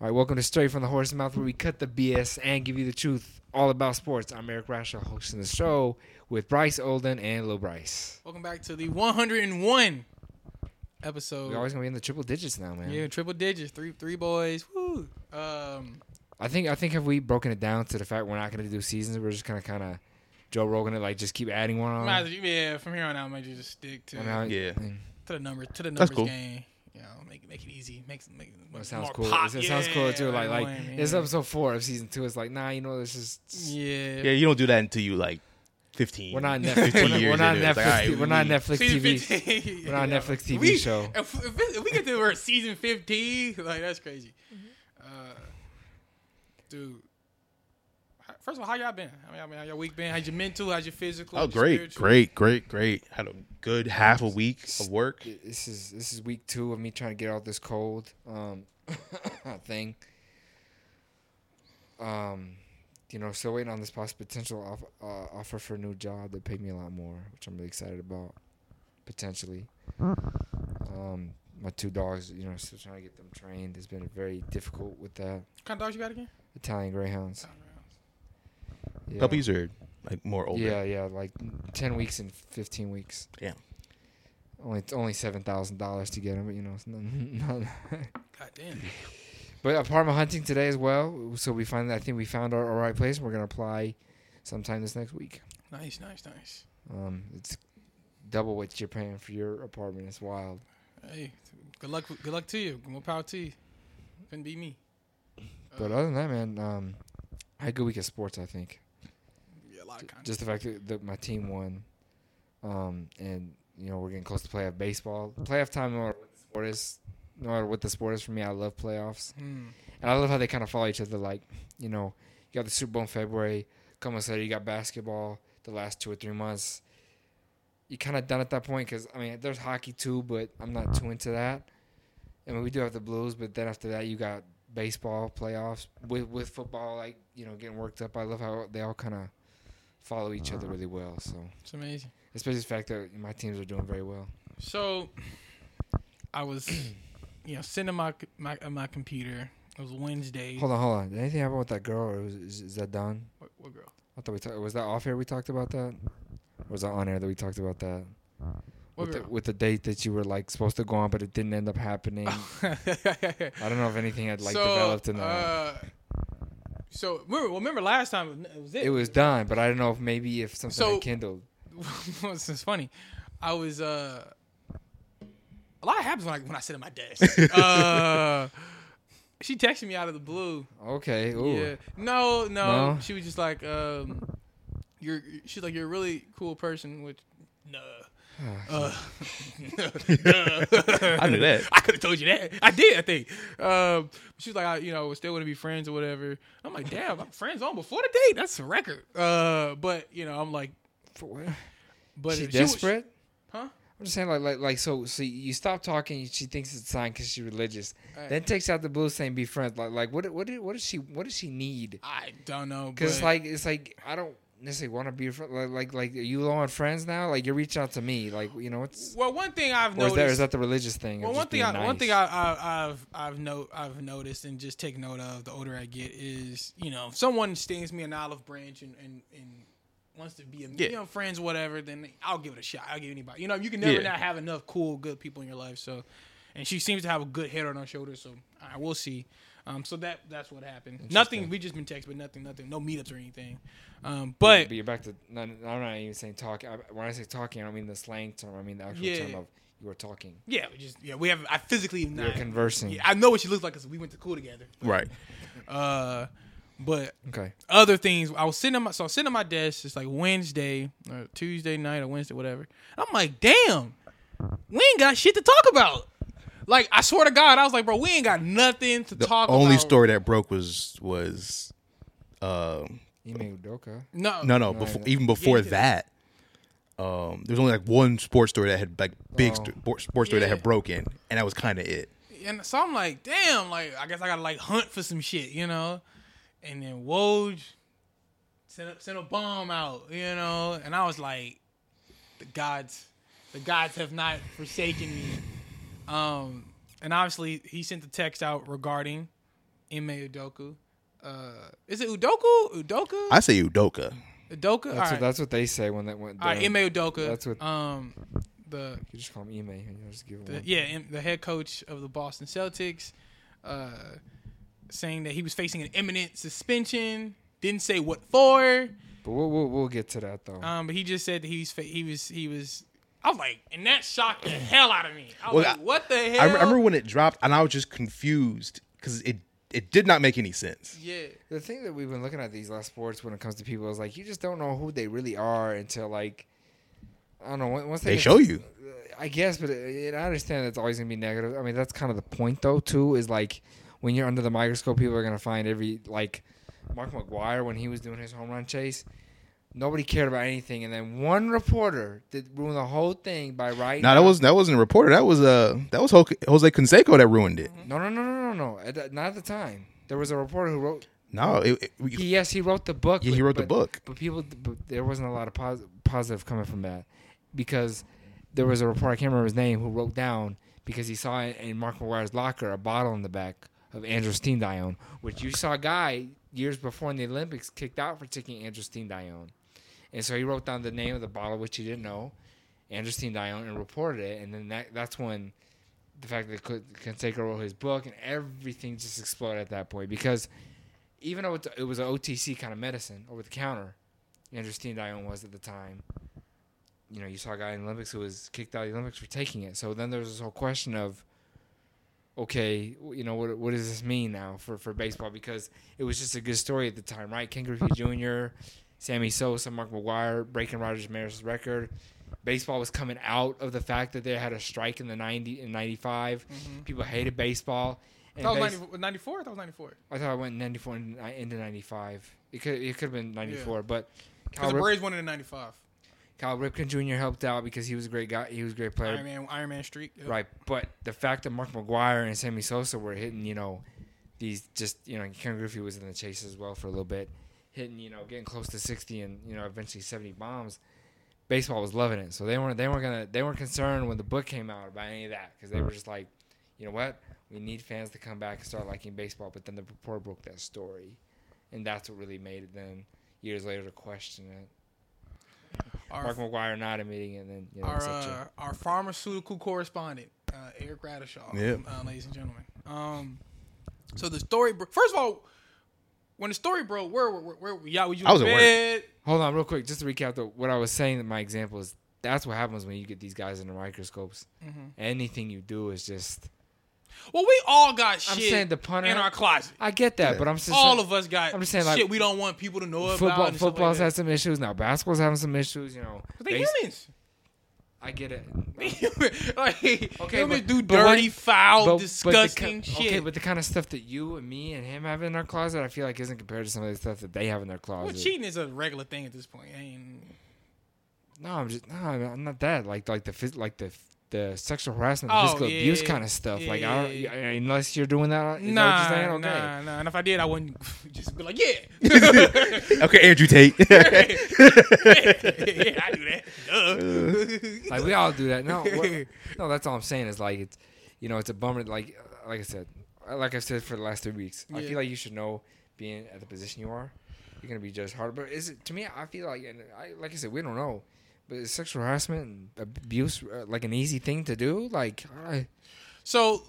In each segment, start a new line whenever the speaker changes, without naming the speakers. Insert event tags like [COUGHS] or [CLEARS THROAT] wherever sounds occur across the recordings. All right, welcome to Straight from the Horse's Mouth, where we cut the BS and give you the truth all about sports. I'm Eric Rashel, hosting the show with Bryce Olden and Lil Bryce.
Welcome back to the 101 episode.
We're always gonna be in the triple digits now, man.
yeah, triple digits, three three boys. Woo. Um,
I think I think have we broken it down to the fact we're not gonna do seasons. We're just gonna kind of Joe Rogan it, like just keep adding one on.
might as- yeah, from here on out, I might just stick to,
And now-
Yeah.
to the numbers to the
That's
numbers
cool.
game. You know, make make it easy. Make make
That
make
sounds
more
cool.
pop.
It sounds cool too.
Yeah,
Like like
you know what I mean?
it's episode four of season two. It's like nah, you know this is
Yeah.
Yeah, you don't do that until you like 15.
we're
[LAUGHS]
not
15
Netflix. we're not- we're
years
not
into it. It's like,
Netflix.
all right,
we're not
we-
Netflix
Season
TV.
[LAUGHS] 15.
We're not a Netflix TV
we,
show.
If, if, it- if we get to where it's season 15, [LAUGHS] like that's crazy. Uh, dude, how- first of all, how y'all been? I mean, I mean, how your week been? How's your mental? How's your physical?
Oh,
How's your
great,
spiritual?
great, great, great. Had a good half a week of work.
This is this is week two of me trying to get out this cold um [COUGHS] thing. Um, you know, still waiting on this possible potential off, uh, offer for a new job that paid me a lot more, which I'm really excited about potentially. Um, my two dogs, you know, still trying to get them trained. It's been very difficult with that
What kind of dogs you got again?
Italian Greyhounds. Yeah.
Puppies are like more older.
Yeah, yeah, like ten weeks and fifteen weeks.
Damn.
Only it's only seven thousand dollars to get them, but you know, it's not, [LAUGHS] not,
God damn.
But apartment hunting today as well. So we find I think we found our, our right place. and We're gonna apply sometime this next week.
Nice, nice, nice.
Um, it's double what you're paying for your apartment. It's wild.
Hey, good luck. Good luck to you. More power to you. Couldn't be me.
But other than that, man, um, I had a good week at sports. I think
Yeah, a lot of content.
just the fact that, that my team won, um, and you know we're getting close to playoff baseball. Playoff time, no matter what the sport is, no matter what the sport is for me, I love playoffs.
Hmm.
And I love how they kind of follow each other. Like, you know, you got the Super Bowl in February. Come on, Saturday, you got basketball the last two or three months. You kind of done at that point because, I mean, there's hockey too, but I'm not too into that. I mean, we do have the Blues, but then after that, you got baseball playoffs with, with football, like, you know, getting worked up. I love how they all kind of follow each other really well. So,
It's amazing.
especially the fact that my teams are doing very well.
So, I was, [CLEARS THROAT] you know, sitting on my my on my computer. It was Wednesday.
Hold on, hold on. Did anything happen with that girl, or was, is, is that done?
What, what girl?
I thought we talked. Was that off air? We talked about that. Or was that on air that we talked about that
What
with the, [LAUGHS]
girl?
with the date that you were like supposed to go on, but it didn't end up happening?
Oh.
I don't know if anything had like developed in the.
Uh, so remember, well, remember last time it was it.
it was done, but I don't know if maybe if something
So-
had kindled.
[LAUGHS] this is funny. I was uh, a lot happens when I when I sit at
[LAUGHS]
my desk. uh, she texted me out of the blue.
Okay. Ooh.
Yeah. No, no,
No?
She was just like, um, you're. She's like, you're a really cool person. Which, no.
Ah,
Uh, [LAUGHS]
I knew that.
I could have told you that. I did, I think. Um, she was like, I, you know, still want to be friends or whatever. I'm like, damn, I'm friends on before the date. That's a record. Uh, but you know, I'm like,
For what?
but
she
if was-
desperate.
Huh?
I'm just saying, like, like, like, so, so you stop talking. She thinks it's a sign because she's religious.
Right.
Then takes out the blue saying, "Be friends." Like, like, what, what, did- what does she, what does she need?
I don't know.
Because
but-
like it's like I don't necessarily want to be your friend. Like, like like are you low on friends now? Like you're reaching out to me. Like you know it's
well, one thing I've
or is
noticed.
that, is that the religious thing? of
well,
just
one thing,
being
I, one
nice?
thing I, I, I've I've no I've noticed and just take note of the older I get is you know if someone stings me an olive branch and and, and wants to be a,
Yeah.
you know friends whatever then I'll give it a shot I'll give anybody you know you can never
Yeah.
not have enough cool good people in your life so and she seems to have a good head on her shoulders so I will see um so that that's what happened nothing we just been texting but nothing nothing no meetups or anything um but
But you're back to no, no, I'm not even saying talk. I, when I say talking, I don't mean the slang term. I mean the actual
Yeah.
term of you are talking.
yeah we just yeah we have I physically
You are
not
conversing.
yeah, I know what she looks like because we went to school together
Right.
uh but
Okay.
other things. I was sitting on my so I was sitting on my desk. It's like Wednesday or Tuesday night or Wednesday, whatever. I'm like, damn, we ain't got shit to talk about. Like I swear to God, I was like, bro, we ain't got nothing to
The
talk.
only
about.
story that broke was was um
Ime Udoka.
No,
no no before, even before
did.
that um there was only like one sports story that had like big
Oh.
sto- spor- sports story
Yeah.
that had broken and that was kind of it.
And so I'm like, damn, like I guess I gotta like hunt for some shit, you know. And then Woj sent a, sent a bomb out, you know. And I was like, the gods, the gods have not forsaken me. Um, and obviously he sent the text out regarding Ime Udoku. Uh, is it Udoku? Udoka?
I say Udoka.
Udoka? All
That's, what,
right.
that's what they say when that went.
All right, Ime Udoka.
That's what-
um the
You just call him Ime and you just give him.
the,
one.
Uh, yeah, and the head coach of the Boston Celtics, uh, saying that he was facing an imminent suspension. Didn't say what for,
But we'll, we'll we'll get to that though.
um, but he just said that he's fa- he was he was. I was like, and that shocked
[CLEARS THROAT]
the hell out of me. I was
Well,
like, what the hell?
I rem- I remember when it dropped, and I was just confused because it it did not make any sense.
yeah,
the thing that we've been looking at these last sports when it comes to people is like you just don't know who they really are until like I don't know. on- Once they,
They
get-
show you.
I guess, but it, it- I understand that's always gonna be negative. I mean, that's kind of the point though. Too is like when you're under the microscope, people are gonna find every like Mark McGuire when he was doing his home run chase. Nobody cared about anything, and then one reporter did ruin the whole thing by writing.
No, that was that wasn't a reporter. That was uh that was Ho- Jose Canseco that ruined it.
no, no, no, no, no, no. At that- not at the time. There was a reporter who wrote.
Mm-hmm.
No, it, it- we-
He, yes, he wrote the book.
yeah, he
but-
wrote the
but-
book.
But people, but there wasn't a lot of pos- positive coming from that because there was a reporter, I can't remember his name, who wrote down because he saw in Mark McGuire's locker a bottle in the back of Andrew Steendion, which you saw a guy years before in the Olympics kicked out for taking Andrew Steendion. And so he wrote down the name of the bottle, which he didn't know, Andrew Steendion, and reported it. And then that, that's when the fact that Con- Canseco wrote his book and everything just exploded at that point because even though it's, it was an OTC kind of medicine over the counter, Andrew Steendion was at the time. You know, you saw a guy in the Olympics who was kicked out of the Olympics for taking it. So then there's this whole question of, okay, w- you know, what what does this mean now for, for baseball? Because it was just a good story at the time, right? Ken Griffey Jr., Sammy Sosa, Mark McGuire breaking Rogers Maris' record. Baseball was coming out of the fact that they had a strike in the 90 in 95. People hated baseball. And
that was
base-
90, 94? That was 94.
I thought I went 94 and I- into 95. It could it could have been 94, but Kyle,
Because the
Rip,
Braves won it in 95.
Kyle Ripken Jr. helped out because he was a great guy. He was a great player.
Iron Man, Iron Man streak. uh, yeah.
Right, but the fact that Mark McGuire and Sammy Sosa were hitting, you know, these just you know Ken Griffey was in the chase as well for a little bit, hitting you know getting close to sixty and you know eventually seventy bombs. Baseball was loving it, so they weren't they weren't gonna they weren't concerned when the book came out about any of that because they were just like, you know what, we need fans to come back and start liking baseball. But then the reporter broke that story, and that's what really made it. Then years later to question it,
Our,
Mark McGuire not admitting it, and then you know
our,
et cetera.
uh, our pharmaceutical correspondent, uh, Eric Radishaw,
Yep.
uh, ladies and gentlemen. Um, so the story, bro- first of all, when the story broke, where were where, where, y'all? Were you
I was
in
at work.
bed?
Hold on, real quick, just to recap the, what I was saying. My example is that's what happens when you get these guys under microscopes.
Mm-hmm.
Anything you do is just.
Well, we all got shit
I'm saying the punter.
in our closet.
I get that, but I'm just
all
saying,
of us got
I'm just saying, like,
shit we don't want people to know
football.
about. and stuff
football's
like
had some issues now. Basketball's having some issues. You know,
that. But they
Base-
humans. [LAUGHS]
I get it.
like, humans
but-
do
but what-
dirty, foul,
But- but the
disgusting
ki-
shit.
Okay, but the kind of stuff that you and me and him have in our closet, I feel like isn't compared to some of the stuff that they have in their
well,
closet.
cheating is a regular thing at this point. I ain't,
No, I'm just no, I'm I'm not that. Like like the phys- like the the sexual harassment,
Oh,
physical
yeah,
abuse
yeah,
kind of stuff.
yeah,
like
yeah,
I don't,
yeah.
unless you're doing that, is
nah,
that what you're saying? Okay.
nah, nah. And if I did, I wouldn't [LAUGHS] just be
[LAUGHS]
like, [LAUGHS] yeah.
[LAUGHS] Okay,
[LAUGHS]
Andrew Tate.
yeah, I do that. Duh.
like we all do that. No,
[LAUGHS]
what- no, that's all I'm saying is like it's, you know, it's a bummer. Like, uh, like I said, like I've said for the last three weeks, I
Yeah.
feel like you should know being at the position you are, you're gonna be judged hard. But is it to me? I feel like, and I like I said, we don't know. But is sexual harassment and abuse uh, like an easy thing to do? Like, I,
so,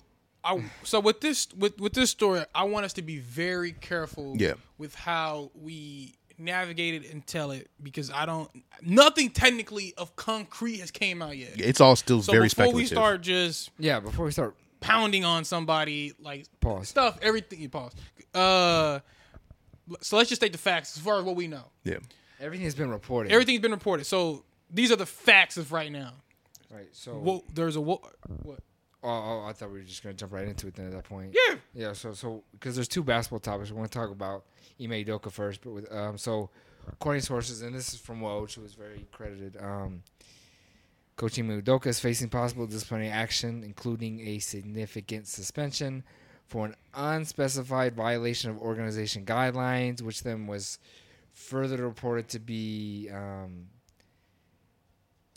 I so with this with with this story, I want us to be very careful.
Yeah.
With how we navigate it and tell it because I don't nothing technically of concrete has came out yet.
[LAUGHS] it's all still
So
very
before
speculative.
we start just
yeah. Before we start,
pounding on somebody like
Pause.
stuff, everything. Pause. Uh, so let's just state the facts as far as what we know.
yeah,
everything's been reported.
Everything's been reported. So these are the facts of right now.
right. So,
Wo- there's a wo- what?
oh, oh, I thought we were just gonna jump right into it then at that point.
Yeah.
Yeah, so so because there's two basketball topics, we want to talk about Ime Udoka first, but with um, so according to sources, and this is from Woj, who is very credited. Um, Coach Ime Udoka is facing possible disciplinary action, including a significant suspension for an unspecified violation of organization guidelines, which then was further reported to be um,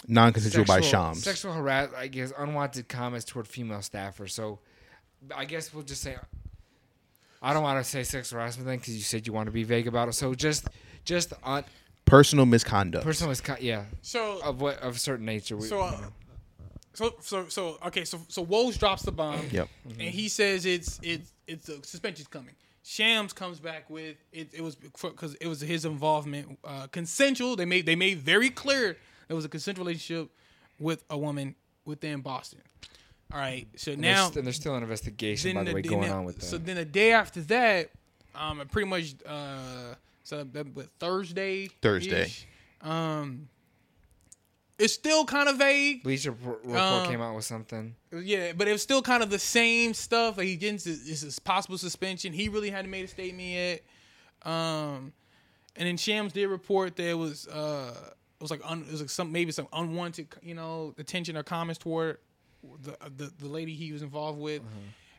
non-consensual by Shams.
Sexual harass, I guess, unwanted comments toward female staffers. So, I guess we'll just say I don't want to say sex harassment thing because you said you want to be vague about it. So just just on
Personal misconduct.
personal miscon yeah
So
of what of certain nature. We,
So, uh, so so so okay. So so Woj drops the bomb.
Yep.
And he says it's it's it's a suspension's coming. Shams comes back with it. It was because it was his involvement, uh, consensual. They made they made very clear it was a consensual relationship with a woman within Boston. All right. So
And there's-
now
and there's still an investigation, by the
then
way,
the-
going
then-
on with that.
So then the day after that, um, I pretty much uh, so that but Thursday.
Thursday.
Um, it's still kind of vague.
Bleacher Report report
Um,
came out with something.
Yeah, but it was still kind of the same stuff. Like he getting this, this is possible suspension. He really hadn't made a statement yet. Um, and then Shams did report there was uh it was like un, it was like some maybe some unwanted you know attention or comments toward the uh, the, the lady he was involved with.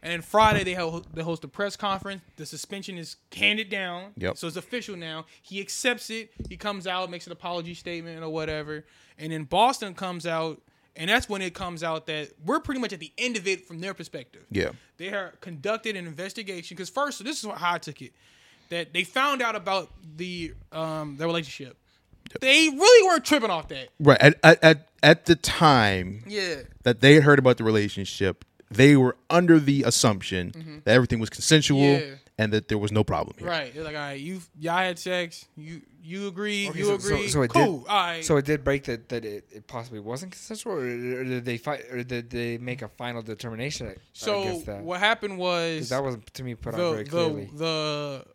And then Friday they ho- they host a press conference. The suspension is handed down.
Yep.
So it's official now. He accepts it. He comes out, makes an apology statement or whatever. And then Boston comes out, and that's when it comes out that we're pretty much at the end of it from their perspective
Yeah.
they are conducted an investigation because first this is how I took it that they found out about the um their relationship. They really weren't tripping off that.
Right. At, at, at, at the time
Yeah,
that they had heard about the relationship, they were under the assumption that everything was consensual
Mm-hmm. Yeah.
and that there was no problem here.
right. They're like, all right, you y'all had sex. You you agree.
Okay,
you
so- so-
agree.
so it
cool.
did-
all right.
So it did break that that it, it possibly wasn't consensual, or, or did they fight, or did they make a final determination
so
against that?
what happened
'Cause
was
that wasn't to me put out
the
very
the
clearly.
the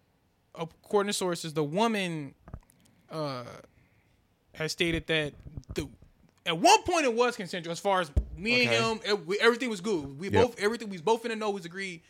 according to sources, the woman uh has stated that the at one point it was consensual as far as me
Okay.
and him it, we, everything was good. We
Yep.
both everything we was both in the know was agreed,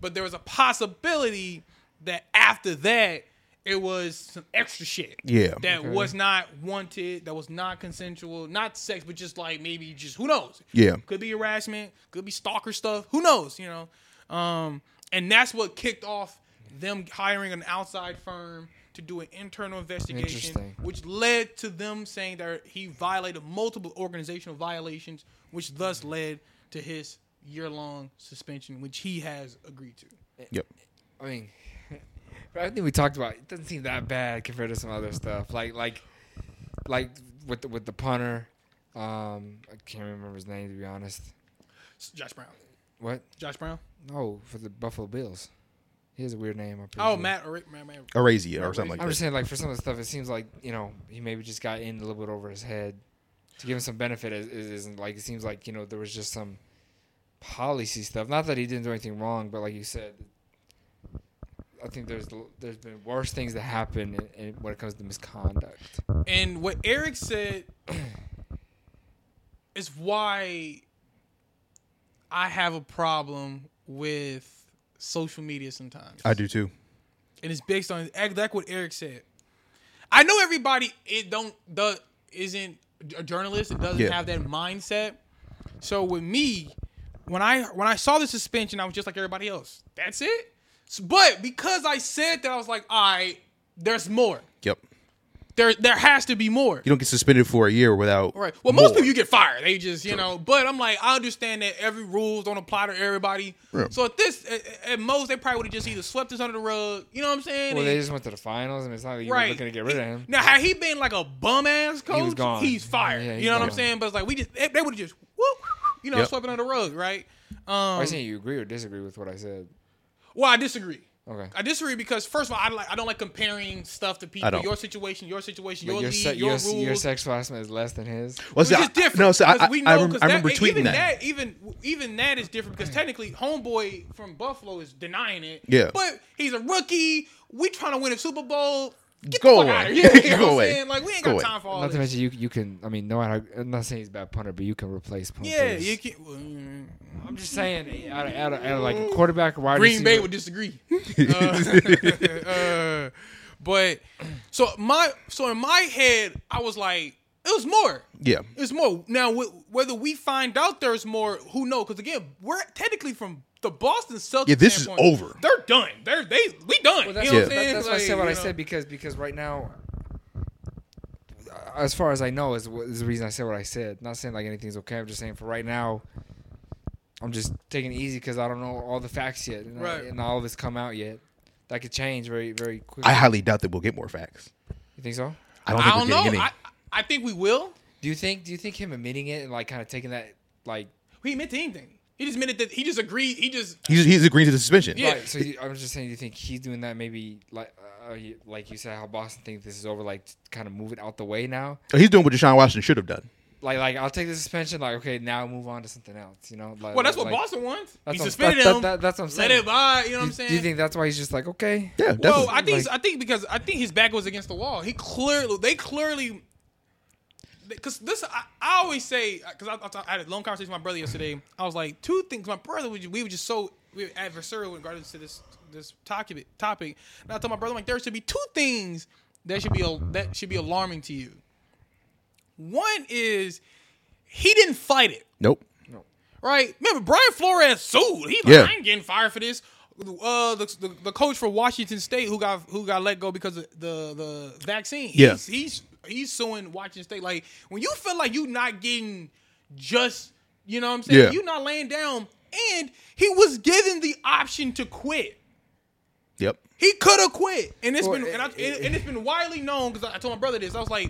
but there was a possibility that after that it was some extra shit.
Yeah.
That
Okay.
was not wanted, that was not consensual, not sex, but just like maybe just who knows.
Yeah.
Could be harassment, could be stalker stuff. Who knows, you know? Um, and that's what kicked off them hiring an outside firm to do an internal investigation,
Interesting.
which led to them saying that he violated multiple organizational violations, which thus led to his year long suspension, which he has agreed to.
Yep.
I mean, [LAUGHS] I think we talked about it. it doesn't seem that bad compared to some other stuff, like like like with the, with the punter. Um, I can't remember his name to be honest.
S- Josh Brown.
What?
Josh Brown?
No, for the Buffalo Bills. He has a weird name. I'm pretty
Oh,
sure.
Matt. Or, Matt, Matt
Arasia or something like
I'm
that.
just saying, like for some of the stuff, it seems like you know he maybe just got in a little bit over his head. To give him some benefit, it, it isn't like it seems like you know there was just some policy stuff. Not that he didn't do anything wrong, but like you said, I think there's there's been worse things that happen in, in, when it comes to misconduct.
And what Eric said [CLEARS THROAT] is why I have a problem with social media sometimes.
I do too.
And it's based on that's what Eric said. I know everybody it don't the isn't a journalist, it doesn't
Yeah.
have that mindset. So with me, when I when I saw the suspension, I was just like everybody else. That's it. So- but because I said that, I was like, all right, there's more.
Yep.
There there has to be more.
You don't get suspended for a year without.
Right. Well,
more.
most people you get fired. They just you know. But I'm like, I understand that every rules don't apply to everybody.
Right.
So at this, at, at most, they probably would have just either swept this under the rug. You know what I'm saying?
Well,
And-
they just went to the finals, and it's not like you were looking to get rid of him.
Now, had he been like a bum ass coach,
was gone.
he's fired.
Yeah, he's
you know what I'm
gone.
saying? But it's like we just they, would have just whoop, you know,
Yep.
swept it under the rug, right?
I
Um,
saying you agree or disagree with what I said.
well, I disagree.
Okay.
I disagree because first of all, I like I don't like comparing stuff to people.
don't.
Your situation, your situation,
But
your
your,
league,
se-
your,
your,
rules.
your sex harassment is less than his.
Well, see,
Which
I-
is different.
No, so I,
'cause
I,
we
I,
know,
rem-
'cause
I remember
that-
tweeting
even
that.
Even even that is different because technically, homeboy from Buffalo is denying it.
Yeah.
but he's a rookie. We trying to win a Super Bowl. Get
Go
the fuck
away.
Out of here. You know what
[LAUGHS] Go
I'm
away.
saying? Like we ain't
Go
got
away.
time for all
Not to
this.
mention you you can. I mean, no, I, I'm not saying he's a bad punter, but you can replace punters.
Yeah, you can. well, mm,
I'm just saying, eh, out of, out of, out of like a quarterback, wide
Green
receiver.
Bay would disagree.
[LAUGHS]
Uh, [LAUGHS] uh, but so my so in my head, I was like, it was more.
Yeah.
It's more now. wh- whether we find out there's more, who knows? Because again, we're technically from the Boston Celtics.
Yeah, this is
standpoint,
over.
They're done. They're they we done.
Well, that's,
you know what
Yeah.
that-
I'm saying?
that's why I said
Like,
what I
you know.
said because because right now, uh, as far as I know, is, what, is the reason I said what I said. Not saying like anything's okay. I'm just saying for right now, I'm just taking it easy because I don't know all the facts yet, and, uh,
Right.
and all of it's come out yet. That could change very very quickly.
I highly doubt that we'll get more facts.
you think so?
I don't think
I don't
we're
know.
getting
I,
any.
I think we will.
Do you think Do you think him admitting it and like kind of taking that like
He admitted to anything. He just admitted that he just agreed. He just
He's, he's agreeing to the suspension.
Yeah. [LAUGHS]
Right. So you, I was just saying, you think he's doing that? Maybe like, uh, you- like you said, how Boston thinks this is over, like kind of move it out the way now.
He's doing what Deshaun Washington should have done.
Like, like I'll take the suspension. Like, okay, now move on to something else. You know? Like,
well, that's what
like,
Boston wants.
That's
he
what-
suspended
that-
him.
that- that's what I'm
let
saying.
it by. You know what I'm
Do,
saying?
do you think that's why he's just like, okay,
Yeah,
Well,
definitely.
I think
Like-
I think because I think his back was against the wall. He clearly they clearly because this I, I always say because I, I, I had a long conversation with my brother yesterday. I was like two things. My brother was- we were just so we were adversarial in regards to this this topic topic. And I told my brother I'm like there should be two things that should be al- that should be alarming to you. One is he didn't fight it
nope.
right? Remember, Brian Flores sued. He like,
Yeah.
I ain't getting fired for this. Uh, the, the, the coach for Washington State who got who got let go because of the the vaccine.
Yeah.
he's, he's he's suing Washington State. Like when you feel like you not getting just, you know what I'm saying?
Yeah.
You not laying down, and he was given the option to quit.
Yep.
He could have quit, and it's
Well,
been and, I,
it- it-
and it's been widely known because I, I told my brother this. I was like,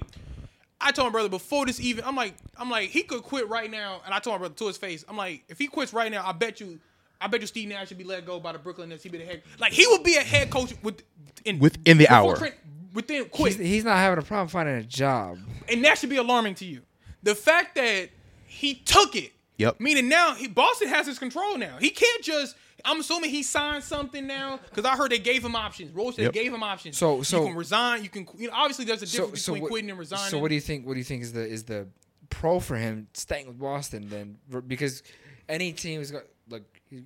I told my brother before this even. I'm like, I'm like, he could quit right now, and I told my brother to his face. I'm like, if he quits right now, I bet you, I bet you Steve Nash should be let go by the Brooklyn Nets. He'd be the head, like he would be a head coach with in
Within the
before
hour.
Trent- within
he's,
quick,
he's not having a problem finding a job.
and that should be alarming to you. The fact that he took it.
Yep.
Meaning now he Boston has his control now. He can't just. I'm assuming he signed something now because I heard they gave him options. Rose said
Yep.
they gave him options.
So- so-
you can resign. You can you know obviously there's a
So,
difference
so
between
what,
quitting and resigning.
so what do you think? What do you think is the is the pro for him staying with Boston then? Because any team is going look, he,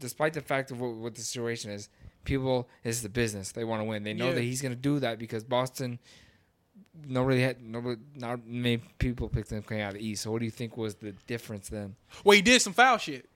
despite the fact of what, what the situation is, people this is the business. They want to win. They know
Yeah.
that he's going to do that because Boston. Nobody had nobody. Not many people picked him coming out of the East. So what do you think was the difference then?
well, he did some foul shit.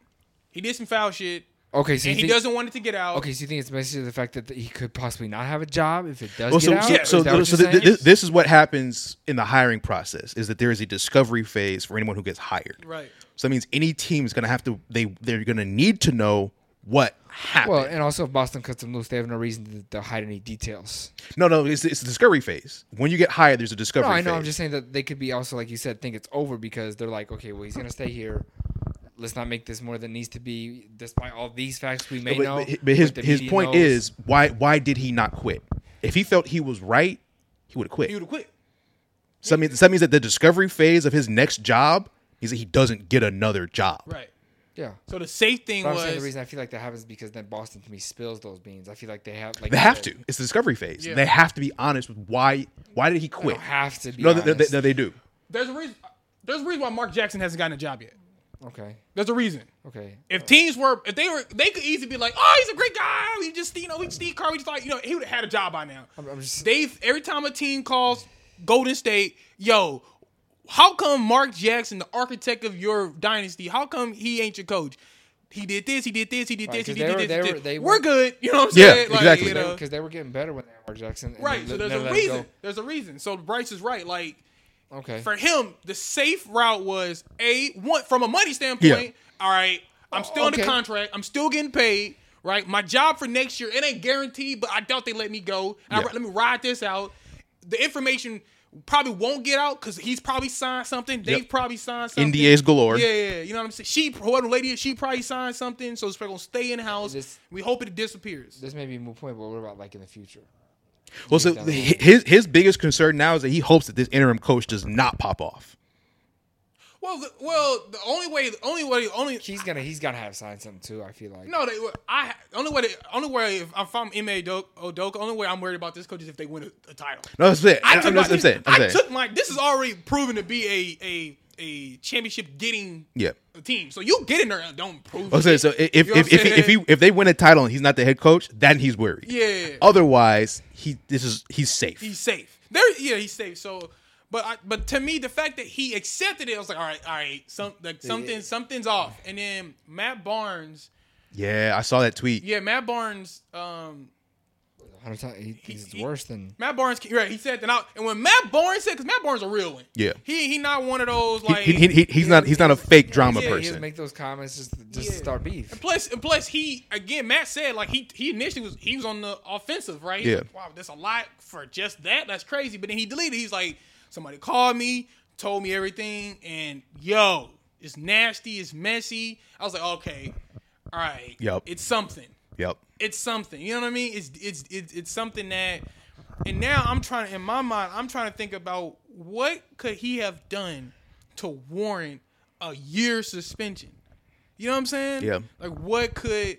He did some foul shit,
Okay, so
and
you
he
think,
doesn't want it to get out.
Okay, so you think it's basically the fact that he could possibly not have a job if it does get
Well, so,
out?
so,
Is
so,
that what
so
you're
th-
saying?
th- this is what happens in the hiring process: is that there is a discovery phase for anyone who gets hired.
Right.
So that means any team is going to have to they they're going to need to know what
[LAUGHS]
happened.
Well, and also if Boston cuts them loose, they have no reason to, to hide any details.
no, no, it's, it's the discovery phase. When you get hired, there's a discovery.
No, I know.
Phase.
I'm just saying that they could be also, like you said, think it's over because they're like, okay, well, he's gonna stay here. Let's not make this more than needs to be, despite all these facts we may
but,
know.
but- but his
but the
his
media
point
knows.
is why why did he not quit? If he felt he was right, he would have
He would
quit.
have quit.
So that means, so that means that the discovery phase of his next job is that he doesn't get another job.
Right.
yeah.
So the safe thing
But I'm saying the
was
reason I feel like that happens is because then Boston to me spills those beans. I feel like they have like
They have to. It's the discovery phase.
Yeah.
They have to be honest with why why did he
They
quit?
don't have to be.
No, they, they,
honest.
no, they do.
there's a reason. There's a reason why Mark Jackson hasn't gotten a job yet.
okay.
There's a reason.
Okay.
If teams were, if they were, they could easily be like, "Oh, he's a great guy. We just, you know, we Steve Kerr. We just like, you know, he would have had a job by now."
I'm- I'm just-
they every time a team calls Golden State, yo, how come Mark Jackson, the architect of your dynasty, how come he ain't your coach? He did this. He did this. He did
Right,
this. He
'cause they
did
were-
this.
they
he did
were-
this.
they
we're
were-
good. [LAUGHS] You know what I'm
Yeah,
saying?
exactly.
You
They
know,
Because they were getting better when they had Mark Jackson. and
right.
they
So
let-
there's
they
a
let it
reason. There's a reason. So Bryce is right. Like
go. Okay.
for him, the safe route was a one from a money standpoint. All right, I'm still under
okay.
contract. I'm still getting paid. Right, my job for next year it ain't guaranteed, but I doubt they let me go. And I-
Yeah.
let me ride this out. The information probably won't get out because he's probably signed something. They've probably signed something.
NDAs galore.
Yeah, yeah, yeah. you know what I'm saying. She, whoever lady, is, she probably signed something, so it's probably gonna stay in house.
This-
we hope it disappears.
this may be a moot point, but what about like in the future?
Well, so
Yeah.
hi- his his biggest concern now is that he hopes that this interim coach does not pop off.
well, the, well, the only way, the only way, only
He's gonna he's gonna have signed something too. I feel like.
No, they, I only way only way if, if I'm Ma Do- Odoka, oh, only way I'm worried about this coach is if they win a, a title.
No, that's it.
I
I,
took
am
my,
saying. I'm
I
saying.
took my. This is already proven to be a a a championship getting
yeah.
team. So you get in there and don't prove.
I was
it.
saying, so i- if
You know what
if
I'm
if, he, if
saying?
he if they win a title and he's not the head coach, then he's worried.
Yeah.
Oh. Otherwise, he this is he's safe.
he's safe. There, yeah, he's safe. So, but I, but to me, the fact that he accepted it, I was like, all right, all right, some like something something's off. And then Matt Barnes,
yeah, I saw that tweet.
yeah, Matt Barnes, um,
I'm telling he thinks it's worse than
Matt Barnes, you're right? He said that, out, and when Matt Barnes said, because Matt Barnes a real one.
Yeah.
he he not one of those like.
he, he, he, he's not he's not a fake drama
yeah, he
he doesn't
person.
make those comments just just to
Yeah.
start beef.
Plus, and plus, he again, Matt said like he he initially was he was on the offensive, right? He's
Yeah.
Like, wow, that's a lot for just that. That's crazy. But then he deleted. He's like, somebody called me, told me everything, and yo, it's nasty, it's messy. I was like, okay, all right,
Yup.
it's something,
Yep.
it's something. You know what I mean? It's it's it's, it's something that. And now I'm trying to, in my mind, I'm trying to think about what could he have done to warrant a year suspension. You know what I'm saying?
Yeah.
Like what could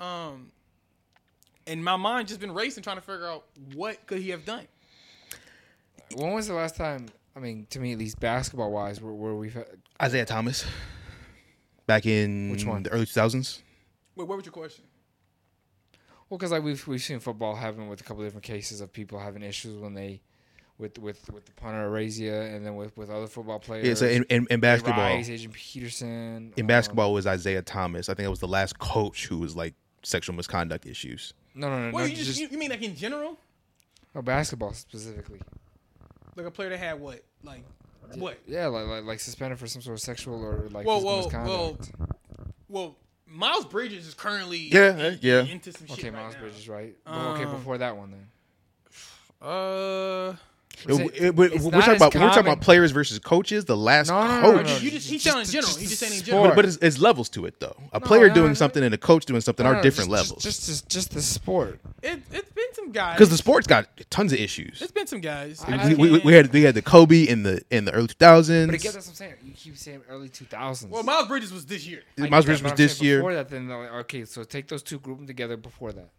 um and my mind just been racing trying to figure out what could he have done.
When was the last time? I mean, to me at least, basketball wise, where, where we've had,
Isaiah Thomas, back in
Which one?
the early 2000s.
Wait, what was your question?
well, because like we've we've seen football happen with a couple different cases of people having issues when they with with with the punter Arazia and then with with other football players.
Yeah, so in, in, in
Ray
basketball,
Rice, Agent Peterson.
in
um,
basketball was Isaiah Thomas. I think it was the last coach who was like sexual misconduct issues.
um, no, no, no,
Well,
no,
you just,
just
you, you mean like in general?
no, basketball specifically.
Like a player that had what? Like what?
Yeah, like, like like suspended for some sort of sexual or like
Whoa,
physical
whoa,
misconduct.
Well, Miles Bridges is currently
Yeah, yeah.
into some
Okay,
shit right
Miles
now.
Bridges, right? Well, okay,
Um,
before that one then.
Uh,
It's-
It- it- we're,
it's
we're
not
talking
as
about, we're talking
common.
about players versus coaches. The last
No, no, no,
coach.
no, no,
you just he's
Just-
telling in
just-
general.
just
He just
the
saying
sport.
in general.
But, but it's, it's levels to it though. A
No,
player
no,
doing
no.
something and a coach doing something
No,
are
no,
different
just-
levels.
Just, just, just the sport.
it, it's been some guys.
Because the sport's got tons of issues.
it's been some guys.
I-
We, we, we had we had the Kobe in the in the early two thousands.
But again, that's what I'm saying. You keep saying early 2000s.
well, Miles Bridges was this year.
I get
Miles
that,
Bridges
but
was
I'm
this
saying
year.
Before that, then they're like, okay, so take those two, group them together before that.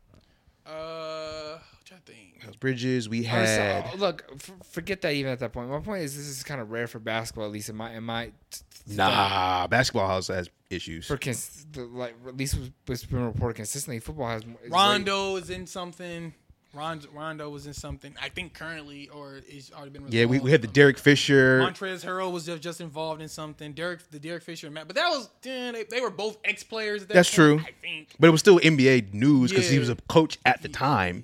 Uh, I'm trying to think.
Miles Bridges. We
Honestly,
had
uh, look, f- forget that even at that point. My point is, this is kind of rare for basketball, at least in my in my t- t-
nah. Basketball house has issues.
For cons- the, like at least was- what's been reported consistently, football has more- is way-
Rondo is in something. Rondo, Rondo was in something. I think currently, or is already been.
yeah, we,
resolved.
we had the Derek Fisher.
Montrez Harrell was just, just involved in something. Derek, the Derek Fisher, and Matt, but that was eh, they, they were both ex players. That
That's
point,
true.
I think
But it was still NBA news because he
Yeah.
was a coach at the time.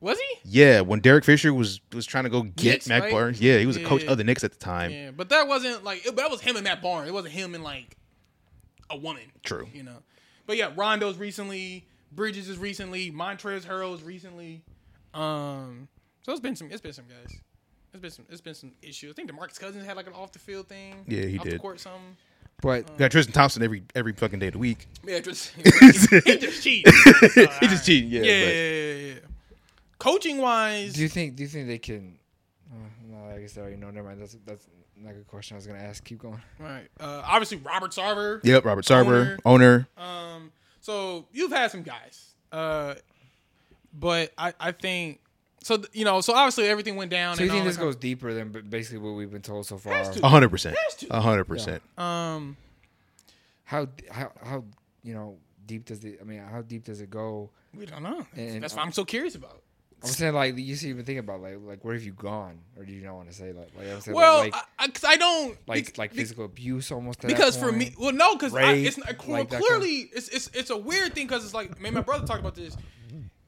was he?
Yeah, when Derek Fisher was was trying to go get
Knicks,
Mac
right?
Barnes. Yeah, he was a coach
Yeah.
of the Knicks at the time.
Yeah, but that wasn't like it, that was him and Matt Barnes. It wasn't him and like a woman.
True.
You know, but yeah, Rondo's recently. Bridges is recently. Montrez Harrell's recently. Um, so it's been some. It's been some guys. It's been some. It's been some issues. I think Demarcus Cousins had like an off the field thing.
Yeah, he
off The
did.
court something.
But
We got Tristan Thompson every every fucking day of the
[LAUGHS]
week. [LAUGHS]
Yeah, just he
[LAUGHS]
just cheated.
He just cheating. Yeah,
Yeah, yeah, yeah, yeah, yeah. Coaching wise,
do you think do you think they can? Uh, no, I guess I already know. Never mind. That's that's not a good question. I was gonna ask. Keep going.
right? Uh, obviously Robert Sarver.
but- Yep, Robert Sarver,
Owner.
owner.
Um, so you've had some guys, uh, but I, I think so. th- You know, so obviously everything went down.
So you
and
think
all
this
that kind
goes deeper than b- basically what we've been told so far?
Has to.
A hundred percent,
Has to.
a hundred percent.
of- Um,
How d- how how you know deep does it? I mean, how deep does it go?
we don't know.
And-
That's what I'm so curious about.
I'm saying like you see, even think about like like where have you gone, or do you not want to say like like I'm saying,
Well,
like
I, I, 'cause I don't
like
bec-
like
bec-
physical abuse almost to that
because for me,
point?
well, no, because
rape,
it's not, well,
like that
clearly it's it's it's a weird thing because it's like man, my brother talked about this.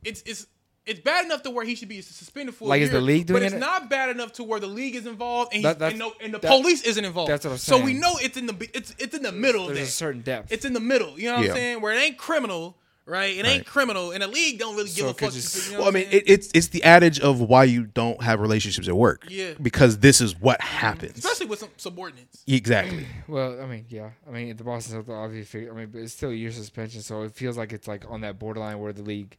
It's it's. It's bad enough to where he should be suspended for a
Like,
year,
is the league
but
doing
it's
it?
not bad enough to where the league is involved and, he's,
That- that's-
and, no, and the
that-
police isn't involved.
that's what I'm
So we
saying.
know it's in the be- it's it's in the middle of
there's a
that.
certain depth.
It's in the middle. You know what
Yeah.
I'm saying? Where it ain't criminal, right? It ain't
Right.
criminal, and the league don't really give
So
a
it could
fuck.
just-
you know what
Well, I
I'm
mean,
saying?
it, it's it's the adage of why you don't have relationships at work.
Yeah. Mm-hmm.
because this is what happens.
especially with some subordinates.
[CLEARS THROAT]
exactly.
well, I mean, yeah, I mean the Boston Celtics obviously. figure- I mean, but it's still a year suspension, so it feels like it's like on that borderline where the league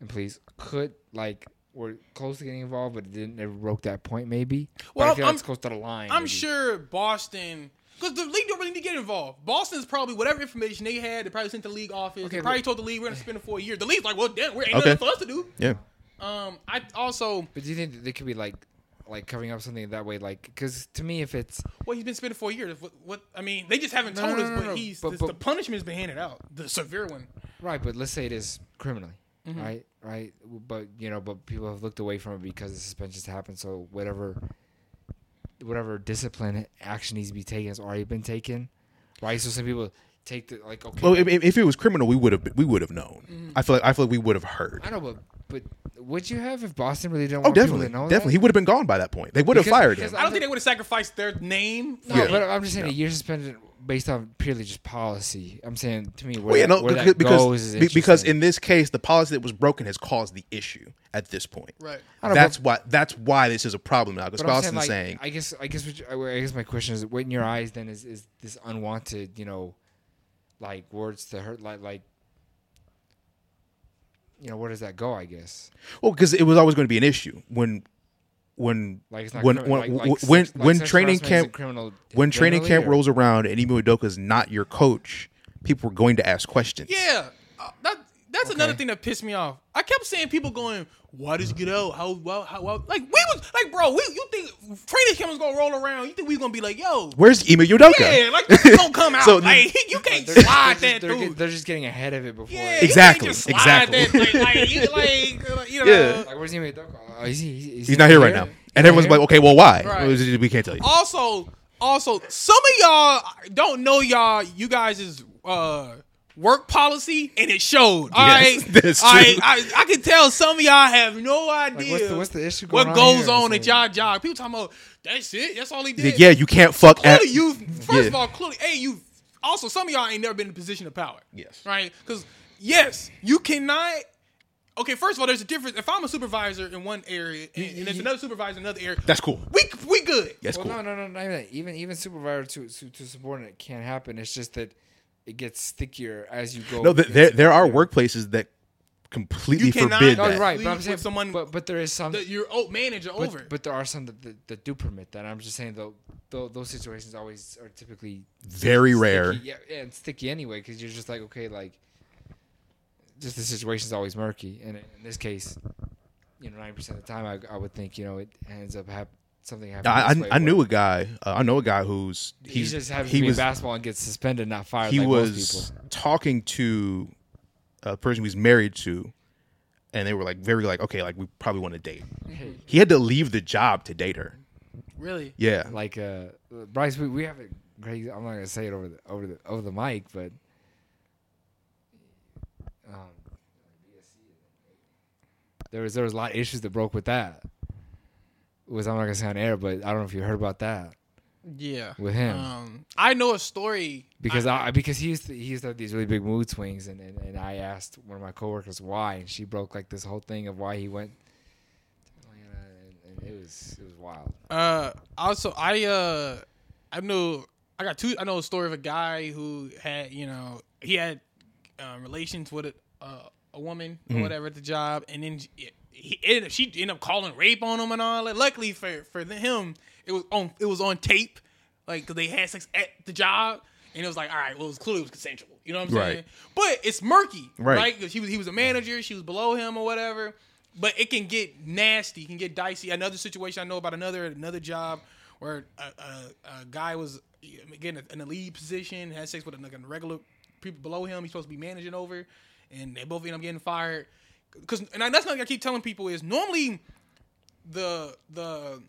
and police could like were close to getting involved, but it didn't ever broke that point. Maybe.
Well,
but I feel like
I'm-
it's close to the line.
I'm
maybe.
sure Boston, because the league don't really need to get involved. Boston's probably whatever information they had, they probably sent the league office.
Okay,
they
but-
probably told the league we're gonna spend it for a year. The league's like, well, damn, we ain't
Okay.
nothing for us to do.
Yeah,
Um, I also,
But do you think that they could be like, like covering up something that way? Like, because to me, if it's
well, he's been spending for a year. What, what I mean, they just haven't
No,
told
no,
us,
no,
but
no,
he's
but-
the,
but-
the punishment's been handed out, the severe one.
Right, but let's say it is criminally, right? Right, but you know, but people have looked away from it because the suspensions happened. So whatever, whatever discipline action needs to be taken has already been taken, right? So some people take the like, okay,
Mm-hmm.
Well, if, if if it was criminal, we would have we would have known. I feel like I feel like we would have heard.
I know, but but Would you have if Boston really didn't?
Oh,
want people
definitely,
to know that?
definitely. He would have been gone by that point. They would have
Because-
fired
because
him.
I don't think they would have sacrificed their name.
No,
Yeah.
but I'm just saying a year suspended based on purely just policy. I'm saying to me where,
Well, Oh, yeah, no,
where
because
that
because,
goes is
be- because
interesting.
in this case, the policy that was broken has caused the issue at this point.
Right.
I don't know,
That's why. That's why this is a problem now. Because
But I'm
Boston's
like,
saying,
I guess I guess what you, I I guess my question is what in your eyes then is is this unwanted you know like words to hurt like like you know where does that go I guess
well, because it was always going to be an issue when, when,
like it's not
when,
criminal,
when,
like, like
when, when,
sex- like sex
training
harassment isn't
camp,
criminal
when training
generally,
camp
or-
rolls around and Emi Udoka's not your coach, people were going to ask questions.
Yeah, uh, that that's another thing that pissed me off. I kept seeing people going, "Why did you get out? How well? How well?" Like we was like, bro, we you think training camp was gonna roll around? You think we gonna be like, yo?
Where's Emi Udoka?
Yeah, like this don't
[LAUGHS]
come out.
So-
like you can't
[LAUGHS] they're,
slide
just-
that
they're,
through.
get- they're just getting ahead of it before
Ah, yeah,
it-
you can't
Exactly,
just slide
exactly.
That, through. like, you- like,
[LAUGHS]
like, you know,
Yeah.
like where's he made oh, is he, is
He's not here right now. And everyone's like, okay, well, why?
Right.
We can't tell you.
also also some of y'all don't know y'all you guys is uh work policy and it showed all right
Yes, [LAUGHS] that's
All right,
true.
I, I can tell some of y'all have no idea
what's the- what's the issue
what
going on
goes
here?
on
It's
at y'all job people talking about that's it that's all he
He's
did
like, yeah, you can't fuck.
clearly
At-
you first of
yeah.
all clearly hey you also some of y'all ain't never been in a position of power
Yes.
right because yes you cannot okay first of all there's a difference if i'm a supervisor in one area and, and there's another supervisor in another area
That's cool.
we we good
That's
well,
cool.
no, no, no, not even that. Even even supervisor to, to to subordinate can't happen. It's just that it gets stickier as you go.
No, th- there there are workplaces that completely
You cannot-
forbid
no,
that.
you're Oh, right. But I'm
Leave
saying
with someone-
But but there is some.
that your old manager
but,
over.
but there are some that, that, that do permit that. I'm just saying though, though those situations always are typically
Very rare.
Sticky, yeah, yeah, and sticky anyway because you're just like okay, like just the situation's always murky. And in this case, you know, ninety percent of the time, I, I would think you know it ends up hap- something happening.
I,
this way
I, I knew
where
a guy. Uh, I know a guy who's
He
he's
just happens
he
to be
was
in basketball and gets suspended, not fired.
he
like most people.
was talking to a person he's married to, and they were like very like okay, like we probably want to date. He had to leave the job to date her.
really?
Yeah,
like uh Bryce, we, we have a great. I'm not gonna say it over the over the over the mic, but um, there was there was a lot of issues that broke with that. Was I'm not gonna say on air, but I don't know if you heard about that
Yeah.
with him
Um, I know a story
because I, because he used to, he used to have these really big mood swings, and, and and I asked one of my coworkers why, and she broke like this whole thing of why he went. to Atlanta, and- and It was it was wild.
Uh, also, I uh, I know I got two. I know a story of a guy who had you know he had um, relations with a uh, a woman or whatever at the job, and then it, he ended up, she ended up calling rape on him and all that. Luckily for for the- him, it was on it was on tape, like 'cause they had sex at the job, and it was like all right, well it was clearly it was consensual. You know what I'm
Right.
saying? But it's murky,
Right.
right? because he was he was a manager, she was below him or whatever. But it can get nasty, it can get dicey. Another situation I know about another another job where a, a, a guy was getting in a lead position, had sex with another regular people below him. He's supposed to be managing over, and they both end up getting fired. Cause and that's something I keep telling people is normally the the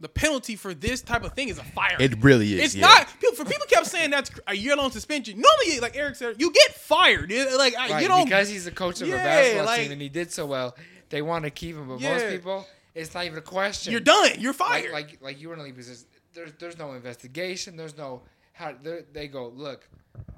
the penalty for this type of thing is a fire.
it really is.
It's
yeah.
not people. For people kept saying that's a year long suspension. Normally, like Eric said, you get fired. It- Like I-
Right,
you don't.
because he's the coach of a
Yeah,
basketball
like-
team and he did so well. They want to keep him, but most
Yeah.
people, it's not even a question.
you're done. You're
Like,
fired.
like, like you were in the league business. There's, there's no investigation. There's no how they're- they go. Look,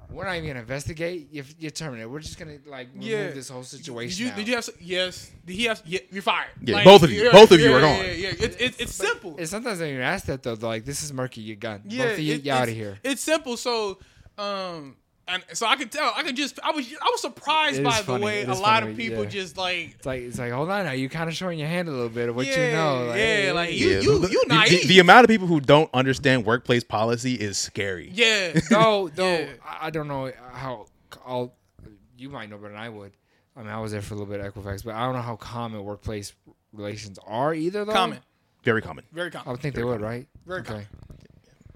we're not even gonna investigate. You're, you're terminated. We're just gonna like remove
Yeah.
this whole
did
situation.
you, did you
out."
have? some- Yes. Did he have? Yeah, you're fired.
Yeah, both of you-
yeah,
both of you
yeah,
are
yeah,
gone.
Yeah, yeah. It's it's, it's simple.
and sometimes they even ask that though. They're like, "This is murky. You're done.
yeah,
Both of you,
it-
you out of
it's-
here."
It's simple. So, um, and so I could tell. I could just. I was. I was surprised
It
by
is
the
funny,
way
it
a
is
lot
funny,
of people
yeah.
just like.
It's like it's like hold on now. You're kind of showing your hand a little bit of what
Yeah,
you know. Like,
yeah, like, you-
Yeah. The-
you
the-
naive.
The, the amount of people who don't understand workplace policy is scary.
Yeah.
[LAUGHS]
[LAUGHS]
though though
Yeah.
I I don't know how all you might know better than I would. I mean, I was there for a little bit at Equifax, but I don't know how common workplace relations are either. Though
common.
Very common.
Very
I
common.
would think they would, right?
Very common.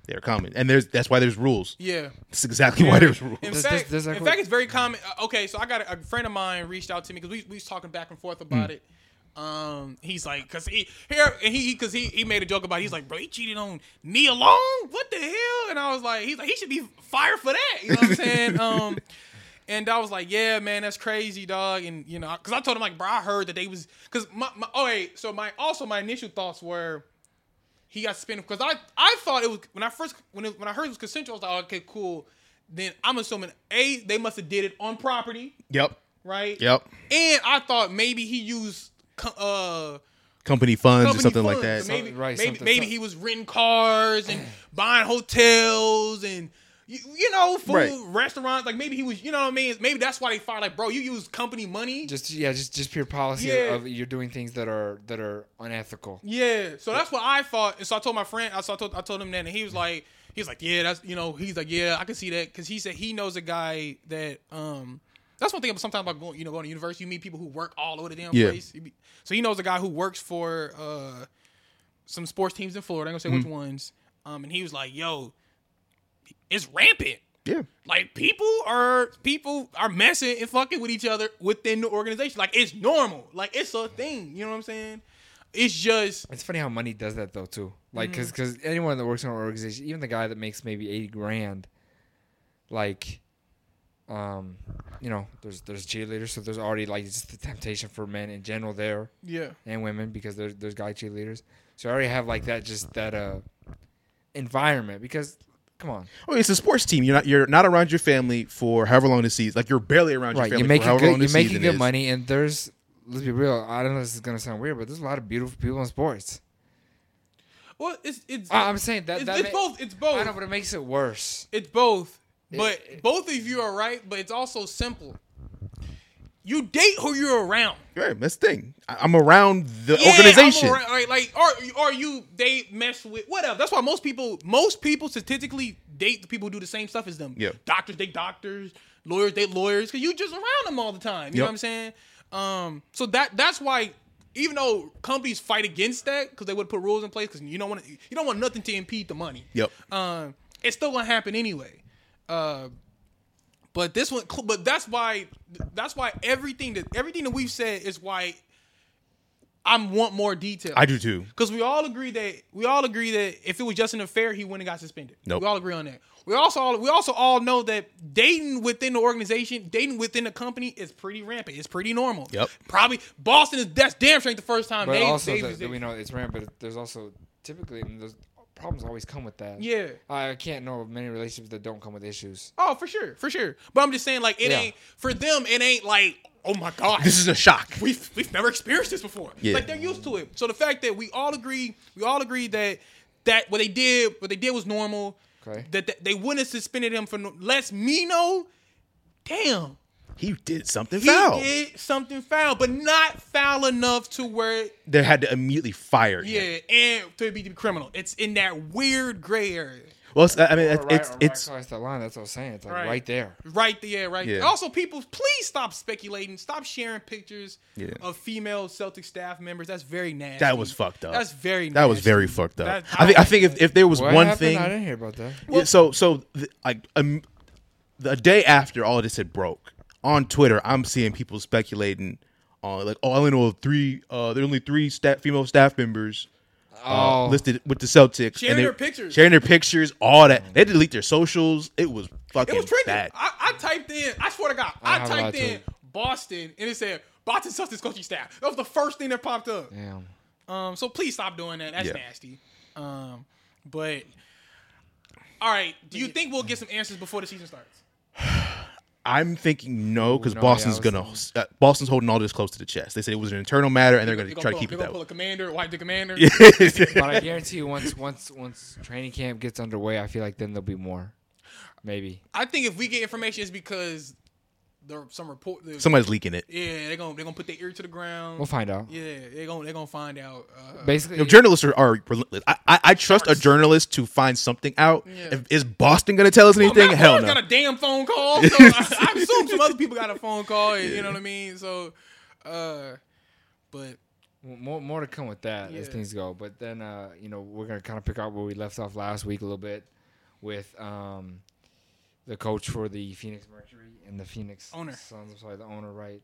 They're common, and there's that's why there's rules.
Yeah.
That's exactly why there's rules.
In
Does-
fact,
does- does that
in
quit-
fact, it's very common. uh, Okay, so I got a, a friend of mine reached out to me because we, we was talking back and forth
Hmm.
about it. Um, he's like, because he here and he because he he made a joke about it. he's like, bro, he cheated on
[LAUGHS]
me alone. What the hell? And I was like, he's like, he should be fired for that. You know what I'm saying? um, And I was like, yeah, man, that's crazy, dog. And you know, because I told him like, bro, I heard that they was because my, my oh wait, so my also my initial thoughts were he got suspended because I I thought it was when I first when it, when I heard it was consensual, I was like, oh, okay, cool. Then I'm assuming a they must have did it on property,
Yep.
right?
Yep.
And I thought maybe he used co- uh
Company funds
company
or something like that.
funds. Maybe,
Some- right,
maybe,
something-
maybe
some-
he was renting cars
[CLEARS THROAT]
and buying hotels and you, you know food
Right.
restaurants. Like maybe he was, you know what I mean? Maybe that's why they fired. Like, bro, you use company money.
Just yeah, just just pure policy
Yeah.
of you're doing things that are that are unethical.
yeah. So that's what I thought. And so I told my friend. I so I told I told him that, and he was like, he was like, yeah, that's you know, he's like, yeah, I can see that because he said he knows a guy that um. That's one thing. about Sometimes about going, you know, going to university, you meet people who work all over the damn
Yeah.
place. You be- So he knows a guy who works for uh, some sports teams in Florida. I'm gonna say which ones. Um, and he was like, "Yo, it's rampant.
Yeah.
Like people are people are messing and fucking with each other within the organization. Like it's normal. Like it's a thing. You know what I'm saying? It's just
It's funny how money does that though too. Like because anyone that works in an organization, even the guy that makes maybe eighty grand, like, um, you know, there's there's cheerleaders, so there's already like just the temptation for men in general there
yeah,
and women because there's there's guy cheerleaders. So I already have like that just that uh environment because come on,
Oh, it's a sports team. You're not you're not around your family for however long the season. Like you're barely around your
right?
family
You're
for
making
however long
good
the
you're making
season
good
is.
money, and there's let's be real. I don't know this is gonna sound weird, but there's a lot of beautiful people in sports.
well, it's it's
I- I'm saying that
it's,
that
it's
ma-
both. It's
I
both.
know, but it makes it worse.
It's both. But
It-
both of you are right. But it's also simple. You date who you're around.
Right, that's the thing. I- I'm around the
Yeah, I'm
organization.
around- like, like, or or you they mess with whatever. That's why most people, most people statistically date the people who do the same stuff as them.
Yeah.
Doctors date doctors, lawyers date lawyers, because you just around them all the time. You know
Yep.
what I'm saying? Um, so that that's why. Even though companies fight against that because they would put rules in place because you don't want you don't want nothing to impede the money.
Yep.
Um, it's still gonna happen anyway. Uh, but this one, but that's why that's why everything that everything that we've said is why I want more detail.
I do too.
because we all agree that we all agree that if it was Justin Affair, he wouldn't have got suspended.
Nope.
We all agree on that. We also all we also all know that dating within the organization, dating within the company is pretty rampant. It's pretty normal.
Yep.
Probably Boston is that's damn straight the first time.
But
they,
also,
they
that-
was
that
there.
we know it's rare, but there's also typically I mean, those problems always come with that.
yeah.
I can't know of many relationships that don't come with issues.
Oh, for sure, for sure. But I'm just saying, like it
Yeah.
ain't for them. It ain't like oh my god,
This is a shock.
we've we've never experienced this before.
Yeah.
Like they're used to it. So the fact that we all agree, we all agree that that what they did, what they did was normal.
Okay.
That, that they wouldn't have suspended him for no, less me know. Damn,
He did something
he
foul.
did something foul, but not foul enough to where
They had to immediately fire him.
yeah, and to be criminal. It's in that weird gray area.
Well, it's, I mean, it's
Or right, or
it's, it's
right across that line. That's what I'm saying. It's like
Right.
right, there.
Right there, right.
Yeah.
There. Also, people, please stop speculating. Stop sharing pictures
Yeah.
of female Celtic staff members. That's very nasty.
that was fucked up.
That's very.
that was
nasty.
very fucked up.
That-
I think I think if, if there was
What
one
happened?
thing,
I didn't hear about that.
Yeah, so so th- like um, the day after all of this had broke on Twitter, I'm seeing people speculating on like, oh, I only know of three. Uh, there are only three staff, female staff members uh,
Oh,
listed with the Celtics.
Sharing
they-
their pictures.
sharing their pictures, all that. They had to delete their socials. It was fucking
It was tricky.
bad.
I, I typed in. I swear to God,
I
I,
have a lot
typed
to
in
it.
Boston, and it said Boston Celtics coaching staff. That was the first thing that popped up.
damn.
Um, so please stop doing that. That's
Yeah.
nasty. Um, but all right, do you think we'll get some answers before the season starts?
I'm thinking no, because
no, yeah,
Boston's
I was
gonna uh, Boston's holding all this close to the chest. They said it was an internal matter, and they're gonna
They're gonna
try to
pull-
keep
they're
it
gonna
that
pull
way.
a commander, wipe the commander.
[LAUGHS]
But I guarantee you, once once once training camp gets underway, I feel like then there'll be more. Maybe.
I think if we get information, it's because there are some report. the-
Somebody's leaking it.
yeah, they're gonna they're gonna put their ear to the ground.
We'll find out.
yeah, they're gonna they're gonna find out. Uh,
Basically,
You know, journalists are, are relentless. I, I, I trust a journalist to find something out.
Yeah.
If, is Boston going to tell us anything?
Well, Matt
Hell
Barnes
no.
got a damn phone call. So I, I assume some other people got a phone call. and- You know what I mean? So, uh, but
more more to come with that as
Yeah.
things go. But then uh, you know we're gonna kind of pick up where we left off last week a little bit with um, the coach for the Phoenix Mercury and the Phoenix
Owner.
Suns. I'm sorry, the owner, right?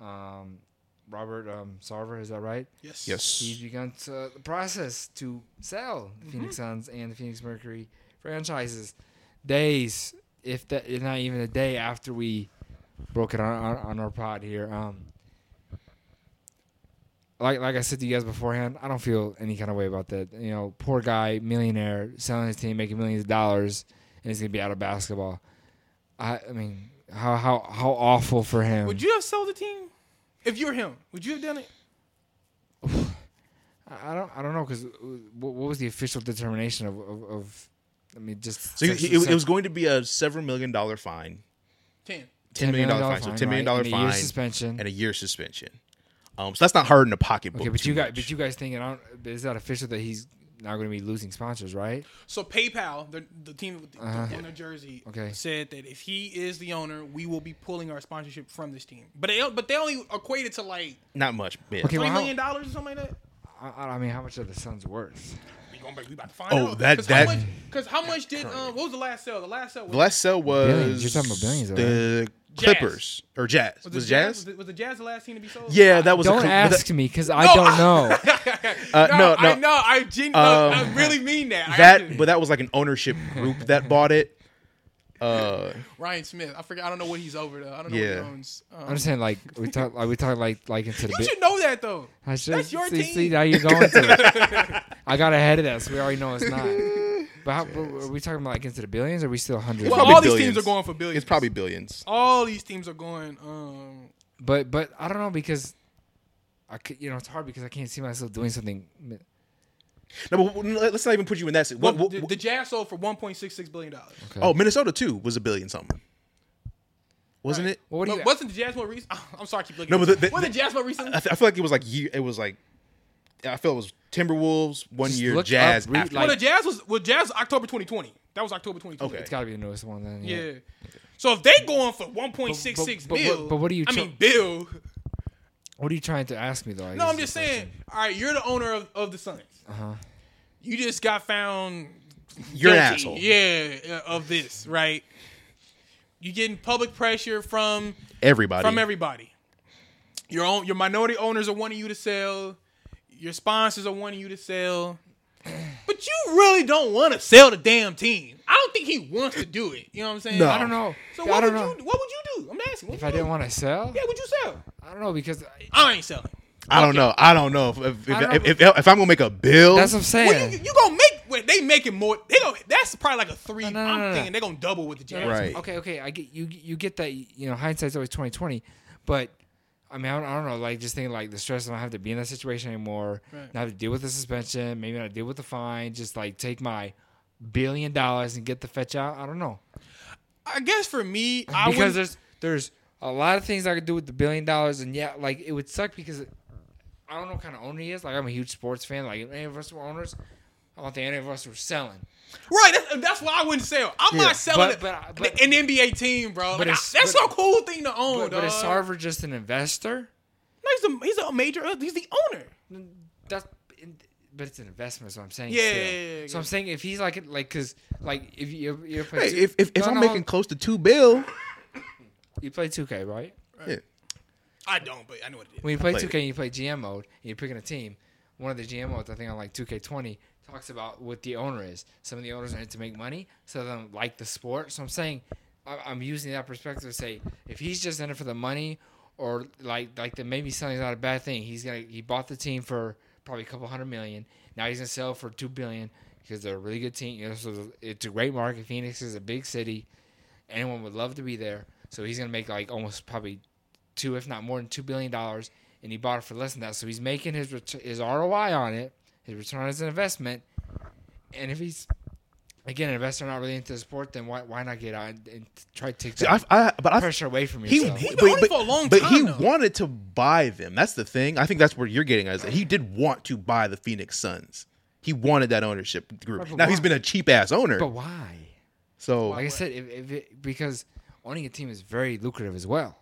Um, Robert um, Sarver, is that right?
yes, Mm-hmm.
He's
yes.
begun to, uh, the process to sell the Phoenix Suns and the Phoenix Mercury franchises days, if that not even a day after we broke it on, on, on our pod here. Um, like like I said to you guys beforehand, I don't feel any kind of way about that. You know, poor guy, millionaire, selling his team, making millions of dollars, and he's gonna be out of basketball. I, I mean, how how how awful for him.
Would you have sold the team if you were him? Would you have done it?
I I don't I don't know because what, what was the official determination of of, of I mean just
So he- it, it was going to be a several million dollar fine,
Ten.
ten million dollar fine, so ten million dollar
right, and a year
fine,
suspension.
and a year suspension. Um, so that's not hard in the pocketbook.
Okay, but
too
you guys,
much.
but you guys thinking I don't, is that official that he's now going to be losing sponsors, right?
So PayPal, the, the team with the- in New Jersey,
Okay.
said that if he is the owner, we will be pulling our sponsorship from this team. But they but they only equated to like
not much. yeah.
Okay,
three
well, how-
million dollars or something like that.
I, I I mean, how much are the Suns worth?
We gonna be- we about to find
Oh,
out.
that-
Cause
that-
how much? Because how much did um, what was the last sale? The last sale was,
The last sell was
Billions. You're talking about billions, though,
the
Jazz.
Clippers or Jazz was,
the
Jazz.
Was the, was the Jazz the last team to be sold? [LAUGHS]
yeah, that was a
Don't
Clip-
ask me because I don't
[LAUGHS]
know.
Uh, no,
I
no.
know. I gen- no, I really mean that. I
that
actually-
but that was like an ownership group that bought it. Uh,
Ryan Smith. I forget. I don't know what he's over though. I don't know
Yeah.
what he owns. Um,
I'm just saying, like we talk, like we talk, like like into the
you
bit.
should know that though.
I should
that's your
see,
team.
see how you're going to.
[LAUGHS]
it. I got ahead of that, so we already know it's not. But, how, but are we talking like into the billions? Or are we still hundreds?
Well,
probably
all these
billions.
teams are going for billions.
it's probably billions.
all these teams are going. Um,
but but I don't know because I could, you know it's hard because I can't see myself doing something.
No, but w- let's not even put you in that. si- What,
well,
what,
the, the Jazz sold for one point six six billion dollars.
oh, Minnesota too was a billion something, wasn't it?
well, what do you?
wasn't the Jazz more recent? [LAUGHS] I'm sorry, I keep looking.
No,
at
but
you.
the- the-
wasn't the Jazz more recent?
I, th- I feel like it was like ye- it was like I feel it was Timberwolves one
Just
year,
look
Jazz
up, read,
after.
well, the
like-
Jazz was well, Jazz was October 2020. That was October 2020.
Okay.
it's got to be the newest one then.
Yeah. So if they going for 1.66
But- but- but
bill,
what- but what do you
I
tr-
mean, bill. [LAUGHS]
What are you trying to ask me though? I
No,
guess
I'm
is
just
the question.
saying. All right, you're the owner of, of the Suns. Uh-huh. You just got found.
You're
guilty,
an asshole.
Yeah, uh, of this, right? You getting public pressure from
everybody.
from everybody. Your own, your minority owners are wanting you to sell. Your sponsors are wanting you to sell. But you really don't want to sell the damn team. I don't think he wants to do it. You know what I'm saying?
No.
I don't know.
So
Yeah,
what
I don't
would
know.
you? What would you do? I'm asking. What
if
would
I
you
didn't
do?
want to sell,
yeah, would you sell?
I don't know because I,
I ain't selling.
I don't know. I don't know if if,
I don't
if, if, if I'm gonna make a bill.
that's what I'm
Well,
saying.
you, you gonna make? Well, they making more. They gonna. That's probably like a three.
no,
I'm
no, no.
thinking they gonna double with the Jazz.
Right.
Okay, okay, I get you. You get that. You know, hindsight's always twenty twenty, but. I mean, I don't, I don't know. Like, just thinking, like, the stress of not have to be in that situation anymore. Not have to deal with the suspension. Maybe not deal with the fine. Just like take my billion dollars and get the fetch out. I don't know
I guess for me, I
because
would.
there's there's a lot of things I could do with the billion dollars, and yeah, like it would suck because I don't know what kind of owner he is. Like I'm a huge sports fan. Like if any of us were owners, I don't think any of us were selling.
Right. That's, that's why I wouldn't sell. I'm not selling
But- but-
the-
but-
an NBA team, bro.
But
Like, I-
it's-
that's
but-
a cool thing to own,
but,
dog.
but is Sarver just an investor?
No, he's a he's a major. uh, He's the owner.
That's but it's an investment. Is what I'm saying.
Yeah,
still.
yeah, yeah, yeah,
So I'm saying if he's like like because like if you you play
Hey, if if, if
No,
I'm
no,
making close to two bill,
you play 2K right?
yeah.
I don't, but I know what it is.
When you play
played
2K and you play GM mode and you're picking a team, one of the GM modes, I think on like 2K20, talks about what the owner is. Some of the owners are in it to make money, some of them like the sport. So I'm saying, I- I'm using that perspective to say, if he's just in it for the money, or like like then maybe selling's not a bad thing. He's gonna he bought the team for probably a couple hundred million. Now he's gonna sell for two billion because they're a really good team. You know, so it's a great market. Phoenix is a big city. Anyone would love to be there. So he's gonna make like almost probably two, if not more than two billion dollars, and he bought it for less than that. So he's making his ret- his ROI on it, his return on his investment. And if he's again an investor not really into the sport, then why why not get out and, and try to take
See,
that
I, I, but I
pressure away from
he,
yourself?
been on it for a long
but
time
he
now.
wanted to buy them. That's the thing. I think that's where you're getting at. Is that he did want to buy the Phoenix Suns. He wanted that ownership group.
Right, but
now he's
why?
been a cheap ass owner.
but why?
so
Like I said, if, if it, because owning a team is very lucrative as well.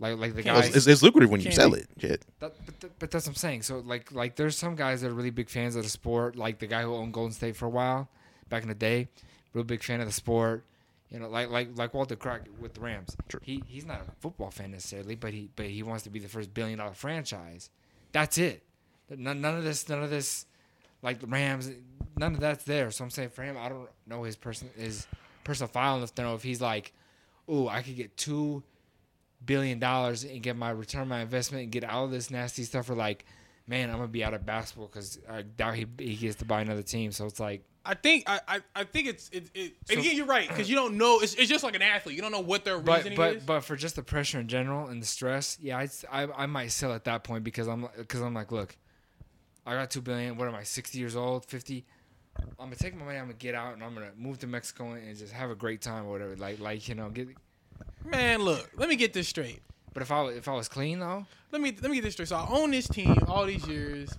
Like like the
Can't-
guys,
it's, it's, it's lucrative when you
Can't
sell
be-
it. Shit.
That, but, th- but that's what I'm saying. So like like there's some guys that are really big fans of the sport. Like the guy who owned Golden State for a while back in the day, real big fan of the sport. You know, like like like Walter Crockett with the Rams. He he's not a football fan necessarily, but he but he wants to be the first billion dollar franchise. That's it. None, none of this none of this like the Rams. None of that's there. So I'm saying for him, I don't know his person his personal file enough to know if he's like, ooh, I could get two billion dollars and get my return on my investment and get all this nasty stuff or like man i'm gonna be out of basketball because i doubt he, he gets to buy another team so it's like
I think I, I, I think it's it, it and again you're right because you don't know it's, it's just like an athlete you don't know what their
but
reasoning is.
but but for just the pressure in general and the stress yeah I'd, s- I, I might sell at that point because i'm because i'm like look i got two billion what am i 60 years old 50 i'm gonna take my money i'm gonna get out and i'm gonna move to mexico and just have a great time or whatever like like you know get
Man, look, let me get this straight.
but if i if i was clean though
Let me let me get this straight. So I own this team all these years.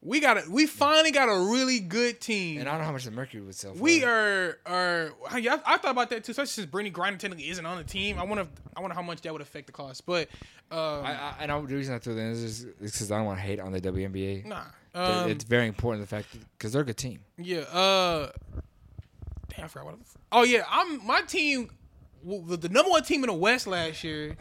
We got a, we finally got a really good team.
and i don't know how much the mercury would sell for
we are are I, yeah, I I thought about that too, especially since Brittany Griner technically isn't on the team. I wonder if, I wonder how much that would affect the cost. But um,
I, I, and I, the reason I threw that in is because I don't want to hate on the WNBA.
nah,
They-
um,
it's very important the fact because they're a good team.
Yeah. Uh, damn, I forgot what. I was- Oh yeah, I'm my team, w- the the number one team in the West last year.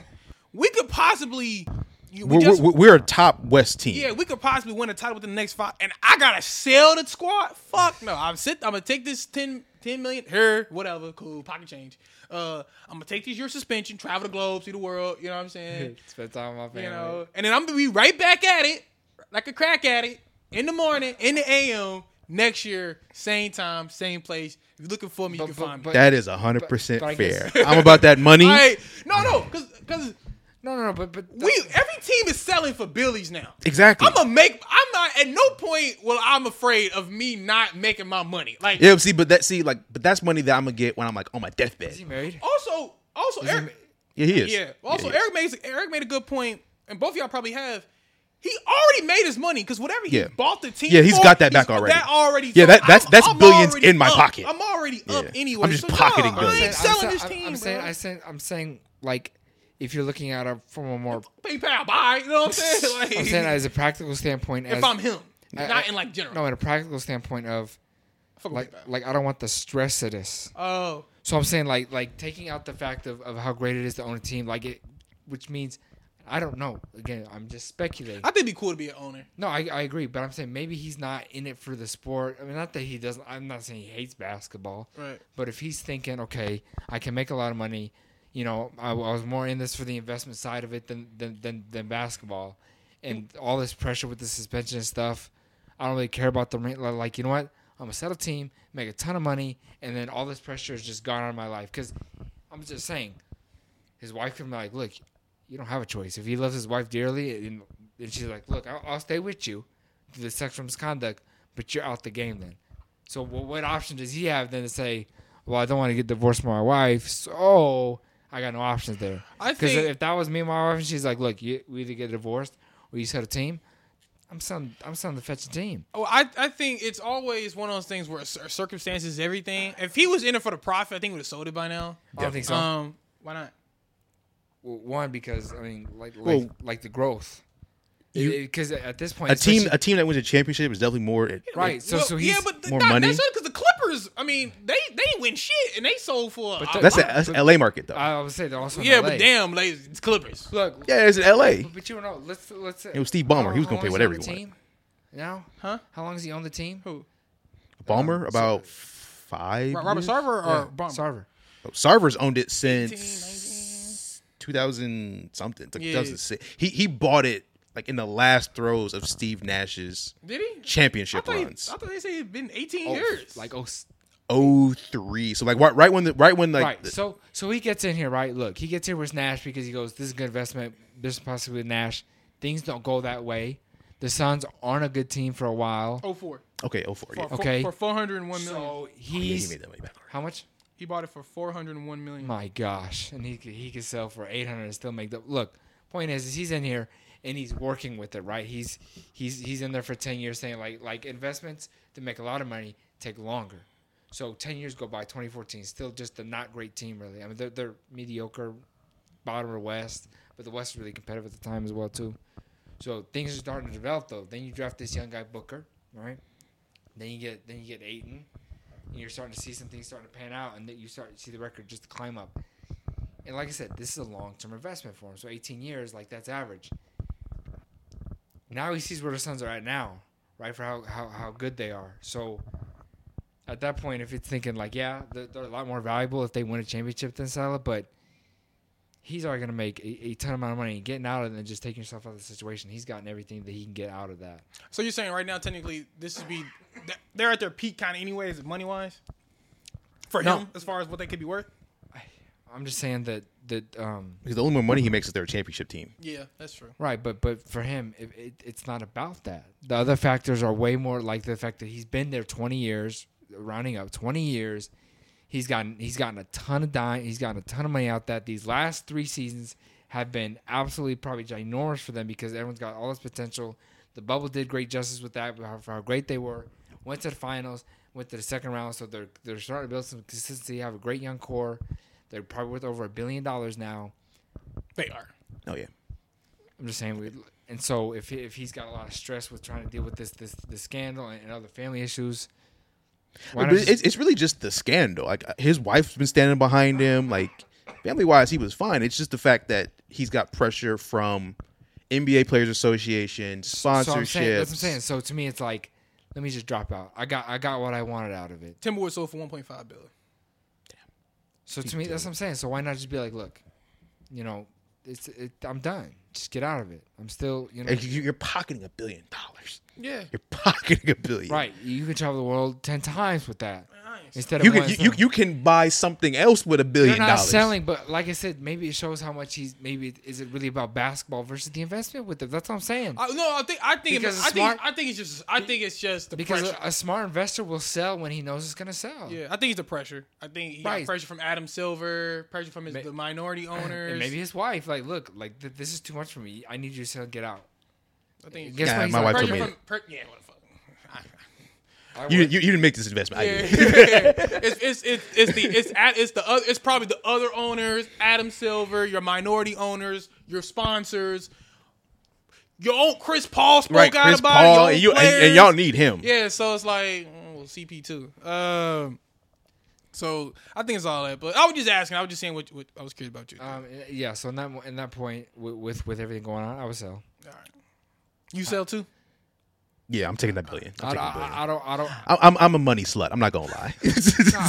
We could possibly, you- we
We're,
just,
we're, we're a top West team.
yeah, we could possibly win a title within the next five. And I gotta sell the squad. Fuck no, I'm sit. I'm gonna take this 10, 10 million here, whatever, cool pocket change. Uh, I'm gonna take this year suspension, travel the globe, see the world. You know what I'm saying?
Spend time with my family.
You know, and then I'm gonna be right back at it, like a crack addict, in the morning, in the AM next year, same time, same place. If you're looking for me,
But-
you can
but-
find
but-
me.
That is
But-
100%
but I
fair.
guess-
I'm about that money.
All [LAUGHS] right, no, no, because because
no, no, no, but but
we every team is selling for Billies now.
exactly.
I'm gonna make. I'm not at no point. Well, I'm afraid of me not making my money. Like
yeah, but see, but that see, like, but that's money that I'm gonna get when I'm like on my deathbed.
is he married?
Oh, also, also Eric.
Yeah, he is.
Yeah. Also,
he is.
Eric made Eric made a good point, and both of y'all probably have. He already made his money because whatever he
Yeah.
bought the team.
Yeah, he's
for,
got that back already.
That already.
Yeah,
so
that- that's-
I'm-
that's
I'm
billions
already
in my
up.
pocket.
I'm already
Yeah.
up anyway.
I'm just
so, nah,
pocketing
I
billions.
ain't
saying-
selling this
I'm,
team.
I'm saying, I'm saying, I'm saying, like, if you're looking at it from a more,
bro. PayPal, bye. You know what I'm
[LAUGHS]
saying? Like, [LAUGHS]
I'm saying as a practical standpoint, as,
if I'm him,
I-
not
I-
in like general.
no, in a practical standpoint of
Fuck
like,
PayPal.
like I don't want the stress of this.
Oh,
So I'm saying like like taking out the fact of, of how great it is to own a team, like it, which means I don't know. Again, I'm just speculating.
I think it'd be cool to be an owner.
No, I, I agree, but I'm saying maybe he's not in it for the sport. I mean, not that he doesn't. I'm not saying he hates basketball,
Right.
but if he's thinking, okay, I can make a lot of money, you know, I, I was more in this for the investment side of it than than than, than basketball, and all this pressure with the suspension and stuff. I don't really care about the rent. li- Like, you know what? I'm gonna set a team, make a ton of money, and then all this pressure is just gone out of my life. Because I'm just saying, his wife can be like, look, you don't have a choice. If he loves his wife dearly, and, and she's like, look, I'll, I'll stay with you through the sexual misconduct, but you're out the game then. So wh- what option does he have then to say, well, I don't want to get divorced from my wife, so I got no options there.
I
Because
think-
if that was me and my wife, and she's like, look, you, we either get divorced or you set a team. I'm selling. I'm selling the fetch a team.
Oh, I, I think it's always one of those things where cir- circumstances is everything. If he was in it for the profit, I think we would have sold it by now.
I don't think so.
Um, why not?
Well, One because I mean, like like,
Well,
like the growth.
you-
Because at this point,
a team,
especially-
a team that wins a championship is definitely more.
right? So
Well,
so he's
yeah, but th-
more
not
money.
necessarily because the Clippers. I mean, they they win shit and they sold for.
But the-
That's, a, that's
But-
LA market though.
I would say they're also in
yeah,
LA.
but damn, like, it's Clippers.
Look,
yeah, it's in LA.
but you don't know. Let's let's.
It was Steve Ballmer. He was gonna
How long
pay
has
whatever
owned
he
the team Now,
Huh?
How long has he owned the team?
Who?
Ballmer about five.
Ro- Robert
years?
Sarver or
Yeah,
Bum?
Sarver.
Sarver's owned it
19.
since 2000 something, like
Yeah.
2006. He he bought it like in the last throes of Steve Nash's
Did he? I
championship
thought, he, I
runs.
thought they said he'd been 18
Oh,
years.
like oh, s-
03. So like right, right when the right when like
right. So so he gets in here, right? Look, he gets here with Nash because he goes, "This is a good investment. This is possibly with Nash. Things don't go that way. The Suns aren't a good team for a while.
oh four.
okay, 04. Yeah.
For,
Okay.
For 401 million.
so
Oh, Yeah,
he's
he made that money back.
how much?
he bought it for 401 million.
My gosh, and he could, he could sell for eight hundred and still make the look. Point is, is he's in here and he's working with it, right? He's he's he's in there for ten years, saying like like investments to make a lot of money take longer. So ten years go by, 2014, still just a not great team, really. I mean, they're they're mediocre, bottom of the West, but the West was really competitive at the time as well too. So things are starting to develop though. Then you draft this young guy Booker, right? Then you get then you get Aiton, and you're starting to see some things starting to pan out, and then you start to see the record just climb up. And like I said, this is a long term investment for him. So 18 years, like that's average. Now he sees where the Suns are at now, right? For how, how, how good they are. So at that point, if it's thinking like, yeah, they're, they're a lot more valuable if they win a championship than Salah, but he's already gonna make a, a ton amount of money getting out of it and just taking yourself out of the situation. He's gotten everything that he can get out of that.
So you're saying right now, technically, this would be they're at their peak kind of anyways, money wise. For
No.
him, as far as what they could be worth.
I'm just saying that that um,
Because the only more money he makes is their championship team.
Yeah, that's true.
Right, but but for him, it, it, it's not about that. The other factors are way more like the fact that he's been there twenty years, rounding up twenty years. He's gotten he's gotten a ton of dime. He's gotten a ton of money out that these last three seasons have been absolutely probably ginormous for them because everyone's got all this potential. The bubble did great justice with that, with how, for how great they were. Went to the finals, went to the second round, so they're they're starting to build some consistency. Have a great young core. They're probably worth over a billion dollars now.
They are.
Oh yeah.
I'm just saying we. And so if he, if he's got a lot of stress with trying to deal with this this this scandal and, and other family issues, why
But
not?
it's,
Just,
it's really just the scandal. Like uh, his wife's been standing behind him. Like family wise, he was fine. It's just the fact that he's got pressure from NBA Players Association sponsorships.
so I'm saying, that's what I'm saying. So to me, it's like, let me just drop out. I got I got what I wanted out of it.
Timberwolves sold for 1.5 billion.
So to me, that's what I'm saying. So why not just be like, look, you know, it's it, I'm done. Just get out of it. I'm still, you know,
And you- You're pocketing a billion dollars.
Yeah.
You're [LAUGHS] pocketing a billion.
right. You can travel the world ten times with that instead of
You
one
can you, you,
thing.
you can buy something else with a billion
They're not
dollars.
selling, but like I said, maybe it shows how much he's. Maybe it- is it really about basketball versus the investment with it? That's what I'm saying.
I, no, I think I think
Because
it,
it's
I
smart-
think I think it's just I think it's just the
Because
pressure.
a, a smart investor will sell when he knows it's going to sell.
yeah, I think it's the pressure. I think he
Right.
got pressure from Adam Silver, pressure from his,
May-
the minority owners.
[CLEARS THROAT] And maybe his wife, like, look, like th- this is too much for me. I need you to sell. Get out.
I think it's
Guess
Yeah,
what? He's
my
like,
wife
pressure
told me
from per, yeah, what the fuck.
I
You,
would-
you you didn't make this investment. I did.
[LAUGHS] it's, it's, it's, it's the it's at, it's the other, it's probably the other owners, Adam Silver, your minority owners, your sponsors, your own Chris Paul spoke
Right,
out
Chris
about it, your
Paul,
own
and, you, and, and
players.
y'all need him.
Yeah, so it's like mm, well, CP two. Um, so I think it's all that. But I was just asking. I was just saying what, what I was curious about you.
um, yeah. So in that mo- in that point, with, with with everything going on, I would sell.
all right. You sell too?
Yeah, I'm taking that billion. I'm
I,
taking a
I,
billion.
I don't. I
[LAUGHS]
don't.
I'm, I'm, I'm a money slut. I'm not gonna lie.
[LAUGHS] Nah,
[LAUGHS]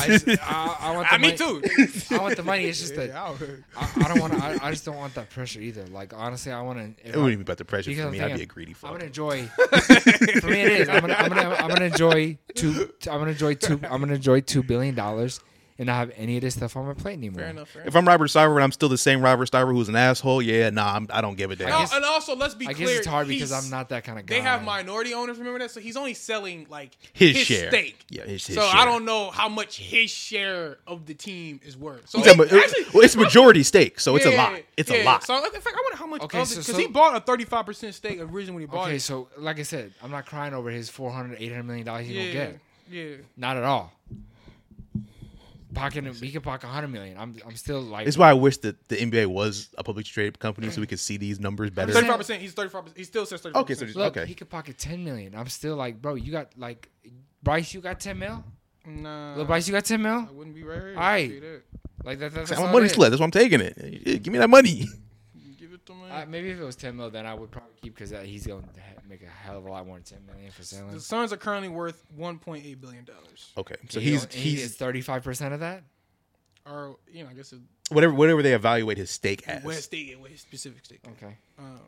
it's- I, I want the
I, [LAUGHS]
money.
me too.
I want the money. It's just that
[LAUGHS] Yeah, I would.
I, I don't want. to. I, I just don't want that pressure either. Like honestly, I want
it
to.
wouldn't even be about the pressure
Because
for
I'm
me. I'd be
thinking,
a greedy
I'm
fuck.
gonna
[LAUGHS]
enjoy. for me, it is. I'm gonna, I'm gonna, I'm gonna enjoy two. I'm gonna enjoy two. I'm gonna enjoy two billion dollars and not have any of this stuff on my plate anymore.
Fair enough. Fair enough.
If I'm Robert Stiver and I'm still the same Robert Stiver who's an asshole, yeah, nah, I'm, I don't give a damn.
No,
guess-
and also let's be
I
clear.
guess it's hard because
he's-
I'm not that kind of guy.
They have minority owners. Remember that. So he's only selling like
his, share.
stake.
Yeah, his, his
so
share.
I don't know how much his share of the team is worth. So
I'm talking
it-
about-
actually,
well, it's majority stake, so it's a
yeah,
lot. It's
yeah.
a lot.
So in fact, I wonder how much.
Okay,
Okay, because
so-
he
so-
bought a thirty-five percent stake originally when he bought
Okay,
it.
so like I said, I'm not crying over his 400, 800 million dollars he
yeah,
gonna get.
yeah.
Not at all. Pocket, he could pocket 100 million. I'm, I'm still like,
it's why I wish that the NBA was a publicly traded company so we could see these numbers better.
saying-
Thirty-five percent. He's thirty-five. percent He still says thirty-five.
Okay, so just-
look,
okay.
he could pocket 10 million. I'm still like, bro, you got like, Bryce, you got 10 mil.
nah,
Little Bryce, you got 10
I
mil.
wouldn't be right here.
Aight.
See that.
Like that, that- that's
I'm a
not
money
it.
slut. That's why I'm taking it. Yeah, Give me that money. [LAUGHS]
Give it to me.
Uh, maybe if it was 10 mil, then I would probably keep because he's gonna ha- make a hell of a lot more than 10 million for selling.
the Suns are currently worth one point eight billion dollars.
Okay, so
He
he's
don't- he
he's
gets 35% of that.
Or you know, I guess it's
whatever whatever they evaluate his stake as.
West State, West specific state.
Okay.
Um,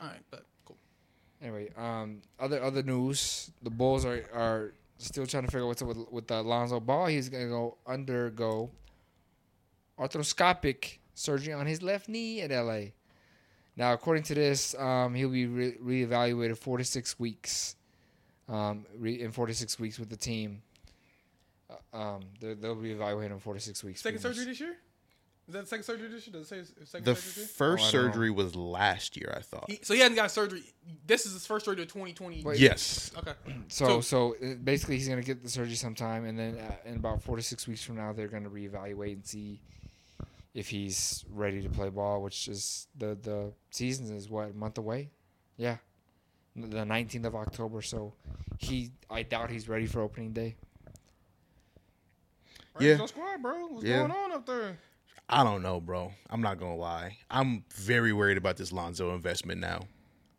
all right, but cool.
Anyway, um, other other news: the Bulls are are still trying to figure out what's up with with Alonzo Ball. He's gonna go undergo arthroscopic surgery on his left knee at LA. Now, according to this, um, he'll be re- reevaluated four to six weeks. Um, re- in four to six weeks with the team. Uh, um, they're- they'll reevaluate him in four to six weeks.
Second
pretty
surgery this year? Is that the second surgery this year? Does it say it's second
The
surgery? this
first
Oh, I don't know.
surgery was last year, I thought.
year? He, so he hasn't got surgery. This is his first surgery of 2020.
Wait.
yes. [CLEARS THROAT]
Okay.
much. So, so uh, basically, he's gonna get the surgery sometime, and then uh, in about four to six weeks from now, they're gonna reevaluate and see if he's ready to play ball, which is the the season is what a month away. Yeah, the nineteenth of October. So he, I doubt he's ready for opening day.
Right,
Yeah.
so squad, bro. What's
Yeah.
going on up there?
I don't know, bro. I'm not gonna lie. I'm very worried about this Lonzo investment now,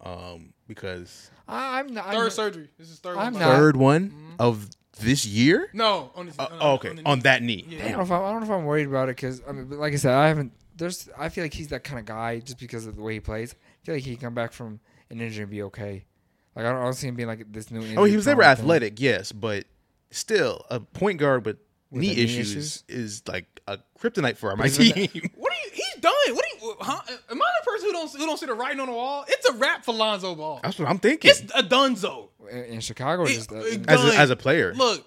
um, because
I, I'm not.
3rd
I'm,
surgery. This is third
I'm
one.
not- Uh,
third one of this year.
Mm-hmm. No, on his.
Uh,
on-
oh, okay,
the knee.
on that knee.
I don't
Damn.
know if I'm, I don't know if I'm worried about it because I mean, but like I said, I haven't there's I feel like he's that kind of guy just because of the way he plays. I feel like he can come back from an injury and be okay. Like I don't, I don't see him being like this new.
Oh, he
injury
was never
prone thing.
athletic, yes, but still a point guard with, knee,
the knee
issues,
issues?
is like a kryptonite for my
Isn't
team.
What are you? He's done. What are you? Huh? Am I the person who don't who don't see the writing on the wall? It's a wrap for Lonzo Ball.
[LAUGHS] That's what I'm thinking.
It's a dunzo.
in, in Chicago. Or
It-
just, uh,
it-
in-
as
done.
a, as a player,
Look,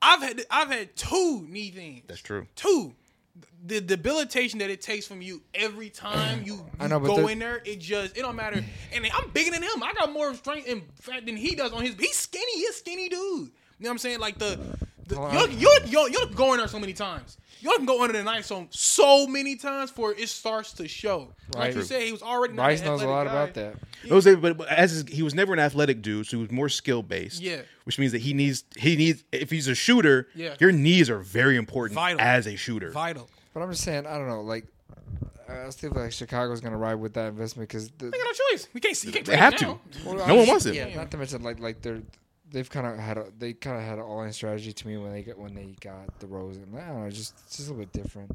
I've had I've had two knee things.
that's true.
two. The debilitation that it takes from you every time you,
I
you
know, but
go
there-
in there, it just it don't matter. And I'm bigger than him. I got more strength and fat than he does on his. He's skinny. He's a skinny dude. You know what I'm saying? Like the, the
Hold
you're,
on.
you're, you're, you're going there so many times. You can go under the knife so so many times for it starts to show. Like
Right.
you said, he was already. not
Bryce
an
knows a
athletic
lot
guy.
about that.
Those, but but as his, he was never an athletic dude, so he was more skill based.
Yeah.
which means that he needs he needs if he's a shooter.
Yeah.
your knees are very important
Vital.
as a shooter.
Vital.
But I'm just saying, I don't know. Like I still feel like Chicago's gonna ride with that investment because
We got no choice. We can't. You can't
They
trade
have
him
to.
now.
No one wants him.
Yeah, not to mention like like they're they've kind of had a, they kind of had an all-in strategy to me when they got when they got the rose and I don't know, just it's just a little bit different.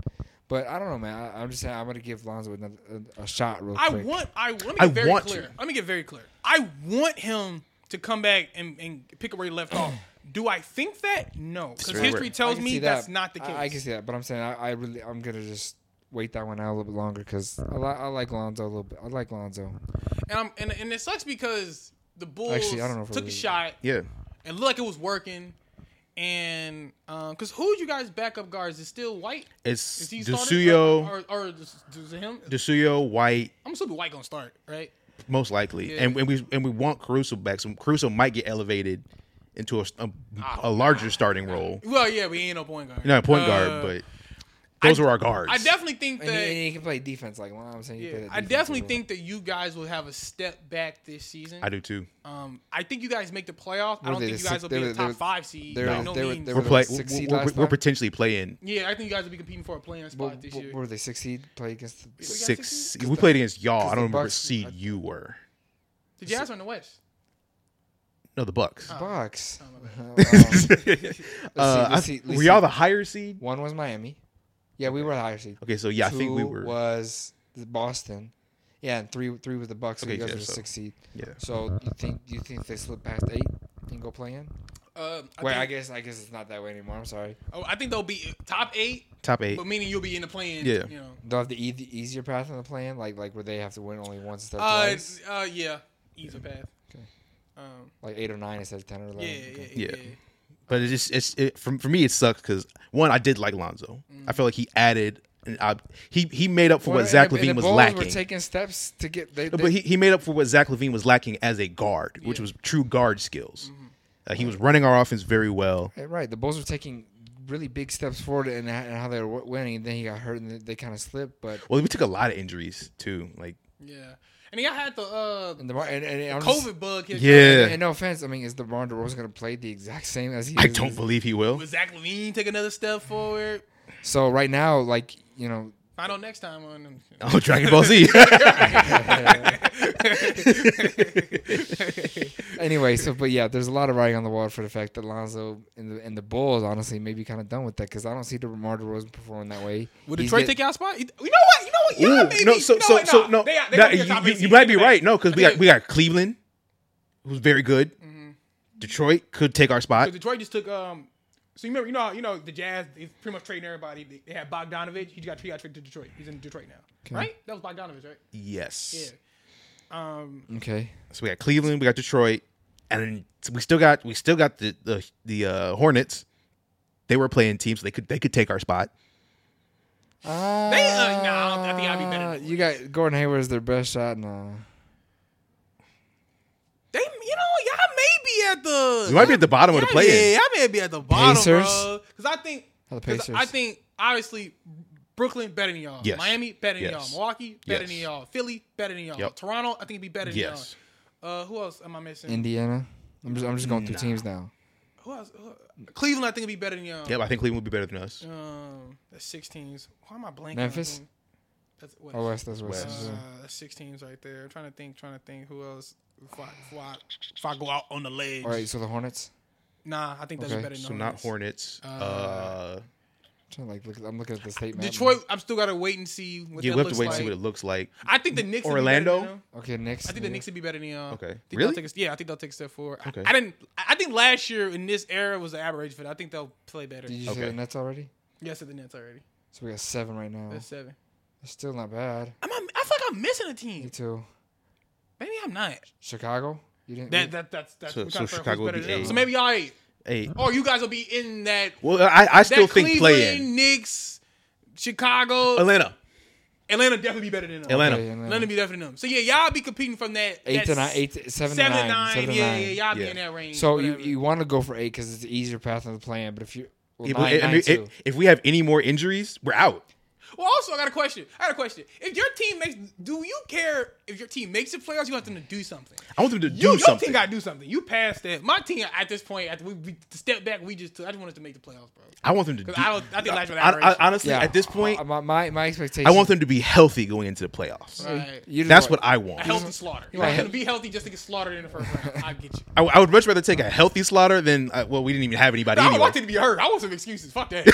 But I don't know, man. I, I'm just saying I'm gonna give Lonzo another, a, a shot real
I
quick.
want. I let me get
I
very
want
clear.
to.
Let me get very clear. I want him to come back and, and pick up where he left off. Do I think that? No, because
Sure.
history
I
tells
can
me
see
that's
that.
not the case.
I, I can see that, but I'm saying I, I really I'm gonna just wait that one out a little bit longer because I, li- I like Lonzo a little bit. I like Lonzo.
and, I'm, and and it sucks because the Bulls
Actually, I don't know if I
took a
really-
shot.
Yeah,
It looked like it was working. And because who would you guys backup guards is still white?
it's
Is he starting?
Dasuyo,
or, or, or is is it him?
Dasuyo White,
I'm assuming white gonna start, right?
most likely,
Yeah.
and, and we and we want Caruso back. So Caruso might get elevated into a, a, a larger starting role.
Well, yeah, but he ain't no point guard.
Not a point
Uh,
guard, but those were our guards.
I definitely think
And he,
that
and he can play defense like well, I'm saying. You
Yeah,
play that
I
defense
definitely
really
think that you guys will have a step back this season.
I do too.
Um, I think you guys make the playoffs. I
Were
don't
they
think
the
you guys
six-
will
they
be
were-
a
they
top
were-
five seed.
they
by
were-
no
they were-
means.
they
We're
like
play,
six
we're,
seed
we're,
last
we're
time.
potentially playing
yeah, I think you guys will be competing for a playing
What,
spot this
what-
year.
what were they six seed play against? The,
got six
six.
seed?
We played against
the
y'all. I don't remember what
Bucks-
seed
I-
you were.
the Jazz are in the West.
No, the Bucks.
Oh.
[LAUGHS]
Bucks.
Oh,
[LAUGHS]
Uh, I-
let's see, let's
were y'all
see.
the higher seed?
One was Miami. Yeah, we were the higher seed.
Okay, so yeah, I think we
Two
were.
Was the Boston? Yeah, and three three was the Bucks. So
Okay,
you guys
yeah,
were the
so-
sixth seed.
yeah.
So you think you think they slip past eight and go play in?
Uh, I,
Wait, I
think,
guess I guess it's not that way anymore. I'm sorry.
oh, I think they'll be top eight,
Top eight.
but meaning you'll be in the playing.
Yeah.
You know.
They'll have the, e- the easier path in the play in, like like where they have to win only once instead of
Uh,
twice,
uh, yeah, easy path.
Okay.
Um,
like eight or nine instead of ten or
yeah,
eleven.
yeah,
Okay.
yeah,
Yeah. But it just it's it, for, for me it sucks because one I did like Lonzo. I felt like he added and I, he he made up for
Well,
what
and
Zach
the- and
Levine
the
was
Bulls
lacking.
Were taking steps to get. They,
but
they-
he, he made up for what Zach Levine was lacking as a guard, which
Yeah.
was true guard skills. Uh, he was running our offense very well.
Yeah, Eh, right. The Bulls were taking really big steps forward and how they were w- winning. And then he got hurt and they kind of slipped. But
Well, we took a lot of injuries too. Like
yeah. And y'all had the uh,
and the mar- and, and I'm just-
COVID bug. Hit
Yeah.
and no offense, I mean, is DeMar DeRozan going to play the exact same as he?
I
is?
don't believe he will.
Would Zach Levine take another step forward?
So right now, like you know,
Find out next time on them.
[LAUGHS] Oh, Dragon Ball Z.
anyway. So but yeah, there's a lot of writing on the wall for the fact that Lonzo and the and the Bulls honestly may be kind of done with that because I don't see DeMar DeRozan performing that way.
[LAUGHS] Would
He's
Detroit
get-
take our spot? You you know what? You know what? Yeah,
[LAUGHS] Ooh,
maybe.
no, so
you know
so
what?
so
Nah,
no.
They, they
nah,
gonna be a top
you,
eight
you
seed.
might be
They-
right. No, because
I
we got
think-
we got Cleveland, who's very good. Detroit could take our
So
spot.
Detroit just took um. So you remember, you know, how- you know, the Jazz is pretty much trading everybody. They, they had Bogdanovich. He got he got traded to Detroit. He's in Detroit now, right? That was Bogdanovich, right? Yeah.
Yes.
Um,
Okay.
So we got Cleveland, we got Detroit, and then we still got we still got the the, the uh, Hornets. They were playing teams. They could they could take our spot.
Uh,
nah, I think I'd be better than the
You got Gordon Hayward is their best shot. uh, Nah.
they, you know, y'all may be at the.
We might be at the bottom of the play.
Yeah, y'all may be at the bottom,
Pacers?
bro. Because I think,
How the
'cause
Pacers?
I think obviously Brooklyn better than y'all.
Yes.
Miami better than
Yes.
y'all. Milwaukee better than
Yes.
y'all. Philly better than y'all.
Yep.
Toronto, I think it'd be better than
Yes.
y'all. Uh, who else am I missing?
Indiana. I'm just I'm just going through teams now.
who else? Who, Cleveland, I think it'd be better than y'all.
Yep, I think Cleveland would be better than us.
Um, that's six teams. Why am I blanking? on
Memphis?
them? That's what?
Oh, West, that's West.
Uh, that's six teams right there. I'm trying to think. Trying to think. Who else? If I, if I, if I go out on the ledge,
All right, so the Hornets.
nah, I think that's
Okay,
better. Than
So not
Hornets.
Hornets. Uh,
trying to like look. I'm looking at the state map. now.
Detroit, I'm still gotta wait and see what
Yeah,
that
we have
looks
to wait
like.
and see what it looks like.
I think the Knicks would be
Orlando?
better than them.
Okay, next.
I think the Knicks would be better than uh,
Okay.
I think they'll
Really?
Take a, yeah, I think they'll take a step forward. I-
Okay.
I, didn't. I I think last year in this era was an aberration for them. I think they'll play better.
Did you say
Okay.
the Nets already?
Yes, at the Nets already.
So we got seven right
Oh.
now.
That's seven.
It's still not bad.
I'm, I'm- I feel like I'm missing a
Me
team.
too.
Maybe I'm not.
Chicago. You didn't.
That that that's that's
So-
we
so
gotta figure out
Chicago
who's
would
better
be
than them.
eight.
So maybe y'all eight.
Hey,
Or you guys will be in that.
well, I, I
Oh. that
still think
Cleveland,
play in
Knicks, Chicago, Atlanta,
Atlanta.
definitely be better than them.
Atlanta.
Okay, and then
Atlanta be better than them. So yeah, y'all be competing from that
eight
that
to nine,
s-
eight, to, seven,
seven
to nine, seven to
yeah,
nine.
yeah, y'all be
Yeah.
in that range.
So you,
whatever.
you want to go for eight because it's the easier path on the plan. But if you well,
Yeah, but
nine,
I- I
nine
mean,
too.
i- if we have any more injuries, we're out.
Well, also, I got a question. I got a question. If your team makes, do you care if your team makes the playoffs? You want them to do something.
I want them to
You,
do
your
something.
team got to do something. You passed that. My team at this point, after we, we step back, we just took, I just wanted to make the playoffs, bro.
I want them to. Do,
Because I, don't- I think last year
I-
was
I-
aberration.
honestly,
yeah.
at this point,
Uh, my my, my expectation.
I want them to be healthy going into the playoffs.
Right.
You just
That's
want-
what I
A
want.
healthy slaughter. You're
Right.
not gonna be healthy just to get slaughtered in the first round. I get you.
I, I would much rather take a healthy slaughter than uh, well, we didn't even have anybody
I don't
anyway.
want it to be hurt. I want some excuses. Fuck that.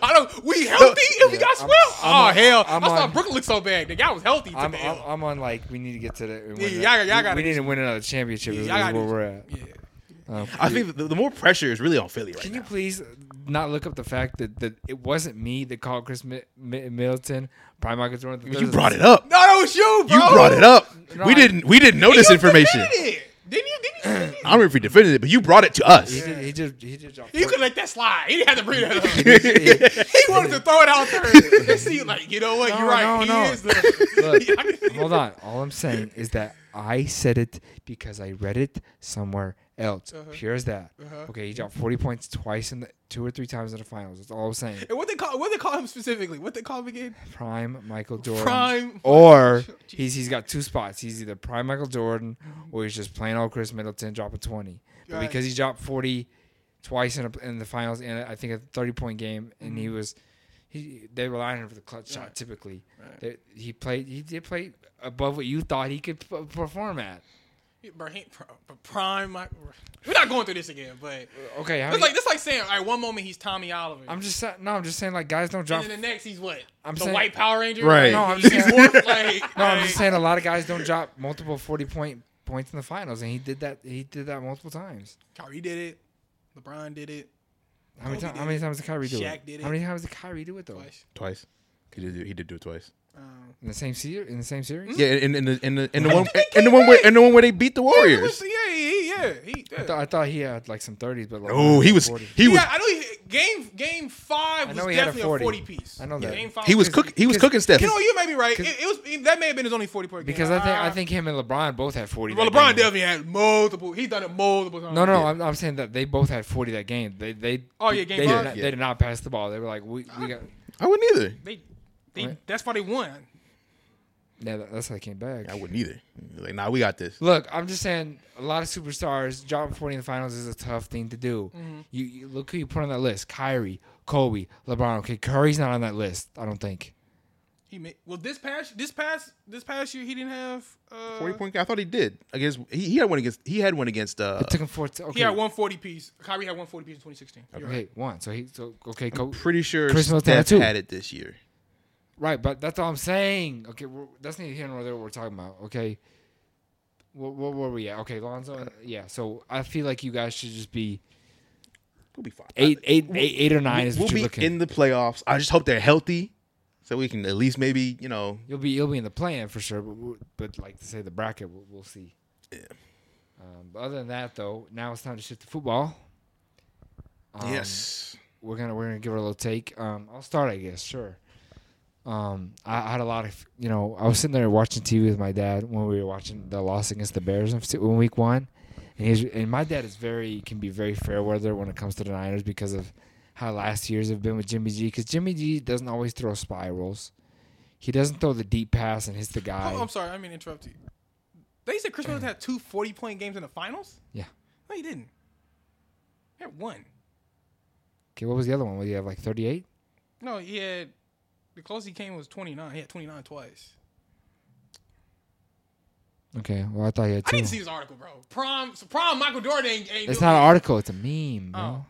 [LAUGHS] I don't. We healthy if we
Yeah,
got
I'm-
swell.
I'm
Oh
on-
hell!
I'm
I saw
on-
Brooklyn look so bad. The guy was healthy.
I'm,
Today.
I'm, I'm on like we need to get to the. Win
Yeah,
the-
y'all- y'all
we-
gotta
we
do
need to win another championship. is
y'all
where
gotta do
we're at.
yeah.
Um,
I think the, the more pressure is really on Philly right
Can
now.
you please not look up the fact that, that it wasn't me that called Chris Mi- Mi- Middleton Prime Michael Jordan?
But you brought it up.
No, that was you, bro.
You brought it up.
No,
we
I-
didn't. We didn't know
You
this information.
defended it. Didn't you? Didn't you?
I don't know if you defended it, but you brought it to us.
He did. He just. He just dropped.
You could let that slide. He didn't have to bring that up.
He did- he-
[LAUGHS] He wanted to throw it out there. They see, like, you know what?
No,
You're right.
no,
he
no.
is.
[LAUGHS]
The,
Look, hold on. All I'm saying is that I said it because I read it somewhere else.
Uh-huh.
Pure as that. Okay, he dropped 40 points twice in the two or three times in the finals. That's all I'm saying.
And what they call? What they call him specifically? What they call him again?
Prime Michael Jordan.
Prime-
Or he's he's got two spots. He's either prime Michael Jordan or he's just plain old Chris Middleton dropping 20. But
Right.
because he dropped 40 twice in, a, in the finals and I think a 30 point game and he was he they relied on him for the clutch shot typically. They- he played he did play above what you thought he could p- perform at.
Bro, he- bro, prime. My, we're not going through this again, but
Okay, how
that's
many,
like that's like saying, all right, one moment he's Tommy Oliver,
I'm just sa- no, I'm just saying like guys don't drop
and then the next he's what?
I'm
the
saying-
White Power Ranger,
Right.
No, I'm
He's
saying- [LAUGHS]
warped, like,
No, I'm just
like-
saying a lot of guys don't drop multiple 40 point points in the finals and he did that he did that multiple times.
Kyrie did it. LeBron did it.
How many,
Kobe
times?
did
how many
it.
times did Kyrie do
Shaq
it?
did
How
it.
many times did Kyrie do it though?
Twice.
Twice. He did. Do, he did do it twice.
Um,
In the same series? In the same series?
Mm-hmm.
Yeah, and, and the and the and the one
think he
and the one where
did.
and the one where they beat the
yeah,
Warriors.
yeah, he, yeah, he, yeah.
I, thought, I thought he had like some 30s, but like
Oh, he was
40.
he was
yeah, I know. He, game game
I
five was
know he had a
definitely
40.
a forty piece.
I know that.
Game five
he was
was-
cook he was
because-
cooking Steph.
You know, you may be right. It,
Because-
it was it- that may have been his only forty point game.
because I think I
Ah.
think him and LeBron both had 40.
Well,
that
LeBron
game.
definitely had multiple. He's done it multiple times.
No, no, I'm, I'm saying that they both had 40 that game. They they
Oh, yeah, game
they,
five?
Did not,
Yeah.
they did not pass the ball. They were like we, we got
I wouldn't either.
They, they.
Right.
That's why they won.
yeah, that- that's how they came back.
I wouldn't either. Like, nah, we got this.
Look, I'm just saying a lot of superstars dropping 40 in the finals is a tough thing to do.
Mm-hmm.
You, you look who you put on that list: Kyrie, Kobe, LeBron. Okay, Curry's not on that list. I don't think.
He made, well this past this past this past year he didn't have uh,
Forty point. guy. I thought he did. I guess he, he had one against. He had one against. Uh,
It took him four. okay,
He had one forty piece. Kyrie had one forty piece in twenty sixteen.
Okay, one. So he so okay, co-
pretty sure
Chris Middleton had
Steph
two.
had it this year.
right, but that's all I'm saying. Okay, we're, that's neither here nor there. What we're talking about. Okay, what what were we at? Okay, Lonzo. And, yeah, so I feel like you guys should just be
We'll be fine.
eight, eight, eight, eight or nine
we,
is
will
what
be
you're looking.
in the playoffs. I just hope they're healthy, so we can at least maybe you know.
you'll be you'll be in the plan for sure. But we're- but like to say the bracket, we'll, we'll see. Um, but other than that, though, now it's time to shift to football. Um,
yes.
we're gonna we're gonna give it a little take. Um, I'll start, I guess. Sure. Um, I, I had a lot of you know I was sitting there watching TV with my dad when we were watching the loss against the Bears in, in week one, and he's and my dad is very can be very fair weather when it comes to the Niners because of how last years have been with Jimmy G because Jimmy G doesn't always throw spirals. He doesn't throw the deep pass and hits the guy.
Oh, I'm sorry, I mean to interrupt you. They said Chris Middleton had two 40 point games in the finals.
yeah.
No, he didn't. He had one.
Okay. What was the other one? What do you have? Like thirty-eight.
No, he had the closest he came was twenty nine. He had twenty nine twice.
Okay. Well, I thought he had
I
two.
didn't see this article, bro. Prom, so prom Michael Jordan ain't. ain't
it's
do-
not an article. It's a meme. Bro.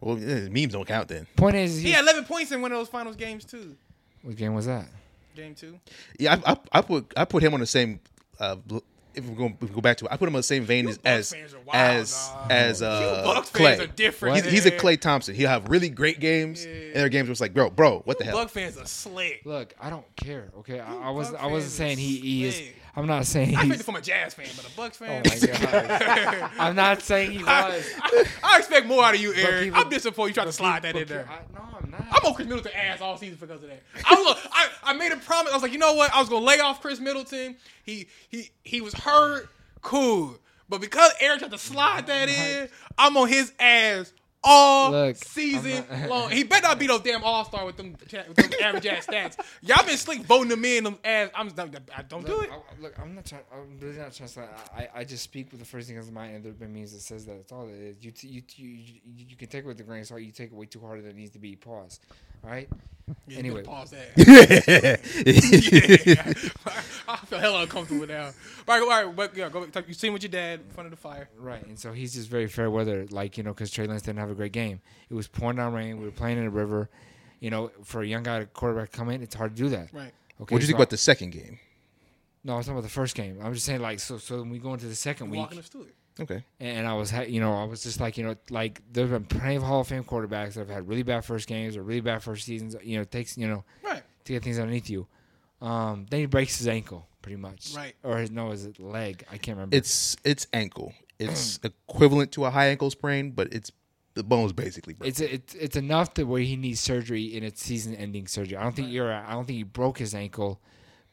Well, eh, memes don't count then.
Point is,
Oh. He
he,
had 11 points in one of those finals games too.
what game was that?
Game two.
Yeah, I, I, I put I put him on the same. Uh, bl- if we go if we go back to it, I put him on the same vein as
Bucks
as
fans are wild,
as,
dog.
as uh,
Bucks
Clay.
fans are different.
He's, he's a
man.
Clay Thompson. He'll have really great games, and there are games where it's like, bro, bro, what the hell?
Buck fans are slick.
Look, I don't care. Okay, I, I was
Buck
I wasn't
fans
saying he, he
is
is.
slick.
I'm not saying
I expected
he's.
from a Jazz fan, but a Bucks fan.
Oh [LAUGHS] my God. I'm not
[LAUGHS]
saying he
I,
was.
[LAUGHS] I- I expect more out of you, Eric.
people-
I'm disappointed you tried to slide that in
But
there.
I, no, I'm not.
I'm on Chris Middleton ass all season because of that. I was gonna- I, I made a promise. I was like, you know what? I was gonna lay off Chris Middleton. He he he was hurt, cool. But because Eric tried to slide that in, I'm on his ass all
Look, [LAUGHS]
season
I'm not-
long. He better not be those damn all star with them, cha- with them average ass stats. Y'all been sleep voting them in them ass. I'm not, I don't do
Look,
it.
I, look, I'm not trying. I'm really not trying to. Slide. I, I- I just speak with the first thing comes to mind, and there have been memes that says that. It's all that it is. You, t- you, t- you, you, you can take it with a grain of salt. You take it way too hard than it needs to be. Pause. All right.
Yeah,
anyway,
pause [LAUGHS] that.
[LAUGHS]
[LAUGHS] I feel hella uncomfortable now. All right, all right, but yeah, go back. You seen with your dad in front of the fire.
right. And so he's just very fair weather, like you know, because Trey Lance didn't have a great game. It was pouring down rain. We were playing in a river. You know, for a young guy, a quarterback to come in, it's hard to do that.
Right.
Okay.
What do you think
so-
about the second game?
No, I was talking about the first game. I'm just saying, like, so so when we go into the second week,
Walking us through it.
Okay,
and I was, ha- you know, I was just like, you know, like there's been plenty of Hall of Fame quarterbacks that have had really bad first games or really bad first seasons. You know, it takes you know
Right.
to get things underneath you. Um, then he breaks his ankle, pretty much,
Right.
Or his no, is it leg? I can't remember.
it's it's ankle. It's equivalent to a high ankle sprain, but it's the bone's basically broken.
it's it's it's enough to where he needs surgery and it's season-ending surgery. I don't think you're. I don't think he broke his ankle,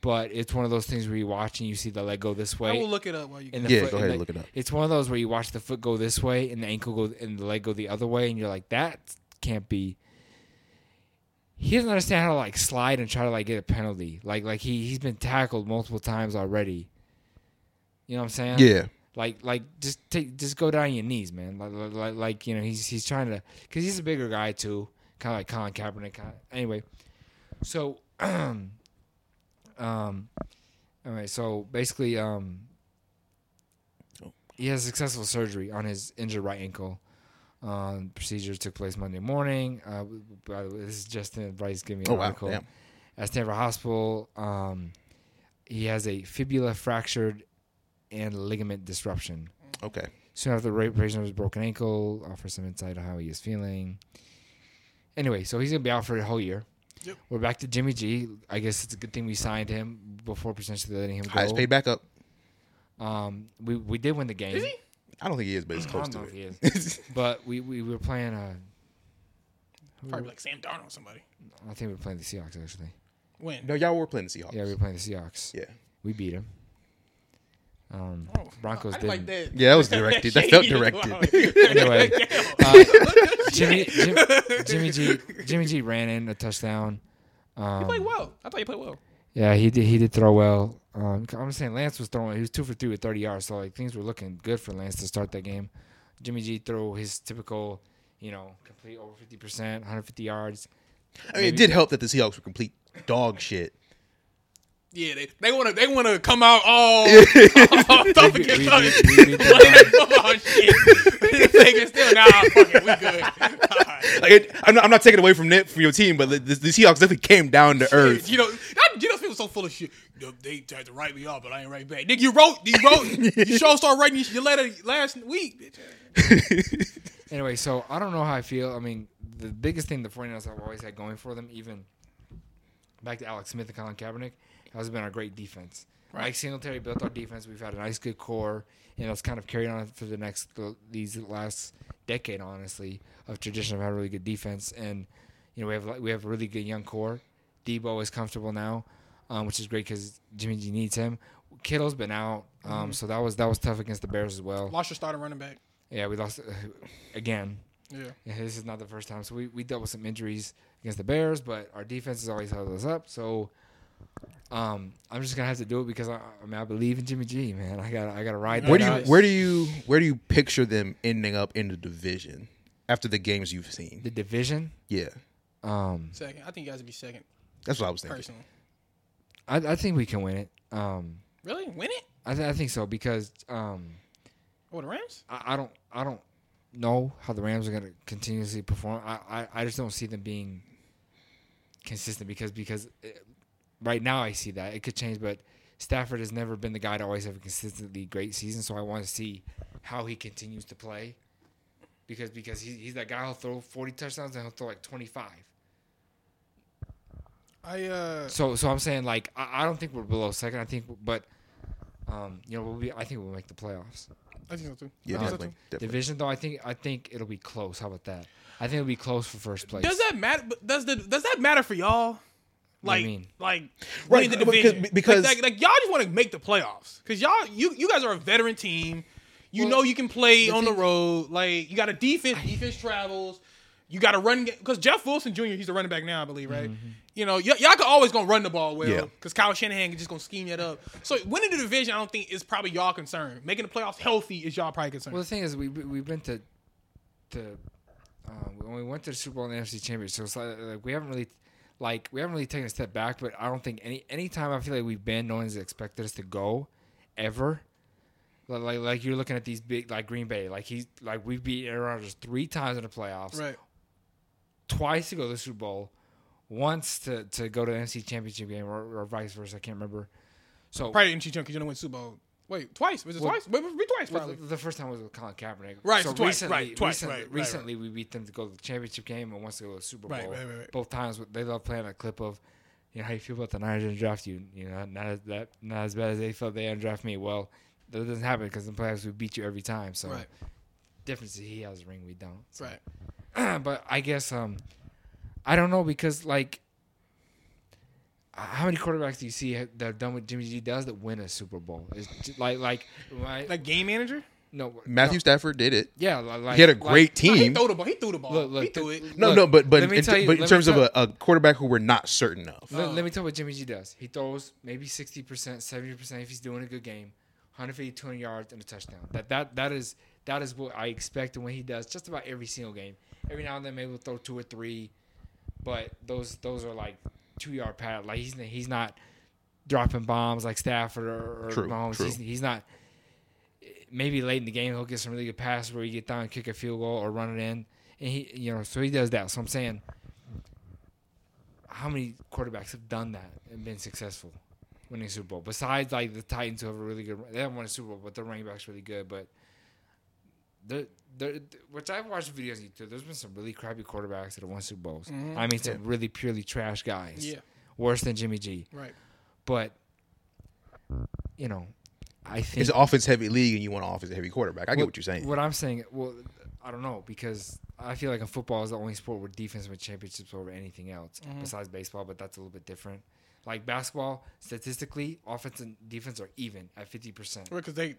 but it's one of those things where you watch and you see the leg go this way.
I will look it up while you.
and the
Yeah,
foot-
go
and,
ahead and
like,
look it up.
It's one of those where you watch the foot go this way and the ankle go and the leg go the other way, and you're like, that can't be. He doesn't understand how to like slide and try to like get a penalty. Like like he he's been tackled multiple times already. You know what I'm saying?
yeah,
Like like just take just go down on your knees, man. Like like, like, like, you know he's he's trying to because he's a bigger guy too, kind of like Colin Kaepernick. Kinda, anyway, so [CLEARS THROAT] um, um, anyway, so basically um, he has successful surgery on his injured right ankle. Um, procedure took place Monday morning. Uh, by the way, this is Justin advice giving me an
Oh, wow,
article
damn.
at Stanford Hospital. Um, he has a fibula fractured and ligament disruption.
okay.
Soon after the operation of his broken ankle, offer some insight on how he is feeling. Anyway, so he's gonna be out for a whole year.
Yep.
We're back to Jimmy G. I guess it's a good thing we signed him before potentially letting him go.
Highest paid backup.
Um, we we did win the game.
Is he?
I don't think he is, but it's
[CLEARS THROAT] I don't
close
know
to
if
it.
he is, [LAUGHS] but we, we were playing. Uh, Mm.
Probably like Sam Darnold or somebody.
I think we were playing the Seahawks actually.
When?
[LAUGHS] No, y'all were playing the Seahawks.
Yeah, we were playing the Seahawks.
yeah.
We beat him. Um,
Oh,
Broncos
I didn't like
didn't.
that.
Yeah, that was
[LAUGHS]
directed. That felt directed. [LAUGHS]
Anyway, uh, Jimmy,
[LAUGHS]
Jim, Jimmy G Jimmy G ran in a touchdown. [LAUGHS] Um,
[LAUGHS]
played well. I thought you played well.
Yeah, he did. He did throw well. Um, I'm saying Lance was throwing. He was two for three with 30 yards. So like things were looking good for Lance to start that game. Jimmy G threw his typical, you know, complete over 50 percent, 150 yards.
I mean, it did help that the Seahawks were complete dog shit.
Yeah, they, they wanna they wanna come out
[LAUGHS]
all, all tough
We,
against
we,
us.
we-
[LAUGHS]
we beat them down.
Oh shit! They can still nah, fuck it, we good. Alright.
Like, it, I'm, not, I'm not taking away from it from your team, but the, the, Seahawks definitely
[LAUGHS]
came down to earth.
You know, I, you know, people so full of shit. You know, They tried to write me off, but I ain't write back. Nigga, you wrote, you wrote, you sure started writing your letter last week. Bitch.
Anyway, so I don't know how I feel. I mean, the biggest thing the 49ers have always had going for them, even back to Alex Smith and Colin Kaepernick, has been our great defense. Mike Singletary built our defense. We've had a nice, good core, and it's kind of carried on for the next these last decade, honestly, of tradition of having really good defense. And you know, we have we have a really good young core. Debo is comfortable now, um, which is great because Jimmy G needs him. Kittle's been out, um, so that was that was tough against the Bears as well.
Lost your starting running back.
Yeah, we lost uh, again.
Yeah.
Yeah, this is not the first time. So we, we dealt with some injuries against the Bears, but our defense has always held us up. So um, I'm just gonna have to do it because I, I mean I believe in Jimmy G, man. I got I got to ride.
Where do
that
you
out.
where do you where do you picture them ending up in the division after the games you've seen?
the division?
Yeah,
Um,
Second. I think you guys would be second,
that's what I was thinking.
personally.
I, I think we can win it. Um,
Really? Win it?
I, th- I think so because um,
Or the Rams?
I, I don't I don't know how the Rams are going to continuously perform. I, I, I just don't see them being consistent because because uh, right now I see that it could change, but Stafford has never been the guy to always have a consistently great season. So I want to see how he continues to play because because he, he's that guy who'll throw forty touchdowns and he'll throw like twenty five.
I uh
So so I'm saying like I, I don't think we're below second. I think but um you know we'll be I think we'll make the playoffs.
I think so too.
Yeah,
I think so
definitely.
too.
definitely.
Division though I think I think it'll be close. How about that? I think it'll be close for first place.
Does that matter? but Does the does that matter for y'all?
do
Like,
you mean?
like
Right,
winning the
because-
division
be- because-
like, like, like, y'all just want to make the playoffs because y'all you you guys are a veteran team. You know you can play on the
thing-
road. Like you got a defense. Defense travels. You got to run because Jeff Wilson Jr. He's the running back now, I believe, right? You know, y- y'all can always gonna run the ball well
Mm-hmm. Yeah.
because Kyle Shanahan is just gonna scheme that up. So winning the division, I don't think is probably y'all concern. Making the playoffs healthy is y'all probably concern.
Well, the thing is, we we- we've been to, to um, when we went to the Super Bowl and the NFC Championship, so it's like, like we haven't really, like we haven't really taken a step back. But I don't think any any time I feel like we've been, no one's expected us to go, ever. Like, like like you're looking at these big like Green Bay, like he's like we beat Aaron Rodgers three times in the playoffs,
right.
twice to go to the Super Bowl, once to to go to the NFC Championship game or, or vice versa. I can't remember. So
Probably didn't cheat because you don't win Super Bowl. Wait, twice? Was it
Well-
twice? Wait, it be twice
Well,
probably.
the, the first time was with Colin Kaepernick.
Right,
So
so twice,
recently,
right, twice,
recently,
right, right, right.
recently we beat them to go to the championship game and once to go to the Super Bowl.
Right, right, right, right.
Both times they love playing a clip of, you know, how you feel about the Niners didn't draft you. You know, not as that, not as bad as they felt they didn't draft me. Well, that doesn't happen because in playoffs we beat you every time. So
Right.
difference is he has a ring, we don't. [CLEARS THROAT] So-
Right.
but I guess um, I don't know because like, h- how many quarterbacks do you see that have done what Jimmy G does that win a Super Bowl? It's j- like like my,
Like game manager?
no
Matthew Stafford did it.
yeah, li- like
He had a
like-
great
Nah, he
team.
threw the ball. He threw the ball.
Look, look,
he threw it.
th-
No,
Look,
no, but but
let me
in,
tell you-
but in
let me
terms of
tell-
a, a quarterback who we're not certain of,
Let, let me tell you what Jimmy G does. He throws maybe sixty percent, seventy percent if he's doing a good game, 150, 200 yards and a touchdown. That that that is that is what I expect and when he does just about every single game. Every now and then maybe we'll throw two or three, but those those are like two yard pad. Like he's he's not dropping bombs like Stafford or, or
True,
Mahomes.
true.
He's, he's not. Maybe late in the game he'll get some really good passes where he get down and kick a field goal or run it in, and he you know so he does that. So I'm saying, how many quarterbacks have done that and been successful winning Super Bowl? Besides like the Titans who have a really good they haven't won a Super Bowl, but their running back's really good. But the the which I've watched videos on YouTube, there's been some really crappy quarterbacks that have won Super Bowls. I mean, some really purely trash guys.
Yeah.
worse than Jimmy G.
Right.
But you know, I think
it's an offense heavy league, and you want an offense heavy quarterback. I get what you're saying.
What I'm saying, well, I don't know because I feel like in football is the only sport where defense wins championships over anything else besides baseball, but that's a little bit different. Like basketball, statistically, offense and defense are even at fifty percent.
Because they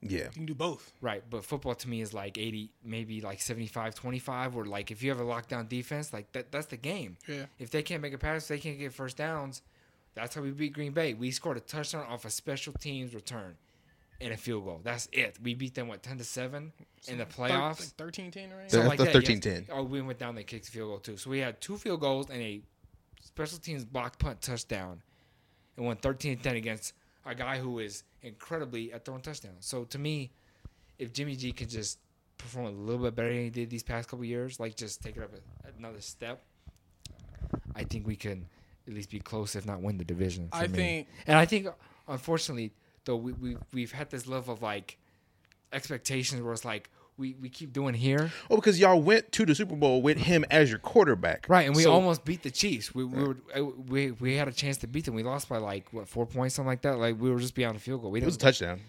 you
Yeah,
can do both.
Right, but football to me is like 80, maybe like 75 25, or like if you have a lockdown defense, like that that's the game.
Yeah.
If they can't make a pass, they can't get first downs. That's how we beat Green Bay. We scored a touchdown off a special teams return and a field goal. That's it. We beat them what 10 to 7 in the playoffs.
Thir- like 13-10 right?
So-
Something
That's the
that, yes.
13-10.
Oh, we went down. They kicked the field goal too. So we had two field goals and a special teams block punt touchdown, and won 13-10 against a guy who is incredibly at throwing touchdowns. So to me, if Jimmy G could just perform a little bit better than he did these past couple years, like just take it up a, another step, I think we can at least be close, if not win the division. for
I
me.
think-
and I think unfortunately though we we we've had this level of like expectations where it's like. We, we keep doing here,
Oh, because y'all went to the Super Bowl with him as your quarterback,
Right, and we
So-
almost beat the Chiefs. We we, were, uh, we we had a chance to beat them. We lost by like what four points, something like that. Like we were just beyond a field goal. We
It
didn't.
was a touchdown,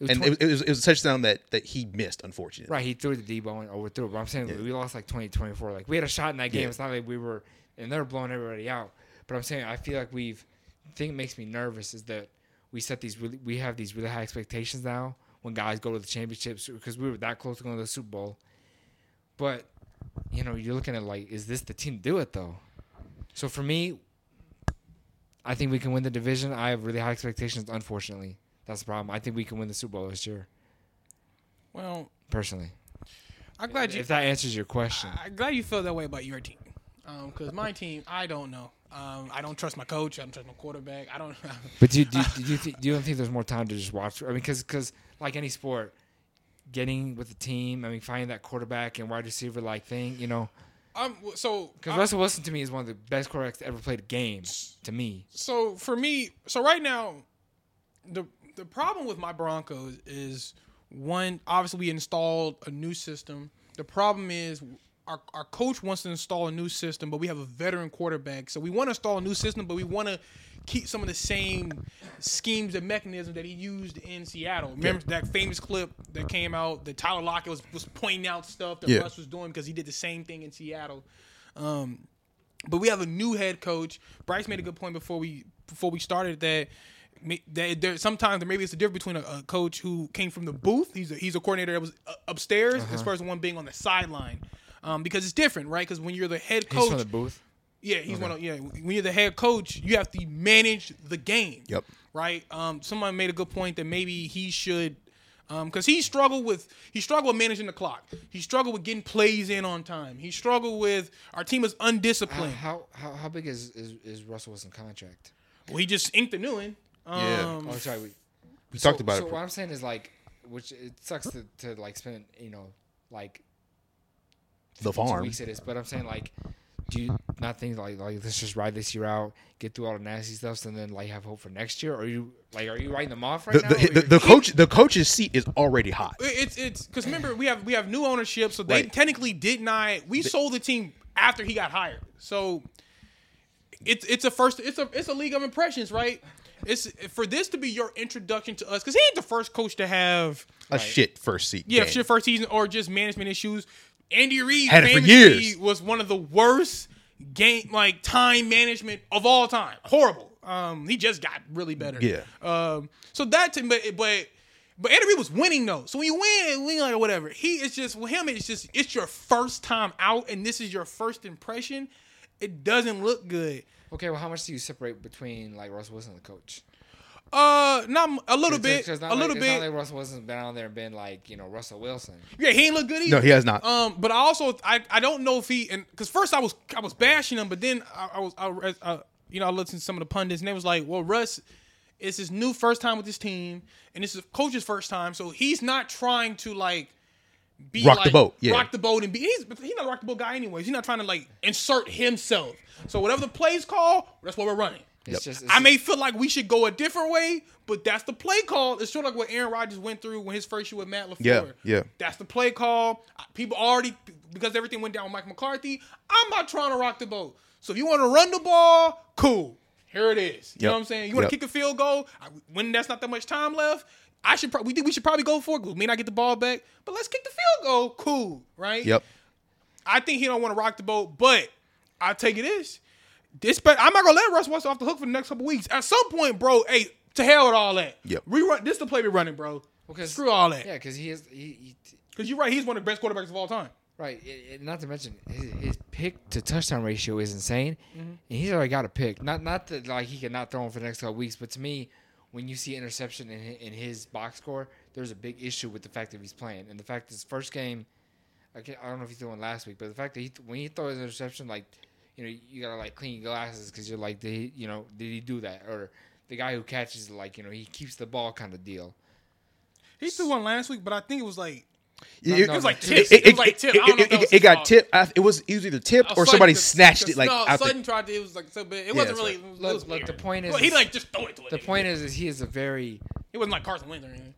it was
and
20
it, was, it was a touchdown that that he missed, unfortunately.
right, he threw it to Debo and overthrew it. But I'm saying we lost like 20-24. Like we had a shot in that game.
Yeah.
It's not like we were and they're blowing everybody out. But I'm saying I feel like we've. The thing that makes me nervous is that we set these really we have these really high expectations now when guys go to the championships because we were that close to going to the Super Bowl. But you know, you're looking at like, is this the team to do it though? So for me, I think we can win the division. I have really high expectations. Unfortunately, that's the problem. I think we can win the Super Bowl this year,
Well,
personally.
I'm glad you
If that answers your question,
I'm glad you feel that way about your team. Um, cuz my team, I don't know. Um, I don't trust my coach, I don't trust my quarterback. I don't [LAUGHS]
but do do, do you think, do you don't think there's more time to just watch? I mean, because like any sport, getting with the team. I mean, finding that quarterback and wide receiver like thing. You know,
I'm so
because
I'm-
Russell Wilson to me is one of the best quarterbacks to ever played a game. To me,
so for me, so right now, the the problem with my Broncos is one. Obviously, we installed a new system. The problem is our our coach wants to install a new system, but we have a veteran quarterback, so we want to install a new system, but we want to keep some of the same schemes and mechanisms that he used in Seattle. Remember that famous clip that came out that Tyler Lockett was, was pointing out stuff that
Yeah.
Russ was doing because he did the same thing in Seattle. Um, but we have a new head coach. Bryce made a good point before we before we started that. may- That there, sometimes there maybe it's the difference between a, a coach who came from the booth. He's a, he's a coordinator that was uh, upstairs
Uh-huh.
as far as one being on the sideline, um, because it's different, right? Because when you're the head
he's
coach,
from the booth.
yeah, he's one of yeah. When you're the head coach, you have to manage the game.
Yep.
Right. Um. Someone made a good point that maybe he should, um, because he struggled with he struggled with managing the clock. He struggled with getting plays in on time. He struggled with our team is
How,
undisciplined.
Uh, how how how big is is, is Russell Wilson contract?
Well, he just inked a new one. Um,
Yeah.
Oh, sorry, we
We
So-
talked about
so
it.
what I'm saying is like, which it sucks to, to like spend, you know, like
the
15
farm.
weeks at this, but I'm saying like, do you not think like like let's just ride this year out, get through all the nasty stuffs, and then like have hope for next year? Or are you like are you writing them off right
The,
now?
the,
or
the,
you're-
the coach the coach's seat is already hot.
It- It's it's because remember we have we have new ownership, so they
Right.
technically did not. We sold the team after he got hired, so it's it's a first it's a it's a league of impressions, right? It's for this to be your introduction to us because he ain't the first coach to have
A shit first seat.
yeah
game.
shit first season or just management issues. Andy Reid
Had it for
famously
years.
was one of the worst game like time management of all time. Horrible. Um, he just got really better.
Yeah.
Um, so that to but but but Andy Reid was winning though. So when you win, win like whatever. He is just with him. It's just it's your first time out, and this is your first impression. It doesn't look good.
okay, well, how much do you separate between like Russell Wilson and the coach?
Uh, not m- a little
'Cause
bit,
it's
a
not like-
little
it's
bit.
Not like Russell Wilson's been out there and been like you know Russell Wilson.
yeah, he ain't look good either.
No, he has not.
Um, but I also I, I don't know if he and because first I was I was bashing him, but then I, I was I, re- uh you know I listened to some of the pundits and they was like, well, Russ, it's his new first time with this team, and this is coach's first time, so he's not trying to like be
Rock the
like-
boat, yeah.
rock the boat and be he's he's not a rock the boat guy anyways. He's not trying to like insert himself. So whatever the plays call, that's what we're running.
It's just it's
I
just-
may feel like we should go a different way, but that's the play call. It's sort of like what Aaron Rodgers went through when his first year with Matt LaFleur.
Yeah, yeah.
That's the play call. I- People already, because everything went down with Mike McCarthy, I'm not trying to rock the boat. So if you want to run the ball, cool. Here it is. You know
Yep.
what I'm saying? You want to
Yep.
kick a field goal I, when that's not that much time left. I should probably we think we should probably go for it. We may not get the ball back, but let's kick the field goal. Cool, right?
Yep.
I think he don't want to rock the boat, but I take it is. This, but I'm not gonna let Russ Wilson off the hook for the next couple weeks. At some point, bro, hey, to hell with all that.
Yep.
Rerun. This the play we're running, bro.
Okay, s-
Screw all that.
Yeah, because he is he, he
Because you're right. He's one of the best quarterbacks of all time.
Right, i- i- not to mention his, his pick to touchdown ratio is insane, and he's already got a pick. Not not that like he cannot throw him for the next couple weeks, but to me, when you see interception in, hi- in his box score, there's a big issue with the fact that he's playing and the fact his first game. I, can't, I don't know if he threw one last week, but the fact that he, th- when he throws an interception, like you know, you gotta like clean your glasses because you're like, did he, you know, did he do that? Or the guy who catches, like you know, he keeps the ball kind of deal.
He threw one last week, but I think it was like
It,
no,
it was like
it-
tips. It,
it-
was like
it-
tips. I don't know if
it-
that was
it- it
his
got
fault.
tipped. I- It was it was either tipped
Oh,
or
Sutton
somebody
just-
snatched it
just-
like
no,
out the-
Sutton tried to. It was like so, but it wasn't
that's
really.
right.
it was- it
Look-
was
look, the
weird.
point is-
Well, he like just throw it to it.
The point is, is he is a very
it wasn't like Carson Wentz or anything.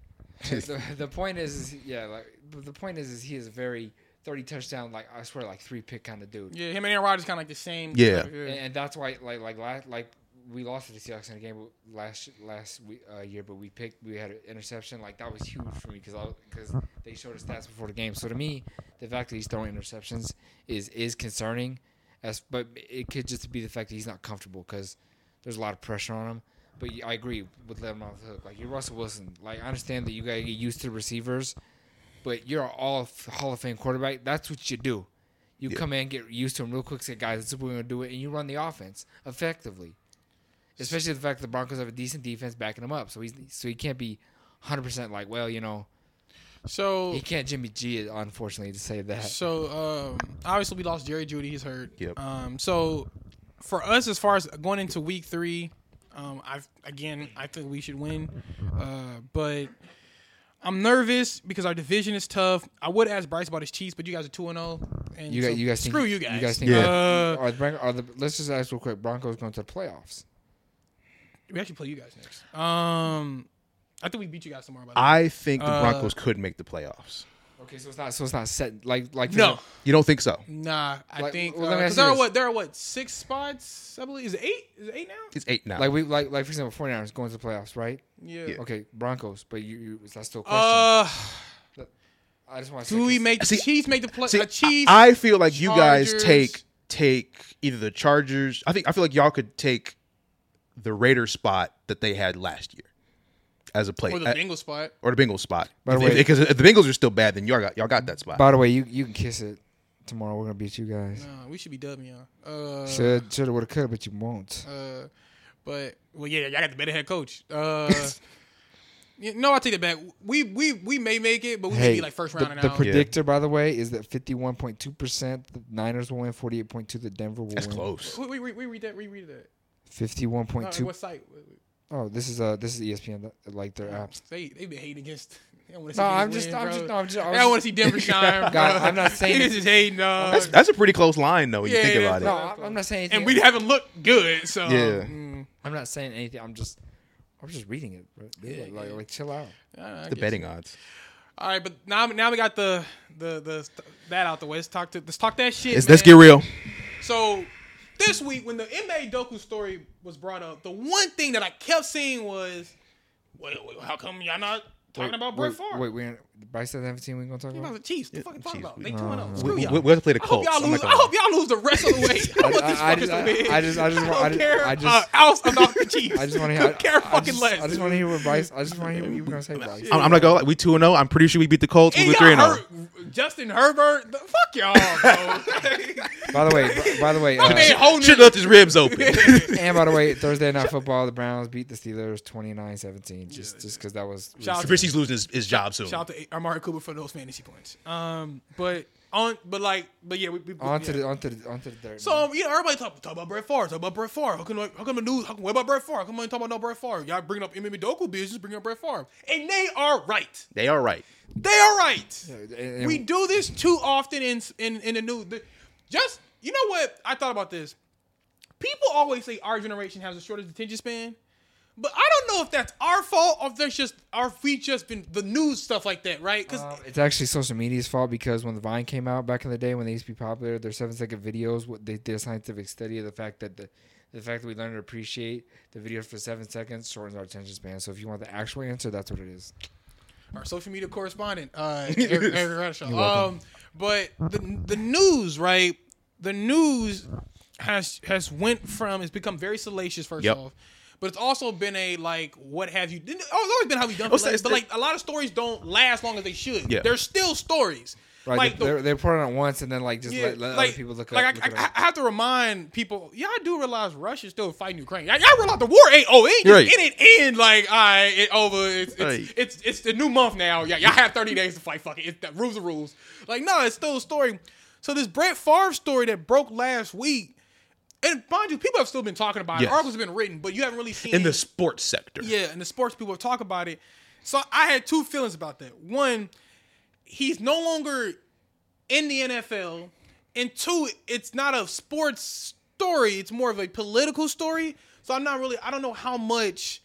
the, the point is, is yeah, like but the point is, is he is a very thirty touchdown, like I swear, like three pick kind of dude,
Yeah, him and Aaron Rodgers kind of like the same.
Yeah.
type of-
and, and that's why, like, like last, like we lost to the Seahawks in a game last last we, uh, year, but we picked, we had an interception, like that was huge for me because because they showed us stats before the game. So to me, the fact that he's throwing interceptions is is concerning, as but it could just be the fact that he's not comfortable because there's a lot of pressure on him. But I agree with letting him off the hook. Like you're Russell Wilson. Like I understand that you gotta get used to receivers, but you're an all Hall of Fame quarterback. That's what you do. You come in, get used to him real quick. Say, guys, this is what we're gonna do it, and you run the offense effectively. Especially the fact that the Broncos have a decent defense backing him up, so he's so he can't be 100 percent like, well, you know,
So
he can't Jimmy G it, unfortunately to say that.
So um, obviously we lost Jerry Judy. He's hurt.
Yep.
Um, so for us, as far as going into week three, um, I again I think we should win, uh, but I'm nervous because our division is tough. I would ask Bryce about his Chiefs, but you guys are two and zero. And
You
so
got you guys. Think,
screw you guys.
You guys think?
Yeah.
Uh,
Are the, Bron- are the let's just ask real quick. Broncos going to the playoffs?
we actually play you guys next. Um, I think we beat you guys tomorrow. By the way.
I think the
Uh,
Broncos could make the playoffs.
Okay, so it's not so it's not set like like
no,
You don't think so?
nah. I
Like,
think
well, let me
uh,
ask
'cause there
you
are
this.
what there are what six spots? I believe is it eight? Is it eight now?
It's eight now.
like we like like for example 49ers going to the playoffs, right?
Yeah.
Okay, Broncos, but you, you that's still a question.
Uh,
I just want to
do we make the
See,
Chiefs make the play?
See,
the Chiefs.
I I feel like you guys
Chargers.
take take either the Chargers. I think I feel like y'all could take the Raiders spot that they had last year as a play
or the
uh,
Bengals spot.
or the Bengals spot.
By the way-
Because if, the Bengals are still bad, then y'all got y'all got that spot.
By the way, you you can kiss it tomorrow. We're gonna beat you guys.
Nah, we should be dubbing y'all. Uh,
Should should have would have could have, but you won't.
Uh, but well, yeah, y'all got the better head coach. Uh, [LAUGHS] yeah, no, I take it back. We we we may make it, but we may be like first round
the,
and
the
out.
predictor, by the way, is that fifty-one point two percent the Niners will win, forty-eight point two the Denver will
That's
win,
close.
we, we, we read that. We read that.
fifty-one point
No,
two.
what site? Wait, wait.
Oh, this is uh this is ESPN th- like their apps.
They they been hating against. [LAUGHS] They don't wanna see
No,
Denver
I'm just
win,
I'm
bro.
just no, I'm just I
I
was
don't
just-
want to see
[LAUGHS]
Denver shine.
God,
bro.
I'm
[LAUGHS]
not saying
Niggas
it-
is hating. dog.
That's that's a pretty close line though when
Yeah,
you think
it
about
is.
it.
no, I'm I'm not saying anything.
and we haven't looked good. So
Yeah.
mm,
I'm not saying anything. I'm just I was just reading it. But like, like, like chill out.
I don't know, I
The
guess.
betting odds.
All right, but now now we got the the the st- that out the way. Let's talk to let's talk that shit.
Let's, let's
man.
get real.
So this week, when the MA Doku story was brought up, the one thing that I kept seeing was, wait, wait how come y'all not talking about Brett
wait,
Favre?
Wait, we're Bryce said seventeen. We gonna talk
Talking
about.
about the Chiefs. The fucking talking
Chiefs,
about?
we-
They two and zero.
We,
Screw
we,
y'all.
we have to play the
I hope
Colts.
y'all
I'm
lose.
not
I
gonna
hope
lie.
y'all lose the rest of the way. I don't want these
I- I
fuckers
just-
to win.
I just- I just-
I don't
I just-
care.
I just-
uh, ounce about the Chiefs.
[LAUGHS] I just
[LAUGHS]
want to hear.
Don't care
I, I
fucking
just,
less.
I just want to hear what Bryce. I just want to hear what you were
[LAUGHS]
gonna say, Bryce.
I'm, I'm not gonna lie. We two and zero. I'm pretty sure we beat the Colts. We
And
were
y'all
three and oh. zero.
hurt Justin Herbert. The- Fuck y'all, bro.
By the way, by the way,
My man
uh,
holding
Should have left his
[LAUGHS]
ribs open. [LAUGHS]
and by the way, Thursday night football, the Browns beat the Steelers 29-17 just just because that was.
Shout out to-
Trubisky's losing his, his job soon.
Shout out to Amari Cooper for those fantasy points. Um, but on, but like, but yeah, we, we
on
yeah.
to the on to the on to the third.
So um, you know, everybody talk, talk about Brett Favre, talk about Brett Favre. How come, how come the news? How come what about Brett Favre? How come I ain't talking about no Brett Favre? Y'all bringing up MMA Doku business, bringing up Brett Favre, and they are right.
They are right.
They are right.
And- and-
we do this too often in in in the news. The- Just you know what I thought about this. People always say our generation has the shortest attention span, but I don't know if that's our fault or if there's just or if we just been the news stuff like that, right? Because
Um, it's actually social media's fault because when the Vine came out back in the day, when they used to be popular, their seven-second videos, what they did a scientific study of the fact that the the fact that we learn to appreciate the videos for seven seconds shortens our attention span. So if you want the actual answer, that's what it is.
our social media correspondent,
[LAUGHS]
uh, Eric, Eric Bradshaw. Um, but the the news, right? The news has has went from it's become very salacious first
Yep.
off, but it's also been a like what have you? Oh, it's always been how we done.
Oh,
for
so
like-
it's-
but like a lot of stories don't last long as they should.
Yeah.
They're still stories.
Right? they,
Like the
they're, they're pouring it once and then like just let, let other people look
like
up.
I,
look it
I,
up.
I have to remind people, y'all do realize Russia's still fighting Ukraine. Y'all, y'all realize the war ain't oh, it ain't,
Right.
it ain't end like all right, it over. It's it's,
Right.
it's it's the new month now. Yeah, y'all have thirty days to fight. Fuck it, it's the rules are rules. Like no, it's still a story. So this Brett Favre story that broke last week, and mind you, people have still been talking about
Yes.
it. Articles have been written, but you haven't really seen
In the sports sector.
yeah, and the sports people talk about it. So I had two feelings about that. One, he's no longer in the NFL, and two, it's not a sports story. It's more of a political story. So I'm not really. I don't know how much.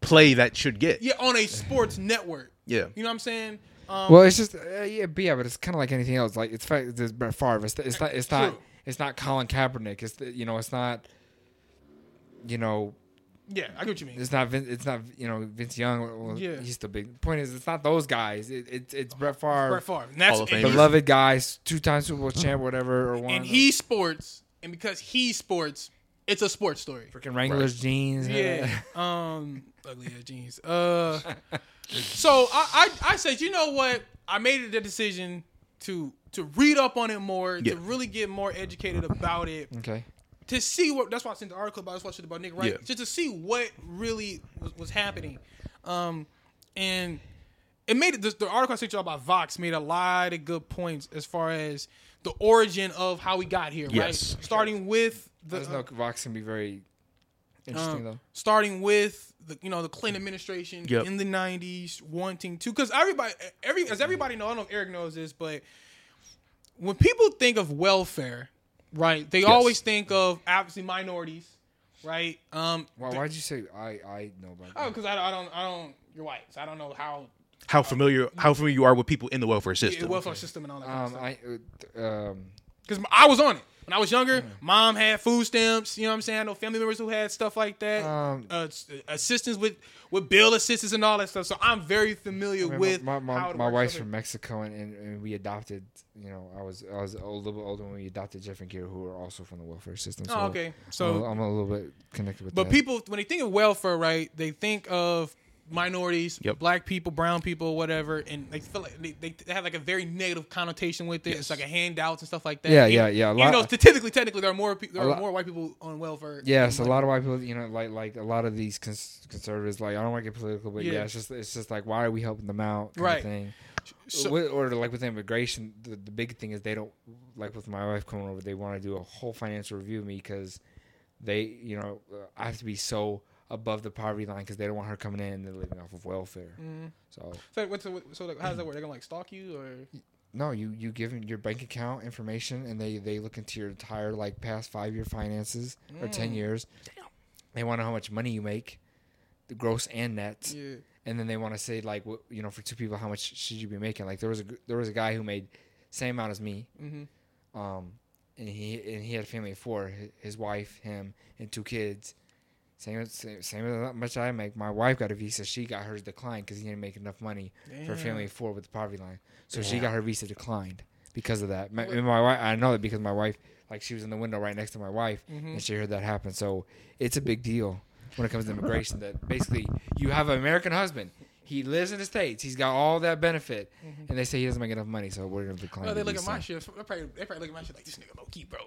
Play that should get.
Yeah, on a
[LAUGHS]
sports network.
Yeah.
You know what I'm saying? Um,
Well, it's just uh, yeah, but yeah, but it's kind of like anything else. Like it's fact, it's Brett Favre. It's, it's not. It's not.
True.
It's not Colin Kaepernick. It's the, you know. It's not. You know.
yeah, I get what you mean.
It's not. Vin, it's not. You know. Vince Young. Well,
Yeah.
He's still big. The point is, it's not those guys. It, it's it's Brett Favre,
Brett Favre. And that's
Hall of Famer.
and he's-
beloved guys, two time Super Bowl
[LAUGHS]
champ, whatever, or one.
and he sports, and because he sports, it's a sports story.
freaking Wranglers jeans.
Yeah. [LAUGHS] um. Ugly ass jeans. Uh.
[LAUGHS]
So I, I I said, you know what? I made the decision to to read up on it more,
Yeah.
to really get more educated about it,
[LAUGHS] okay.
to see what. That's why I sent the article about. That's why I sent about Nick Wright,
Yeah.
just to see what really was, was happening. Um, and it made it. The, the article I sent y'all about Vox made a lot of good points as far as the origin of how we got here.
Yes.
Right. Starting with the
There's no Vox can be very Interesting
Uh, Um,
though.
starting with the you know the Clinton administration
Yep.
in the '90s wanting to because everybody every as everybody know I don't know if Eric knows this but when people think of welfare right they always think of obviously minorities right um
Why why'd you say I I know about
oh
that?
because I, I don't I don't you're white so I don't know how
How familiar how familiar you are with people in the welfare
the
system?
welfare system and all that kind of
Um
stuff.
I uh, th- um
because I was on it when I was younger. Mom had food stamps. You know what I'm saying? No family members who had stuff like that.
Um,
uh, s- assistance with with bill assistance and all that stuff. So I'm very familiar
I mean,
with
my my,
how
my,
it
my
works
wife's
other-
from Mexico and, and, and we adopted you know I was I was a little bit older when we adopted Jeff and Kira who are also from the welfare system. So
Oh, okay.
I'm a-
So,
I'm a little bit connected with
but
that.
people when they think of welfare, right? They think of minorities,
Yep.
black people, brown people, whatever, and they feel like they, they, they have like a very negative connotation with it. It's like a handouts and stuff like that.
Yeah,
Even-
yeah, yeah, a
Even
lot-
though statistically, technically, there are more pe- there
A
are
lot-
more white people on welfare.
Yes, a
than
lot of white people, you know, like like a lot of these cons- conservatives, like I don't want to get political, but yeah.
Yeah.
it's just it's just like why are we helping them out, kind
Right.
Of thing. Uh,
So-
With- or like with immigration, the, the big thing is they don't like with my wife coming over, they want to do a whole financial review of me because they, you know, uh, I have to be so above the poverty line because they don't want her coming in and they're living off of welfare.
Mhm.
So
So, what's the, so like, how does that work? They're gonna like stalk you or
no, you you give them your bank account information and they they look into your entire like past five year finances or ten years. They want to know how much money you make, the gross and net,
yeah.
and then they want to say like what you know for two people how much should you be making? Like there was a gr- there was a guy who made same amount as me,
Mm-hmm.
um, and he and he had a family of four, hi- his wife, him, and two kids. Same as same, same as how much I make. My wife got a visa. She got hers declined because he didn't make enough money for a family of four with the poverty line. So she got her visa declined because of that. My, and my wife, I know that because my wife, like she was in the window right next to my wife, and she heard that happen. So it's a big deal when it comes to immigration. That basically you have an American husband. He lives in the states. He's got all that benefit, and they say he doesn't make enough money, so we're gonna decline.
Oh, they
the
look at
visa.
my shit. They probably, they probably look at my shit like this nigga low key, bro.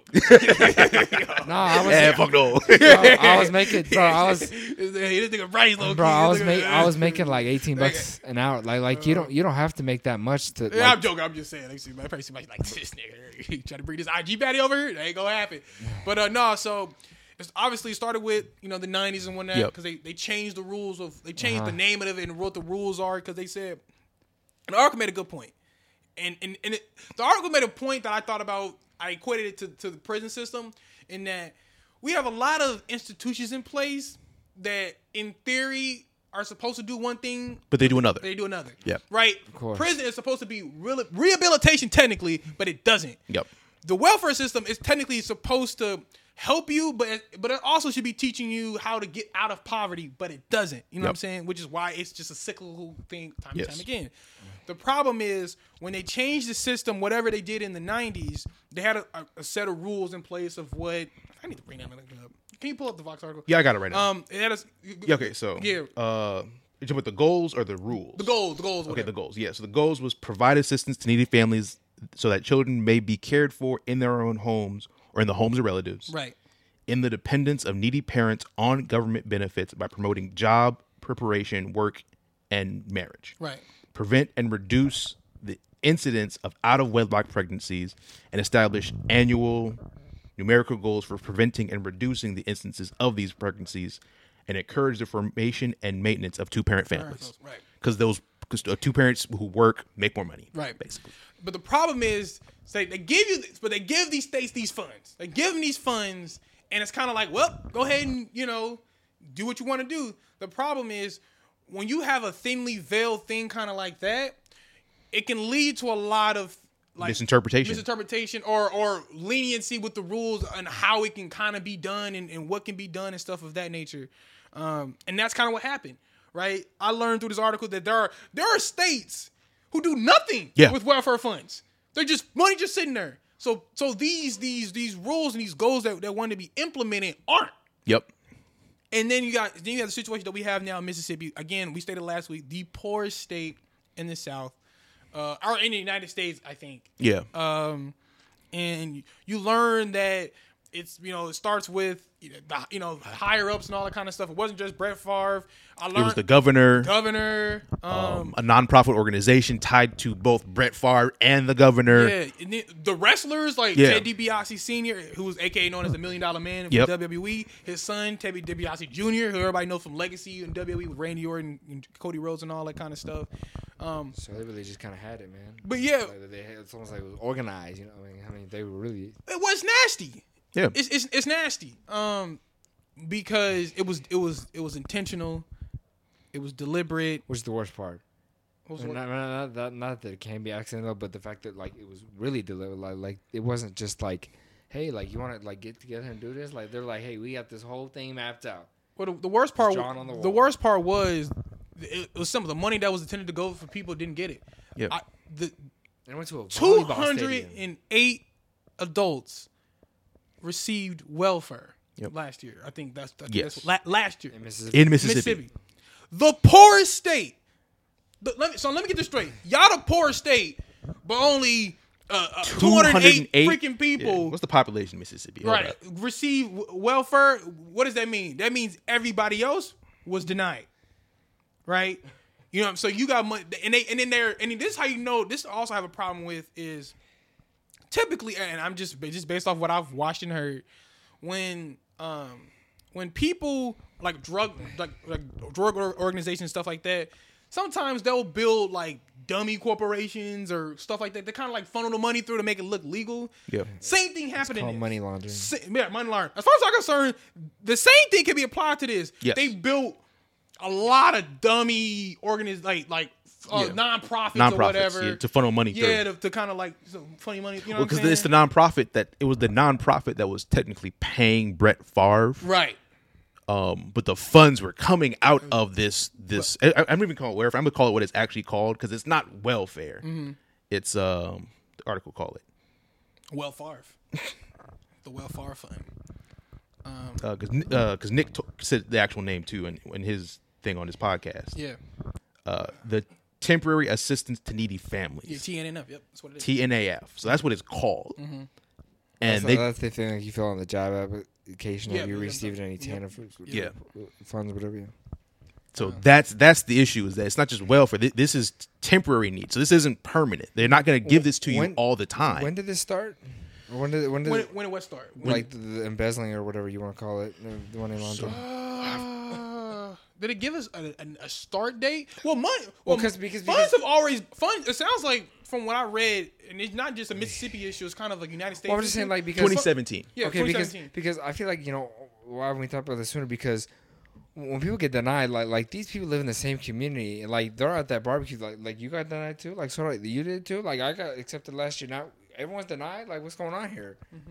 No, I was,
Eh, fuck
[LAUGHS]
no. [LAUGHS]
bro, I was making, bro, I was,
this nigga Bryce low key.
bro, I was making, I was making like eighteen bucks an hour. Like, like you don't, you don't have to make that much to.
Yeah, I'm
like-
joking. I'm just saying. Like, see, my probably somebody like [LAUGHS] this nigga he trying to bring this IG baddie over here. That ain't gonna happen. But uh, no, so it's obviously it started with you know the '90s and whatnot
Yep.
because they they changed the rules of they changed the name of it and what the rules are because they said and the article made a good point. And and and it, the article made a point that I thought about. I equated it to, to the prison system in that we have a lot of institutions in place that, in theory, are supposed to do one thing
but they do another.
they do another.
Yep.
Right.
course.
Prison is supposed to be real- rehabilitation technically, but it doesn't.
Yep.
The welfare system is technically supposed to help you, but it, but it also should be teaching you how to get out of poverty, but it doesn't. You know what I'm
Yep.
saying? Which is why it's just a cyclical thing time and
Yes.
time again. The problem is when they changed the system, whatever they did in the '90s, they had a, a, a set of rules in place of what. I need to bring that up. Can you pull up the Vox article?
Yeah, I got it right now.
Um. It had us.
yeah, okay, so
yeah.
uh you talking about the goals or the rules?
The goals. The goals.
Okay,
whatever.
the goals. Yeah, so the goals was provide assistance to needy families so that children may be cared for in their own homes or in the homes of relatives.
Right.
in the dependence of needy parents on government benefits by promoting job preparation, work, and marriage.
Right.
Prevent and reduce the incidence of out of wedlock pregnancies and establish annual numerical goals for preventing and reducing the instances of these pregnancies and encourage the formation and maintenance of two parent families.
Right.
Because those cause uh, two parents who work make more money.
Right.
Basically.
But the problem is, say they give you, this, but they give these states these funds. They give them these funds, and it's kind of like, well, go ahead and you know, do what you want to do. The problem is, when you have a thinly veiled thing, kind of like that, it can lead to a lot of like
Misinterpretation.
misinterpretation or or leniency with the rules and how it can kind of be done and, and what can be done and stuff of that nature um, and that's kind of what happened right i learned through this article that there are there are states who do nothing
Yeah.
with welfare funds they're just money just sitting there so so these these these rules and these goals that, that want to be implemented aren't
Yep.
and then you got then you got the situation that we have now in Mississippi. Again, we stated last week, the poorest state in the South, uh, or in the United States, I think.
Yeah.
Um, and you learn that it's you know it starts with you know, the you know higher ups and all that kind of stuff. It wasn't just Brett Favre. I learned
It was the governor,
governor. Um,
um, a nonprofit organization tied to both Brett Favre and the governor.
yeah, and then the wrestlers like
Yeah.
Ted DiBiase Senior, who was AKA known as the Million Dollar Man in
Yep.
WWE. His son Ted DiBiase Junior, who everybody knows from Legacy and WWE E with Randy Orton and Cody Rhodes and all that kind of stuff. Um,
So they really just kind of had it, man.
But yeah.
Like, they had, it's almost like it was organized. You know, I mean, I mean, they were really
it was nasty.
Yeah.
It's it's it's nasty. Um, because it was it was it was intentional. It was deliberate.
Which is the worst part?
What was
Not,
what-
not, not, that, not that it can be accidental, but the fact that like it was really delivered, like, like it wasn't just like, hey, like you want to like get together and do this. Like they're like, hey, we got this whole thing mapped out.
Well, the, the worst part,
John on the
the,
wall.
worst part was it, it was some of the money that was intended to go for people didn't get it.
Yep.
I, the
And it went to a
two
volleyball
hundred
stadium.
and eight adults received welfare
Yep.
last year. I think that's, I think
Yes.
that's la- last year.
in Mississippi.
in Mississippi.
Mississippi. The poorest state. The- let me, so let me get this straight. Y'all the poorest state, but only uh, uh, 208, freaking
Yeah.
people
What's the population in Mississippi? Hold
right,
up.
receive w- welfare. What does that mean? That means everybody else was denied. Right? You know, so you got money and they and then they're and this is how you know this also I have a problem with is typically and I'm just just based off what I've watched and heard when um when people like drug like like drug or- organizations stuff like that sometimes they'll build like dummy corporations or stuff like that they kind of like funnel the money through to make it look legal
Yeah.
same thing happened in
Called
this.
money laundering.
Sa- yeah, money laundering. As far as I'm concerned, the same thing can be applied to this.
Yes.
They built a lot of dummy organiz like like uh,
Yeah.
nonprofits, or
Nonprofits
whatever.
yeah, to funnel money through.
yeah, to, to kind of like so funny money. You know,
because
what I'm
it's the
saying?
nonprofit that it was the nonprofit that was technically paying Brett Favre,
right.
um, but the funds were coming out of this this. I, I- I'm not even calling it welfare. I'm gonna call it what it's actually called because it's not welfare.
Mm-hmm.
It's um, the article call it
Well Favre, the Well Favre Fund.
because because uh, Nick to- said the actual name too in, in his thing on his podcast.
Yeah,
Uh, the temporary assistance to needy
yeah,
families
TNNF. Yep, that's what it is.
TNAF. So that's what it's called.
Mm-hmm.
And
And
so
they
that's the thing. Like you fill out the job application.
Yeah,
have you
but-
received any TANF
Yeah.
uh, funds, whatever? Yeah.
So that's that's the issue is that it's not just welfare. Th- This is temporary need. So this isn't permanent. They're not going to give this to you
When-
all the time.
When did this start? Or When did when did
when when did what start?
like the, the embezzling or whatever you want to call it, the- the money laundering?
Uh, did it give us a, a, a start date? Well, money. Well,
because- because-
funds
because-
have always funds. It sounds like from what I read, and it's not just a Mississippi issue. It's kind of a United States.
Well, I'm just
issue.
saying like because
2017.
Yeah,
okay, because
2017.
because I feel like you know why haven't we talked about this sooner? Because when people get denied, like like these people live in the same community, and like they're at that barbecue, like like you got denied too, like so like you did too, like I got accepted last year. Now everyone's denied. Like what's going on here?
Mm-hmm.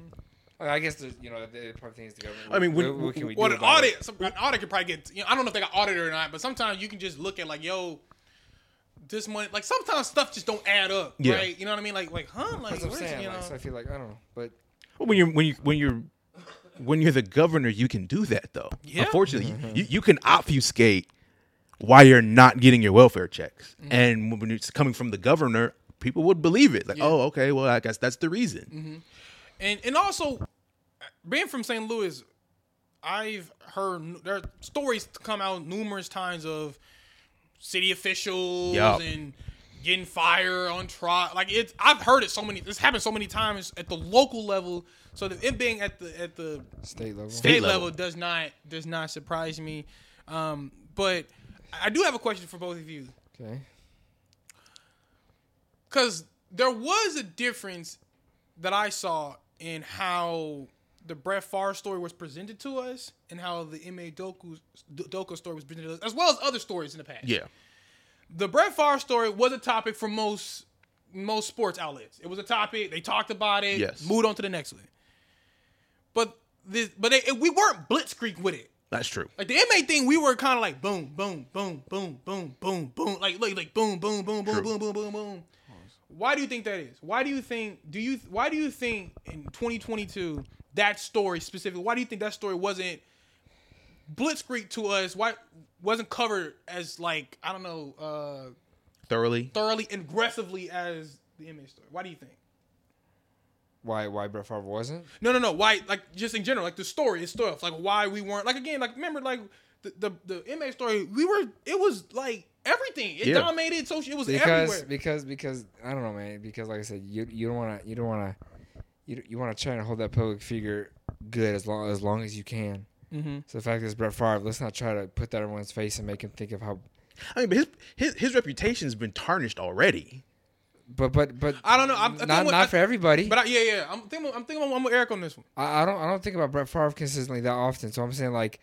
Like, I guess there's you know the the part thing is the government.
I mean, when-
what, what can we
Well,
do
an
about it?
audit, some, an audit could probably get. You know, I don't know if they got audited or not, but sometimes you can just look at like, yo, this money. Like sometimes stuff just don't add up,
Yeah.
right? You know what I mean? Like, like, huh? Like,
That's what I'm
where's-
saying.
you know?
Like, so I feel like I don't know, but
Well, when you're when you when you're when you're the governor, you can do that though.
Yeah.
Unfortunately,
Mm-hmm.
you, you can obfuscate why you're not getting your welfare checks.
Mm-hmm.
And when it's coming from the governor, people would believe it. Like, oh, okay, well, I guess that's the reason.
Mm-hmm.
and and also being from St. Louis, I've heard nu- there are stories come out numerous times of city officials
Yup.
and getting fire on trial. Like it's, I've heard it so many. This happened so many times at the local level. So the, it being at the at the
state level.
State
state level.
level.
does not does not surprise me. Um, but I do have a question for both of you
Okay.
because there was a difference that I saw in how the Brett Favre story was presented to us and how the M.A. Doku, Doku story was presented to us, as well as other stories in the past.
Yeah.
The Brett Favre story was a topic for most most sports outlets. It was a topic. They talked about it.
Yes.
Moved on to the next one. But this, but they, we weren't blitzkrieg with it.
That's true.
Like the inmate thing, we were kind of like boom, boom, boom, boom, boom, boom, boom. Like like like boom, boom, boom, boom,
True.
boom, boom, boom, boom. Why do you think that is? Why do you think do you why do you think in 2022 that story specifically? Why do you think that story wasn't blitzkrieg to us? Why wasn't covered as like I don't know uh
Thoroughly.
thoroughly and aggressively as the inmate story? Why do you think?
why why Brett Favre wasn't.
No, no, no. Why? Like just in general, like the story itself, like why we weren't. Like again, like remember, like the the, the inmate story. We were. It was like everything. It
Yeah.
dominated social. It was
because
everywhere.
because because I don't know, man. Because like I said, you you don't want to you don't want to you you want to try and hold that public figure good as long as long as you can.
Mm-hmm.
So the fact is, Brett Favre, let's not try to put that in everyone's face and make him think of how.
I mean, but his his his reputation's been tarnished already.
But but but
I don't know. I'm- I think
not
what-
not
I-
for everybody.
But I, yeah, yeah. I'm thinking. I'm thinking. I'm, I'm with Eric on this one.
I, I don't I don't think about Brett Favre consistently that often. So I'm saying like,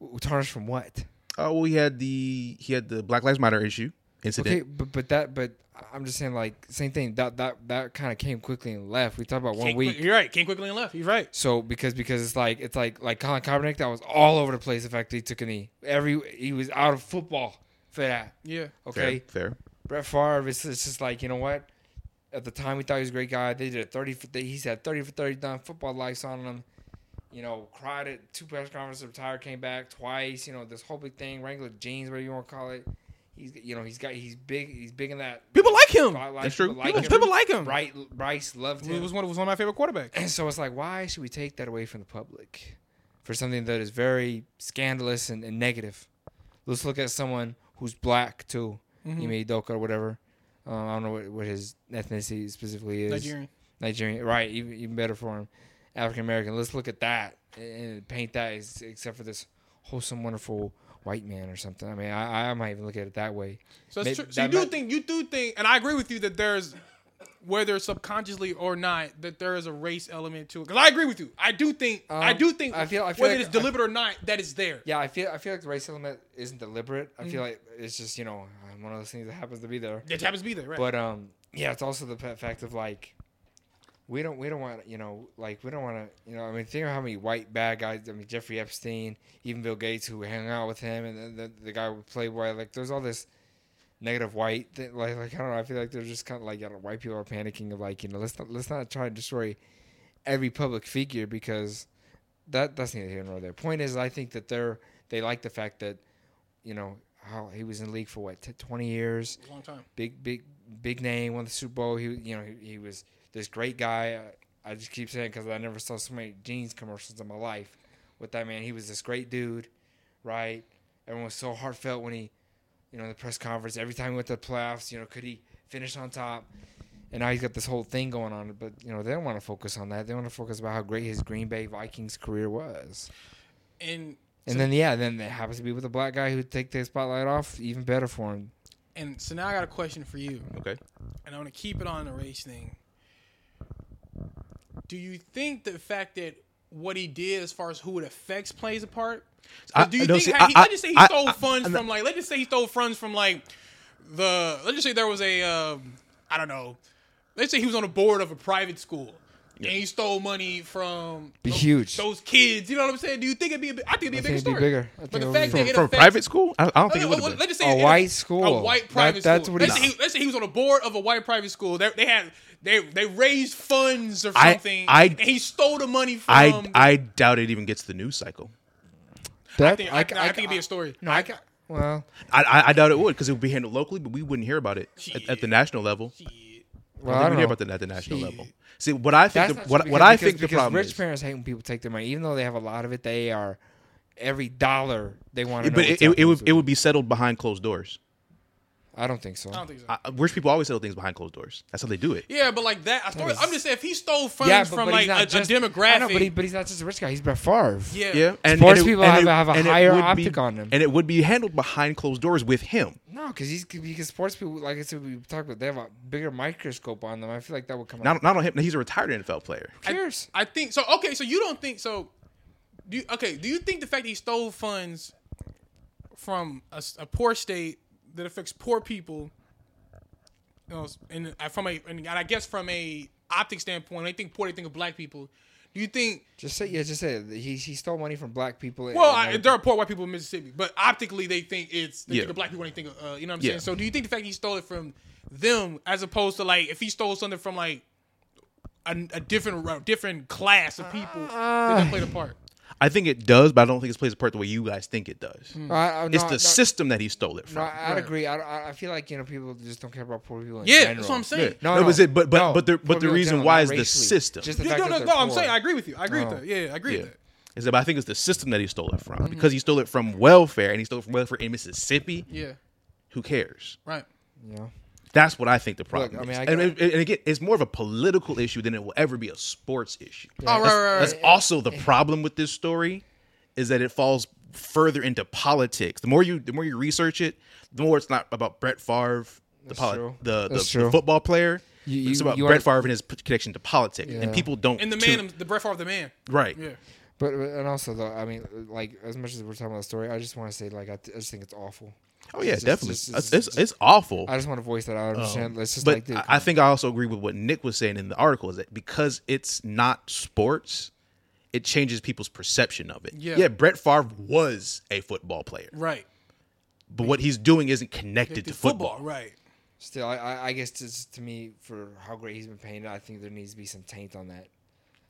w- tarnished from what?
Oh, well, he had the he had the Black Lives Matter issue incident.
Okay, but but that but I'm just saying like same thing. That that that kind of came quickly and left. We talked about one
Came
week.
quick- you're right. Came quickly and left. He's right.
So because because it's like it's like like Colin Kaepernick that was all over the place. The fact that he took a knee, every he was out of football for that.
Yeah.
Fair,
Okay,
fair.
Brett Favre, it's, it's just like you know what. At the time, we thought he was a great guy. They did a thirty. For, they, he's had thirty for thirty done football lights on him. You know, cried at two press conferences, retired, came back twice. You know, this whole big thing, Wrangler jeans, whatever you want to call it. He's you know he's got he's big he's big in that.
People like him.
spotlight.
That's true.
People
People,
like him.
people like him.
Bright, Bryce loved
He
him.
was one. Was one of my favorite quarterbacks.
And so it's like, why should we take that away from the public for something that is very scandalous and, and negative? Let's look at someone who's black too,
Mm-hmm.
mm or whatever. Um, I don't know what, what his ethnicity specifically is.
Nigerian.
Nigerian, right? Even, even better for him, African American. Let's look at that and, and paint that as, except for this wholesome, wonderful white man or something. I mean, I, I might even look at it that way.
So,
May-
that's true. so you
that
do
might-
think you do think, and I agree with you that there's whether subconsciously or not that there is a race element to it. Because I agree with you. I do think I
Um,
do think
I feel- I feel
whether
like-
it's deliberate or not that it's there.
Yeah, I feel I feel like the race element isn't deliberate. I feel like it's just you know one of those things that happens to be there.
It happens to be there, right?
But um, yeah, it's also the fa- fact of like, we don't we don't want you know like we don't want to you know I mean think of how many white bad guys I mean Jeffrey Epstein even Bill Gates who hung out with him and the the, the guy with Playboy like there's all this negative white thing like like I don't know I feel like they're just kind of like I don't know, white people are panicking of like you know let's not let's not try to destroy every public figure because that that's neither here nor there. Point is I think that they're they like the fact that you know how he was in the league for what t- twenty years
It's a long time.
big big big name won the Super Bowl. He you know he, he was this great guy. I, I just keep saying because I never saw so many jeans commercials in my life with that man. He was this great dude, right? Everyone was so heartfelt when he, you know, in the press conference. Every time he went to the playoffs, you know, could he finish on top? And now he's got this whole thing going on, but you know they don't want to focus on that. They want to focus about how great his Green Bay Vikings career was.
And
And then yeah, then it happens to be with a black guy who take the spotlight off, even better for him.
and so now I got a question for you,
Okay.
and I want to keep it on the race thing. Do you think the fact that what he did as far as who it affects plays a part?
I-
do you
no,
think
see,
had he,
I-
let's just say he
I-
stole
I-
funds
I'm
from like let's just say he stole funds from like the let's just say there was a um, I don't know let's say he was on the board of a private school and he stole money from
Be
tho-
huge.
those kids you know what I'm saying do you think it'd be a, bi- I think it'd be a
I
bigger
think it'd be
story
bigger. I
but
think
the
it
fact
would
that
be-
it
From
affects
private school? I, I don't think
well,
it would
well,
have been.
let's just say
A
it- it-
white school.
A white
That-
private
that's
school.
what
let's,
it
say
is.
he, let's say he was on a board of a white private school. They, they had they they raised funds or
I-
something.
I-
and he stole the money from.
I,
um,
I doubt it even gets the news cycle.
That,
I think, I,
c-
I
I
think
c-
it'd be a story.
No, I got. Well,
I, I, I doubt it would because it would be handled locally, but we wouldn't hear about it at, at the national level.
Shit.
well,
I
I
don't
don't
hear
know.
about that at the national level. See, what I think,
That's
the,
not
what,
true
what
because-
I
because-
think the
because
problem
rich
is,
parents hate when people take their money, even though they have a lot of it. They are every dollar they want to.
but it, it, it would it would be settled behind closed doors.
I don't think so.
I don't think so.
I, rich people always settle things behind closed doors. That's how they do it.
yeah, but like that, a story,
is-
I'm just saying if he stole funds
yeah, but,
from
but
like
he's
a,
not
a
just,
demographic,
I know, but, he, but he's not just a rich guy. He's Brett Favre.
yeah,
Yeah, and
Sports
and it-
people
and
have
it-
a- have a
and it
higher
would be-
optic on them.
and it would be handled behind closed doors with him.
No, because he's because sports people, like I said, we talked about, they have a bigger microscope on them. I feel like that would come out.
Not not on him. He's a retired NFL player.
Who cares?
I think so. Okay, so you don't think so? Do you, okay? Do you think the fact that he stole funds from a, s- a poor state that affects poor people, you know, s- and uh, from a and I guess from a optic standpoint, they think poor, they think of black people. Do you think?
just say yeah. Just say it. he he stole money from black people. and-
Well,
and
I,
other
there are poor white people in Mississippi, but optically they think it's they
Yeah.
think of black people. They think of uh, you know what I'm
Yeah.
saying. So do you think the fact that he stole it from them as opposed to like if he stole something from like a, a different a different class of people, that that played a part?
I think it does, but I don't think it plays a part the way you guys think it does.
I- I- Mm.
It's
no,
the
no,
system that he stole it
No,
from.
I- I'd
Right.
agree. I, I I feel like you know people just don't care about poor people. In
Yeah,
general.
that's what I'm
Yeah.
saying.
No,
No,
no,
but it- but- but-
no.
but the- but
Poor
the
people in
reason
general,
why
not
is the
racially.
system.
Just the
Yeah,
fact
no,
that
no,
they're
no. I'm
poor.
saying I agree with you. I agree
Oh.
with that. Yeah, I agree
Yeah.
with that.
Is that, but I think it's the system that he stole it from
Mm-hmm.
because he stole it from welfare and he stole it from welfare in Mississippi.
Yeah,
Who cares?
right.
Yeah.
That's what I think the problem
I mean,
is.
I
and,
get-
and- and again, it's more of a political issue than it will ever be a sports issue.
Oh, right, right,
That's
right.
also the problem with this story, is that it falls further into politics. The more you the more you research it, the more it's not about Brett Favre, the poli-
true.
the, the,
That's
the
true.
football player.
You-
it's
you-
about
you
Brett
wanna-
Favre and his p- connection to politics, and
Yeah.
people don't.
And the
tune-
man, the breath of the man.
right?
Yeah,
But but- and also though, I mean, like as much as we're talking about the story, I just want to say like I, th- I just think it's awful.
Oh yeah,
It's just-
definitely.
just-
it's,
just-
it's, it's awful.
I just want to voice that out. I understand. Let's just
Oh. but
like, dude,
I, I think I also agree with what Nick was saying in the article is that because it's not sports, it changes people's perception of it.
Yeah.
Brett Favre was a football player,
right.
but what he's doing isn't connected to
The
football.
football, right?
still, I, I, I guess just to me for how great he's been painted, I think there needs to be some taint on that.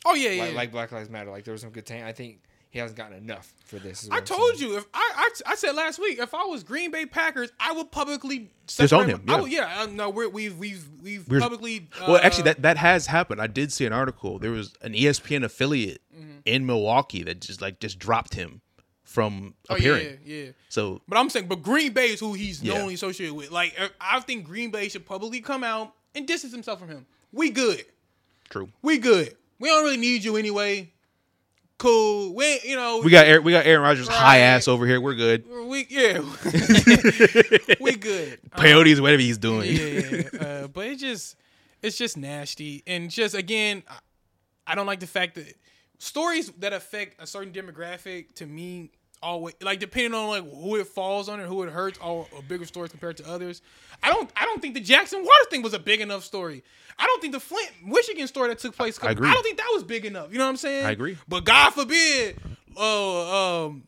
Oh yeah, yeah.
Like,
yeah.
like Black Lives Matter, like there was some good taint. I think he hasn't gotten enough for this. is what
I
I'm
told
saying.
you if I, I I said last week if I was Green Bay Packers I would publicly
Disown
separate
him,
my- I
yeah.
would, yeah. I- No, we're, we've we've we've
We're-
publicly. Uh,
Well, actually, that that has happened. I did see an article. There was an E ESPN affiliate
Mm-hmm.
in Milwaukee that just like just dropped him from
oh,
appearing.
Yeah, yeah.
So
But I'm saying, but Green Bay is who he's
Yeah.
normally associated with. Like I- I think Green Bay should publicly come out and distance himself from him. We good.
true.
We good. We don't really need you anyway. Cool. We you know
We got Aaron, we got Aaron Rodgers high
Right.
ass over here. We're good.
we yeah [LAUGHS] we good.
Peyotes, whatever he's doing.
Uh, yeah, yeah, yeah. Uh, but it just it's just nasty and just again I, I don't like the fact that stories that affect a certain demographic to me always like depending on like who it falls on and who it hurts are are bigger stories compared to others i don't i don't think the jackson water thing was a big enough story i don't think the flint michigan story that took place
I agree.
don't think that was big enough you know what i'm saying
I agree.
but god forbid oh um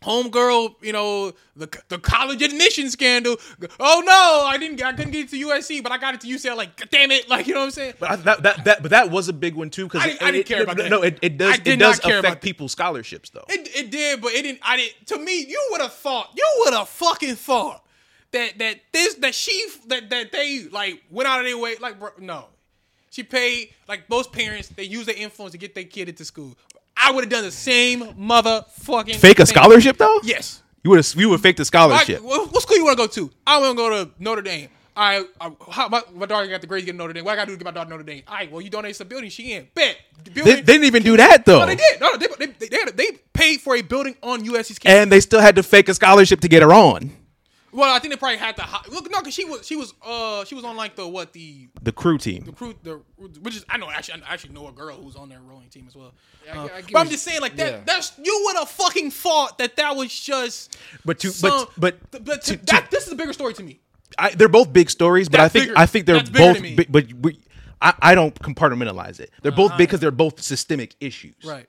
homegirl, you know, the the college admission scandal. Oh no, I didn't, I couldn't get it to USC, but I got it to UCLA. Like, God damn it, [LAUGHS] like you know what I'm saying?
[LAUGHS] But I, that, that that but that was a big one too because
I didn't- I didn't care about
no,
that.
No, it, it
I
does
did
it does
not care about
affect
that.
people's scholarships though.
It, it did, but it didn't. I didn't. To me, you would have thought, you would have fucking thought that that this that she that that they like went out of their way. Like, bro, no, she paid like most parents. They use their influence to get their kid into school. I would have done the same motherfucking thing.
though?
Yes.
you would have you would fake the scholarship.
All right, what, what school you want to go to? I want to go to Notre Dame. I, I how, my, my daughter got the grades to get to Notre Dame. What I got to do to get my daughter to Notre Dame? All right, well, you donate some building. She in. Bet. The
they,
building,
they didn't even do that though,
no, they did. No, no, they, they, they, had a- they paid for a building on USC's campus.
and they still had to fake a scholarship to get her on
well, I think they probably had to hi- look. No, because she was she was uh she was on like the what the
the crew team.
crew the which is I know actually I actually know a girl who's on their rowing team as well.
I-
Uh,
I get
but I'm
what
just
you-
saying like that.
yeah.
That's you would have fucking thought that that was just.
But to- but-
some-
but
but to-
to-
that, this is a bigger story to me.
I, they're both big stories, but I
That's
think
bigger.
I think they're
That's bigger to
both.
me. Uh-huh.
Big, but we, I I don't compartmentalize it. They're both big because they're both systemic issues.
Right.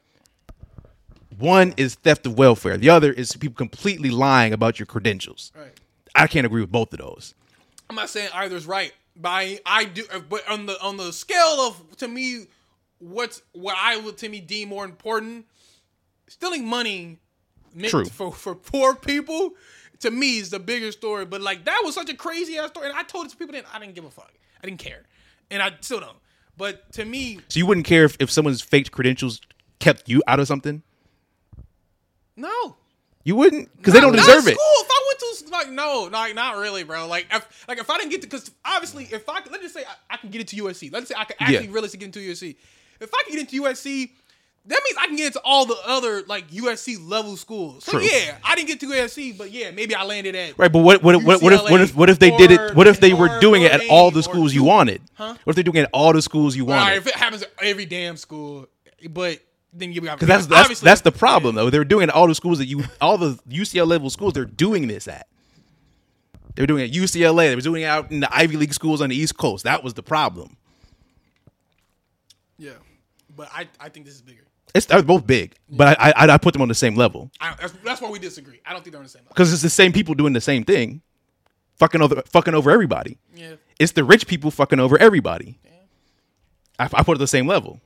One is theft of welfare. The other is people completely lying about your credentials.
Right.
I can't agree with both of those.
I'm not saying either's right, but I, I do. But on the on the scale of to me, what's what I would to me deem more important, stealing money, meant
True.
for for poor people, to me is the bigger story. But like that was such a crazy ass story, and I told it to people, then I didn't give a fuck, I didn't care, and I still don't. But to me,
So you wouldn't care if, if someone's faked credentials kept you out of something?
no,
You wouldn't, because they don't
Not
deserve
in School,
it.
if I went to s- like no, like not really, bro. Like if like if I didn't get to because obviously if I could- let's just say I, I can get into USC. Let's say I can actually
Yeah.
realistically get into USC. If I can get into USC, that means I can get into all the other like USC level schools. So
True.
yeah, I didn't get to USC, but yeah, maybe I landed at
Right, but what what, what, what if what if what if they did it? What if they were doing it at all the schools you wanted? Huh? What if they're doing it at all the schools you
All right,
wanted?
if it happens at every damn school, but then you got
Because that's that's, that's the problem though. They're doing it at all the schools that you all the UCLA level schools they're doing this at. They were doing it at UCLA. They were doing it out in the Ivy League schools on the East Coast. That was the problem.
Yeah, but I I think this is bigger.
It's they're both big, but I, I I put them on the same level
I, that's, that's why we disagree. I don't think they're on the same level.
because it's the same people doing the same thing, fucking over fucking over everybody.
Yeah.
It's the rich people
Hmm.
fucking over everybody. I, I put it at the same level.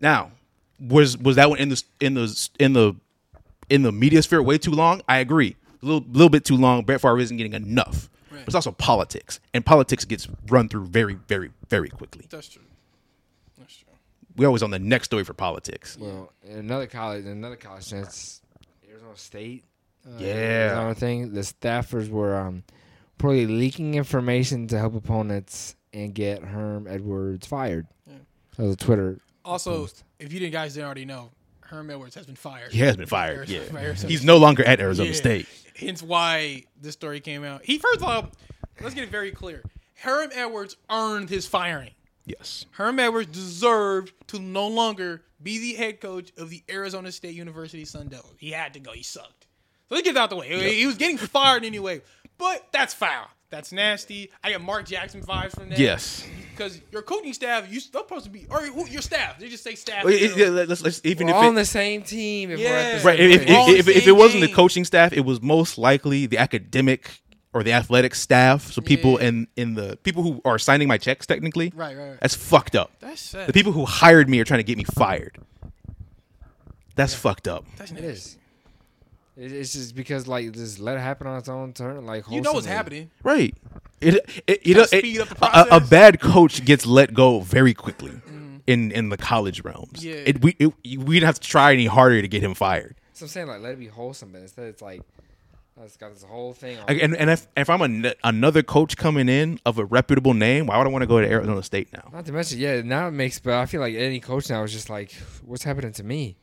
Now, was was that one in the in the in the in the media sphere way too long? I agree, a little little bit too long. Brett Favre isn't getting enough. But it's also politics, and politics gets run through very, very, very quickly.
That's true. That's true.
We're always on the next story for politics.
Well, in another college, in another college, that's Arizona State. Uh,
Yeah.
Arizona thing. The staffers were um, probably leaking information to help opponents and get Herm Edwards fired.
Yeah.
That was a Twitter.
Also, if you didn't guys didn't already know, Herm Edwards has been fired.
He has been fired.
Arizona-
yeah,
Arizona
he's no longer at Arizona
Yeah.
State.
Hence why this story came out. He first of all, let's get it very clear. Herm Edwards earned his firing.
Yes,
Herm Edwards deserved to no longer be the head coach of the Arizona State University Sun Devils. He had to go. He sucked. So let's get that out the way. He was getting fired anyway. But that's foul. That's nasty. I got Mark Jackson vibes from that.
yes.
Because your coaching staff, you they're supposed to be, or who- your staff. They just say staff.
Well, it-
you
yeah,
know.
let's, let's even
We're
if
all
it-
on the same team. If we're at the
Yeah.
same
right if, if,
place.
We're all on
if,
the
if it
same
wasn't the
team.
coaching staff it was most likely the academic or the athletic staff so people
Yeah.
in in the people who are signing my checks technically
Right, right, right.
that's fucked up
That's sad.
the people who hired me are trying to get me fired that's fucked up
That's
It
nasty.
is. It- It's just because like just let it happen on its own turn. Like
You know what's
wholesomely.
happening.
right it it, it, it,
speed up the
a, a- a
process. Mm.
bad coach gets let go very quickly in in the college realms
Yeah.
it, we it, we didn't have to try any harder to get him fired
So I'm saying like let it be wholesome, but instead it's like it's got this whole thing. On.
Like, and and if, if I'm an, another coach coming in of a reputable name, why would I want to go to Arizona State now?
Not to mention, yeah, now it makes. But I feel like any coach now is just like, what's happening to me?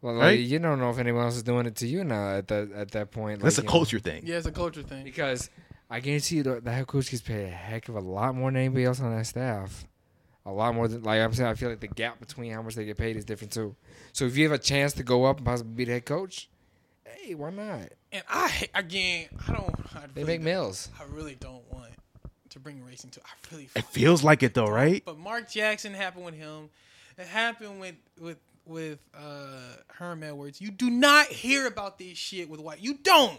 Well, like,
Right?
you don't know if anyone else is doing it to you now. At that at that point,
That's a
like, you know,
culture thing.
Yeah, it's a culture thing.
because I guarantee you the, the head coach gets paid a heck of a lot more than anybody else on that staff. A lot more than like I'm saying. I feel like the gap between how much they get paid is different too. So if you have a chance to go up and possibly be the head coach, hey, why not?
And I, again, I don't. I
They
really
make
don't-
meals.
I really don't want to bring racing to. I really.
It feels like it though, right?
But Mark Jackson happened with him. It happened with with with uh Herm Edwards. You do not hear about this shit with white. You don't.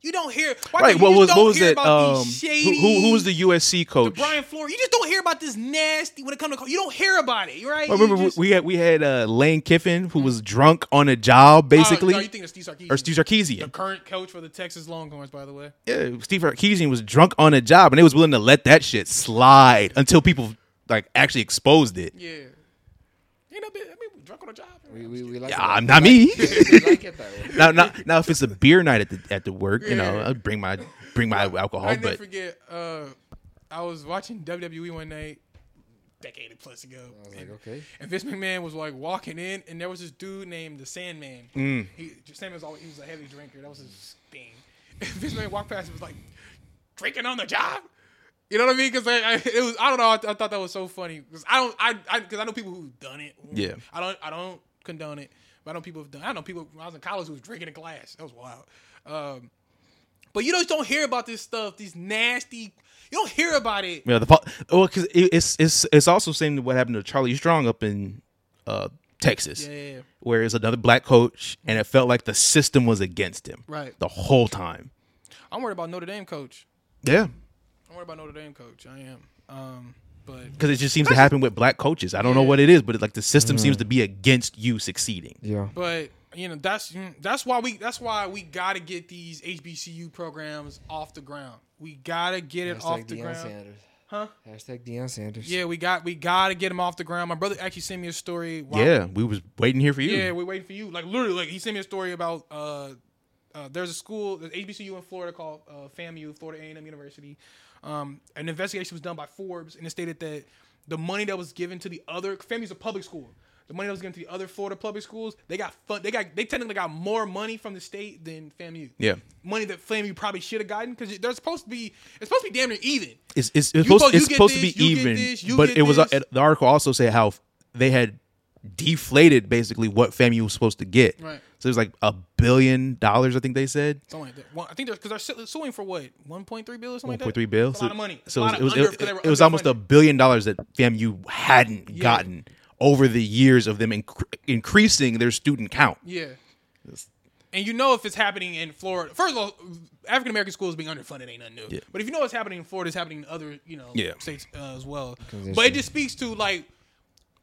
You don't hear. Why
Right.
you
What
just
was
don't
what was
hear
that?
about
Um,
these
who,
shady-
who who was the USC
the
coach?
Brian Flores? You just don't hear about this nasty when it comes to. You don't hear about it, right? You
I remember we-
just-
we had we had uh, Lane Kiffin who was drunk on a job basically,
Oh, no, you think of Steve Sarkisian.
or Steve
the
Sarkisian.
current coach for the Texas Longhorns, by the way.
Yeah, Steve Sarkisian was drunk on a job, and they was willing to let that shit slide until people like actually exposed it.
Yeah. Ain't no bit. I mean, we drunk on a job.
We, we, we like
Yeah,
it that-
I'm not me.
[LAUGHS]
we like it that way.
[LAUGHS] now, now, now, if it's a beer night at the at the work, you know,
Yeah.
I'll bring my bring my alcohol.
I never
But
forget. Uh, I was watching WWE one night, decade plus ago.
I was
and,
like, okay.
and Vince McMahon was like walking in, and there was this dude named the Sandman. He Sandman was always he was a heavy drinker. That was his thing. [LAUGHS] And Vince McMahon walked past and was like, drinking on the job. You know what I mean? Because I, I, it was I don't know. I, th- I thought that was so funny because I don't I I because I know people who've done it.
Yeah.
I don't I don't condone it, but I know people have done. I know people when I was in college who was drinking a glass. That was wild. Um, but you just don't hear about this stuff. These nasty. You don't hear about
[LAUGHS]
it.
Yeah, the pol- well, because it, it's it's it's also same to what happened to Charlie Strong up in uh, Texas,
Yeah, yeah, yeah.
where it's another black coach, and it felt like the system was against him
Right.
the whole time.
I'm worried about Notre Dame coach.
Yeah,
I'm worried about Notre Dame coach. I am. Um, but
because it just seems to happen with black coaches. I don't know
Yeah.
what it is, but it, like the system seems to be against you succeeding.
Yeah.
but you know that's that's why we that's why we gotta get these HBCU programs off the ground. We gotta get it
Hashtag
off the
Deion
ground.
Sanders.
Huh?
Hashtag Deion Sanders.
Yeah, we got we gotta get him off the ground. My brother actually sent me a story. While,
Yeah, we was waiting here for you.
yeah, we're waiting for you. Like literally, like he sent me a story about uh, uh there's a school, there's HBCU in Florida called uh, FAMU, Florida A&M University. Um, an investigation was done by Forbes, and it stated that the money that was given to the other FAMU's a public school. The money that was given to the other Florida public schools, they got fun. They got they technically got more money from the state than FAMU.
Yeah.
money that FAMU probably should have gotten because they're supposed to be it's supposed to be damn near even.
It's it's, it's supposed,
supposed-
it's
you get
supposed to
this,
be
you get
even,
this, you
but
get
it was uh,
this.
the article also said how they had deflated basically what FAMU was supposed to get.
Right.
So it was like a billion dollars, I think they said.
Something like that. Well, I think they're because they're su- suing for what 1.3 billion or something like that.
1.3 bill.
It's a lot of money. It's
So
a lot
it was,
of under- 'cause
it,
they
it-
were
it was almost a
underfunded.
billion dollars that FAMU hadn't gotten over the years of them incre increasing their student count.
yeah. And you know if it's happening in Florida, first of all, African American schools being underfunded ain't nothing new. But if you know what's happening in Florida, it's happening in other you know
Yeah.
states uh, as well.
it's
But it
true.
just speaks to like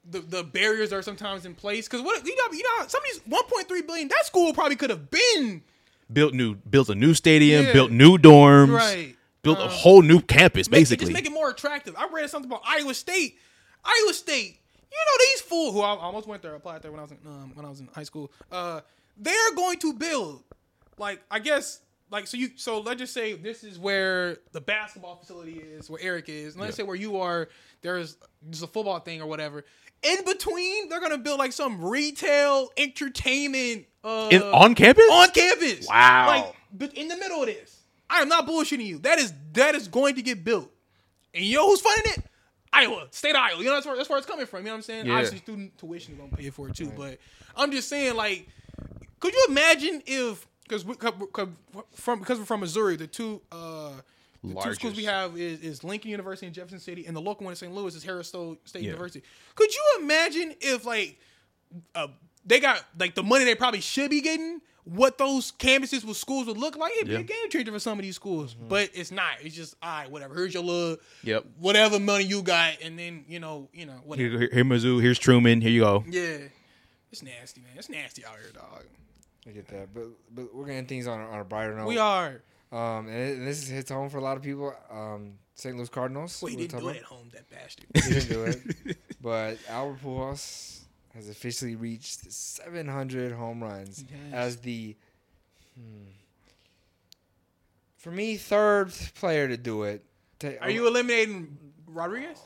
the, the barriers are sometimes in place because what you know you know some of these 1.3 billion that school probably could have been
built new, built a new stadium,
Yeah.
built new dorms,
Right. Uh,
built a whole new campus,
Make it-
basically.
just make it more attractive. I read something about Iowa State. Iowa State, you know these fools who I I almost went there, applied there when I was in, um, when I was in high school. Uh, they're going to build, like I guess, like so you so let's just say this is where the basketball facility is, where Eric is, and let's say where you are. There's just a football thing or whatever. In between, they're gonna build like some retail entertainment. Uh,
In- on campus?
on campus.
Wow.
Like but in the middle of this. I am not bullshitting you. That is that is going to get built. And you know who's funding it? Iowa, state of Iowa. You know that's where that's where it's coming from. You know what I'm saying?
Yeah.
Obviously, student tuition is gonna pay for it too. But I'm just saying, like, could you imagine if because from because we're from Missouri, the two uh the two schools
Largest.
we have is, is Lincoln University in Jefferson City, and the local one in St. Louis is Harris Stowe State
Yeah.
University. Could you imagine if like uh, they got like the money they probably should be getting, what those campuses with schools would look like, it'd
Yeah.
be a game changer for some of these schools.
Mm-hmm.
But it's not. It's just all right, whatever. Here's your little
Yep.
whatever money you got, and then you know, you know, whatever.
Here, here, here, Mizzou. Here's Truman. Here you go.
Yeah. It's nasty, man. It's nasty out here, dog.
I get that, but but we're getting things on, a- on a brighter note.
We are.
Um, and, it- and this is hits home for a lot of people. Um, St. Louis Cardinals.
Well, he
we were
didn't do
talking
it at home, that bastard.
[LAUGHS]
about. He didn't do
[LAUGHS]
it. But Albert Pujols has officially reached 700 home runs
Yes.
as the, hmm, for me, third player to do it. Ta-
Are you eliminating Rodriguez?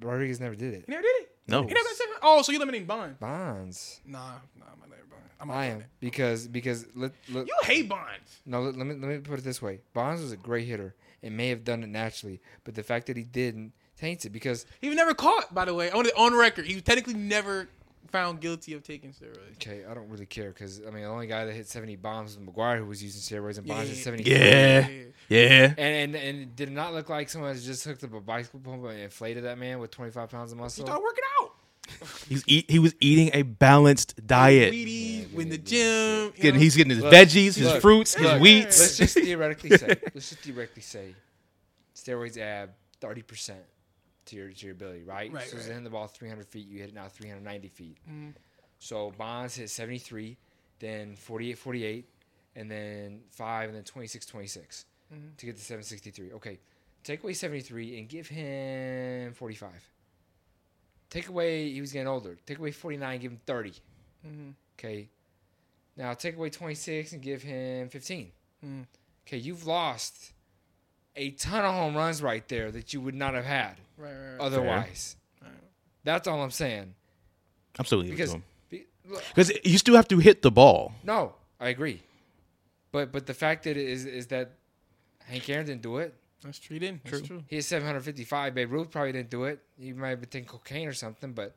Rodriguez never did it.
He never did it.
No.
He never got seven. Oh, so you eliminating Bond?
Bonds.
Nah, nah, I'm not letting Bond. I'm not
I
doing
am
that.
because because let, let,
You hate Bonds.
No, let, let me let me put it this way: Bonds was a great hitter and may have done it naturally, but the fact that he didn't taints it because
He was never caught, by the way. On on record, he was technically never found guilty of taking steroids.
okay, I don't really care because I mean the only guy that hit seventy bombs was McGuire who was using steroids and Bonds
Yeah.
hit seventy.
Yeah. Yeah.
And, and and it did not look like someone that just hooked up a bicycle pump and inflated that man with twenty five pounds of
He
muscle.
started working out.
He's eat, he was eating a balanced diet.
Wheaties,
Yeah,
in the
yeah,
gym. you
Getting,
know.
he's getting his
Look,
veggies, his
look,
fruits,
look,
his
Let's
wheats. [LAUGHS]
just theoretically say. Let's just theoretically say, steroids add thirty percent to your to your ability, right?
Right,
So
right. Mm-hmm.
it's hitting the ball three hundred feet, you hit it now three hundred ninety feet. So Bonds hit seventy three, then 48, 48, and then five, and then 26, 26
Mm-hmm.
to get to seven sixty three. Okay, take away seventy three and give him forty five. Take away he was getting older. Take away forty nine, give him 30
Mhm.
Okay. Now take away 26 and give him 15.
Mm.
Okay, you've lost a ton of home runs right there that you would not have had
Right, right, right.
otherwise.
Fair. Right.
That's all I'm saying.
I'm still giving it to
Because
him
be- look,
because you still have to hit the ball.
no, I agree. But but the fact that it is is that Hank Aaron didn't do it.
That's true. Then. That's true.
He is 755. Babe Ruth probably didn't do it. He might have been taking cocaine or something. But